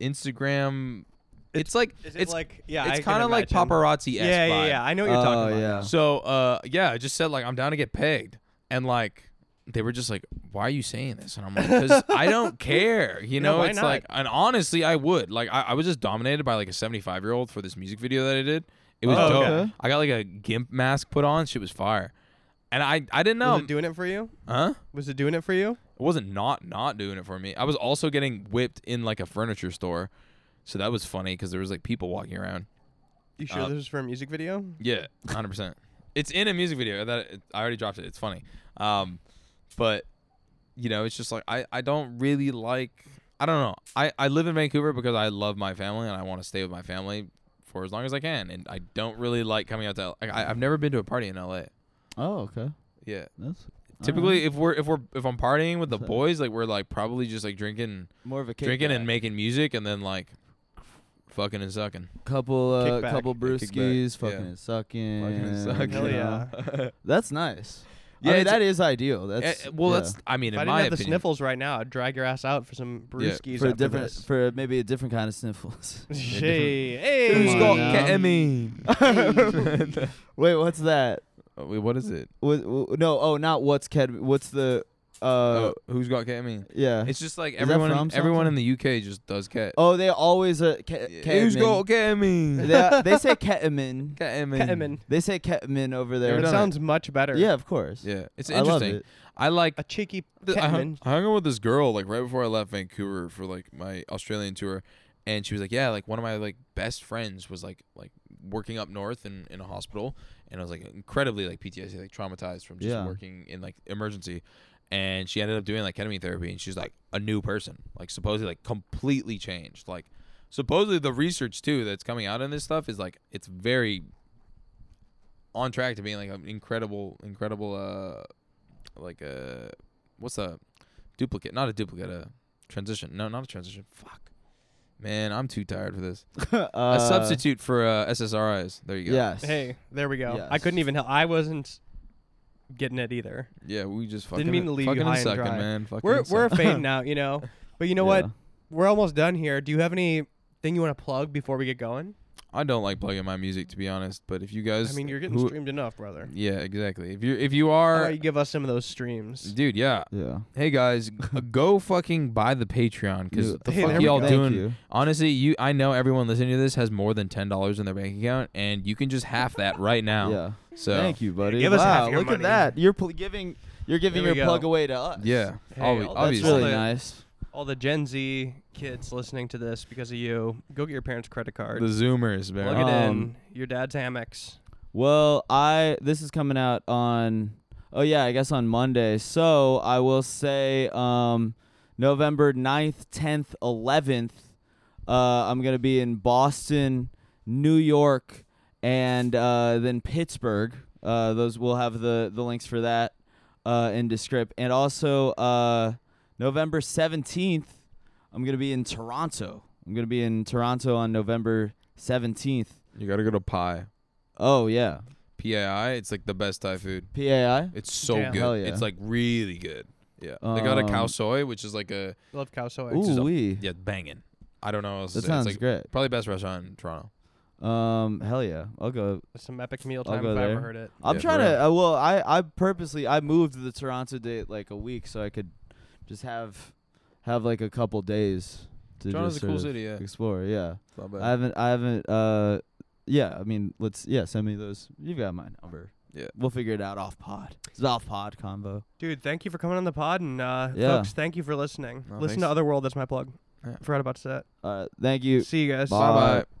[SPEAKER 3] Instagram. It's, like
[SPEAKER 1] Is it
[SPEAKER 3] it's
[SPEAKER 1] like yeah?
[SPEAKER 3] it's kind of like paparazzi.
[SPEAKER 1] Yeah, yeah, yeah. I know what you're
[SPEAKER 2] Oh,
[SPEAKER 1] talking about.
[SPEAKER 2] yeah.
[SPEAKER 3] So uh yeah, I just said like I'm down to get pegged, and like they were just like, why are you saying this? And I'm like, because I don't care. You
[SPEAKER 1] No,
[SPEAKER 3] know,
[SPEAKER 1] why
[SPEAKER 3] it's
[SPEAKER 1] not?
[SPEAKER 3] like, and honestly, I would like I, I was just dominated by like a 75 year old for this music video that I did. It was
[SPEAKER 1] Oh,
[SPEAKER 3] dope.
[SPEAKER 2] okay.
[SPEAKER 3] I got like a gimp mask put on. Shit was fire. And I, I didn't know.
[SPEAKER 1] Was it doing it for you?
[SPEAKER 3] huh?
[SPEAKER 1] Was it doing it for you?
[SPEAKER 3] It wasn't not not doing it for me. I was also getting whipped in like a furniture store, so that was funny because there was like people walking around.
[SPEAKER 1] You sure
[SPEAKER 3] Uh,
[SPEAKER 1] this was for a music video?
[SPEAKER 3] Yeah, hundred percent. It's in a music video that it, I already dropped it. It's funny, um, but you know, it's just like I I don't really like. I don't know. I I live in Vancouver because I love my family and I want to stay with my family for as long as I can, and I don't really like coming out to. L- Like, I, I've never been to a party in LA.
[SPEAKER 2] Oh, okay.
[SPEAKER 3] Yeah.
[SPEAKER 2] That's
[SPEAKER 3] Typically, if we're if we're if I'm partying with the
[SPEAKER 2] So-
[SPEAKER 3] boys, like we're like probably just like drinking
[SPEAKER 2] more of a kickback.
[SPEAKER 3] drinking and making music and then like fucking and sucking.
[SPEAKER 2] couple uh,
[SPEAKER 1] Kickback.
[SPEAKER 2] couple
[SPEAKER 3] Yeah, kickback.
[SPEAKER 2] brewskis,
[SPEAKER 3] Yeah.
[SPEAKER 2] fucking and sucking.
[SPEAKER 3] Fucking and sucking.
[SPEAKER 1] Hell
[SPEAKER 2] you
[SPEAKER 1] yeah.
[SPEAKER 2] know. That's nice.
[SPEAKER 3] Yeah,
[SPEAKER 2] I mean,
[SPEAKER 3] it's-
[SPEAKER 2] that is ideal. That's
[SPEAKER 3] Eh, well,
[SPEAKER 2] yeah.
[SPEAKER 3] that's I mean,
[SPEAKER 1] If I
[SPEAKER 3] in
[SPEAKER 1] didn't
[SPEAKER 3] my
[SPEAKER 1] have the
[SPEAKER 3] opinion,
[SPEAKER 1] sniffles right now, I'd drag your ass out for some brewskis
[SPEAKER 2] for a
[SPEAKER 1] after
[SPEAKER 2] different
[SPEAKER 1] this.
[SPEAKER 2] for maybe a different kind of sniffles.
[SPEAKER 1] Hey, hey.
[SPEAKER 2] Who's Come on got now.
[SPEAKER 3] ketamine?
[SPEAKER 2] Wait, what's that?
[SPEAKER 3] Oh, Wait, what is it?
[SPEAKER 2] What, what, no, oh, not what's ked. What's the uh?
[SPEAKER 3] Oh, who's got ketamine?
[SPEAKER 2] yeah.
[SPEAKER 3] It's just like
[SPEAKER 2] Is that
[SPEAKER 3] everyone.
[SPEAKER 2] from
[SPEAKER 3] In, everyone in the UK just does ket.
[SPEAKER 2] oh, they always are. Ke-
[SPEAKER 3] Yeah. Who's got
[SPEAKER 2] ketamine.
[SPEAKER 3] ketamine?
[SPEAKER 2] they, they say ketamine.
[SPEAKER 3] Ketamine.
[SPEAKER 1] Ketamine.
[SPEAKER 2] They say ketamine over there.
[SPEAKER 3] Never
[SPEAKER 1] It
[SPEAKER 3] done
[SPEAKER 1] sounds much better.
[SPEAKER 2] Yeah, of course.
[SPEAKER 3] Yeah, it's
[SPEAKER 2] I love
[SPEAKER 3] interesting.
[SPEAKER 2] it.
[SPEAKER 3] I like
[SPEAKER 1] A cheeky
[SPEAKER 3] Th- I, hung,
[SPEAKER 1] ketamine.
[SPEAKER 3] I hung out with this girl like right before I left Vancouver for like my Australian tour, and she was like, "Yeah, like one of my like best friends was like like working up north in in a hospital, and I was like incredibly like PTSD, like traumatized from just
[SPEAKER 2] Yeah.
[SPEAKER 3] working in like emergency." And she ended up doing like ketamine therapy, and she's like a new person, like supposedly like completely changed. Like supposedly the research too that's coming out on this stuff is like it's very on track to being like an incredible, incredible uh like a what's a duplicate? Not a duplicate, a transition. No, not a transition. Fuck, man, I'm too tired for this. a
[SPEAKER 2] Uh,
[SPEAKER 3] substitute for uh, SSRIs. There you go.
[SPEAKER 2] Yes.
[SPEAKER 1] Hey, there we go. I
[SPEAKER 2] Yes.
[SPEAKER 1] couldn't even help. I wasn't getting it either.
[SPEAKER 3] yeah, we just fucking
[SPEAKER 1] mean to leave you
[SPEAKER 3] fucking and
[SPEAKER 1] high and
[SPEAKER 3] sucking,
[SPEAKER 1] dry.
[SPEAKER 3] man. Fucking
[SPEAKER 1] We're
[SPEAKER 3] and
[SPEAKER 1] we're
[SPEAKER 3] sucking.
[SPEAKER 1] fading out, you know. But you know what? We're almost done here. Do you have anything you want to plug before we get going?
[SPEAKER 3] I don't like plugging my music to be honest, but if you guys,
[SPEAKER 1] I mean, you're getting
[SPEAKER 3] who-
[SPEAKER 1] streamed enough, brother.
[SPEAKER 3] Yeah, exactly. If you if you
[SPEAKER 1] How
[SPEAKER 3] are,
[SPEAKER 1] about you give us some of those streams?
[SPEAKER 3] dude, yeah.
[SPEAKER 2] Yeah.
[SPEAKER 3] Hey guys, g- go fucking buy the Patreon because
[SPEAKER 2] Yeah.
[SPEAKER 3] the
[SPEAKER 1] Hey, there
[SPEAKER 3] fuck
[SPEAKER 1] we
[SPEAKER 3] y'all
[SPEAKER 1] go.
[SPEAKER 3] doing?
[SPEAKER 2] Thank you.
[SPEAKER 3] Honestly, you I know everyone listening to this has more than ten dollars in their bank account, and you can just half that right now.
[SPEAKER 2] Yeah.
[SPEAKER 3] So
[SPEAKER 2] Thank you, buddy.
[SPEAKER 1] Give us half
[SPEAKER 2] Wow,
[SPEAKER 1] your
[SPEAKER 2] look
[SPEAKER 1] money.
[SPEAKER 2] at that. You're pl- giving you're giving
[SPEAKER 1] There
[SPEAKER 2] your
[SPEAKER 1] we
[SPEAKER 2] plug
[SPEAKER 1] go.
[SPEAKER 2] away to us.
[SPEAKER 3] Yeah,
[SPEAKER 1] Hey,
[SPEAKER 3] obvi-
[SPEAKER 1] all- that's
[SPEAKER 2] That's
[SPEAKER 3] obviously.
[SPEAKER 2] really
[SPEAKER 1] All the-
[SPEAKER 2] nice.
[SPEAKER 1] All the Gen Z kids listening to this because of you, go get your parents' credit card.
[SPEAKER 3] The Zoomers, man.
[SPEAKER 1] Plug
[SPEAKER 2] Uh,
[SPEAKER 1] it in.
[SPEAKER 2] Um,
[SPEAKER 1] Your dad's hammocks.
[SPEAKER 2] Well, I this is coming out on oh yeah, I guess on Monday. So I will say um November 9th, 10th, 11th. Uh, I'm gonna be in Boston, New York, and uh, then Pittsburgh. Uh, those we'll have the the links for that uh, in Descript. And also uh, November 17th, I'm gonna be in Toronto. I'm gonna be in Toronto on November 17th.
[SPEAKER 3] you gotta go to Pi.
[SPEAKER 2] Oh yeah,
[SPEAKER 3] PAI. It's like the best Thai food.
[SPEAKER 2] PAI.
[SPEAKER 3] It's so
[SPEAKER 1] Damn.
[SPEAKER 3] good.
[SPEAKER 2] Hell yeah.
[SPEAKER 3] It's like really good. Yeah. they got a cow
[SPEAKER 2] Um,
[SPEAKER 3] soy, which is like a
[SPEAKER 1] Love cow soy.
[SPEAKER 3] Ooh. is a-
[SPEAKER 2] wee.
[SPEAKER 3] yeah banging. I don't know. What else
[SPEAKER 2] That
[SPEAKER 3] to say. It's
[SPEAKER 2] sounds
[SPEAKER 3] like
[SPEAKER 2] great.
[SPEAKER 3] probably best restaurant in Toronto.
[SPEAKER 2] Um, hell yeah, I'll go.
[SPEAKER 1] Some epic meal
[SPEAKER 2] I'll
[SPEAKER 1] time
[SPEAKER 2] go
[SPEAKER 1] if I ever
[SPEAKER 2] there.
[SPEAKER 1] heard it.
[SPEAKER 2] I'm
[SPEAKER 3] Yeah,
[SPEAKER 2] trying
[SPEAKER 3] right.
[SPEAKER 2] to. Uh, well, I I purposely I moved the Toronto date like a week so I could just have have like a couple days to
[SPEAKER 3] Toronto's a
[SPEAKER 2] just sort
[SPEAKER 3] cool
[SPEAKER 2] of
[SPEAKER 3] city. Yeah. It's
[SPEAKER 2] explore. Yeah,
[SPEAKER 3] not bad.
[SPEAKER 2] I haven't I haven't. Uh, yeah, I mean, let's yeah send me those. You've got my number.
[SPEAKER 3] Yeah.
[SPEAKER 2] we'll figure it out off pod. It's off pod combo.
[SPEAKER 1] Dude, thank you for coming on the pod, and uh,
[SPEAKER 2] Yeah.
[SPEAKER 1] folks, thank you for listening.
[SPEAKER 3] No,
[SPEAKER 1] Listen
[SPEAKER 3] thanks.
[SPEAKER 1] to Otherworld. That's my plug.
[SPEAKER 3] Yeah.
[SPEAKER 1] Forgot about that.
[SPEAKER 2] Uh, thank you.
[SPEAKER 1] See you guys.
[SPEAKER 2] Bye.
[SPEAKER 3] Bye bye.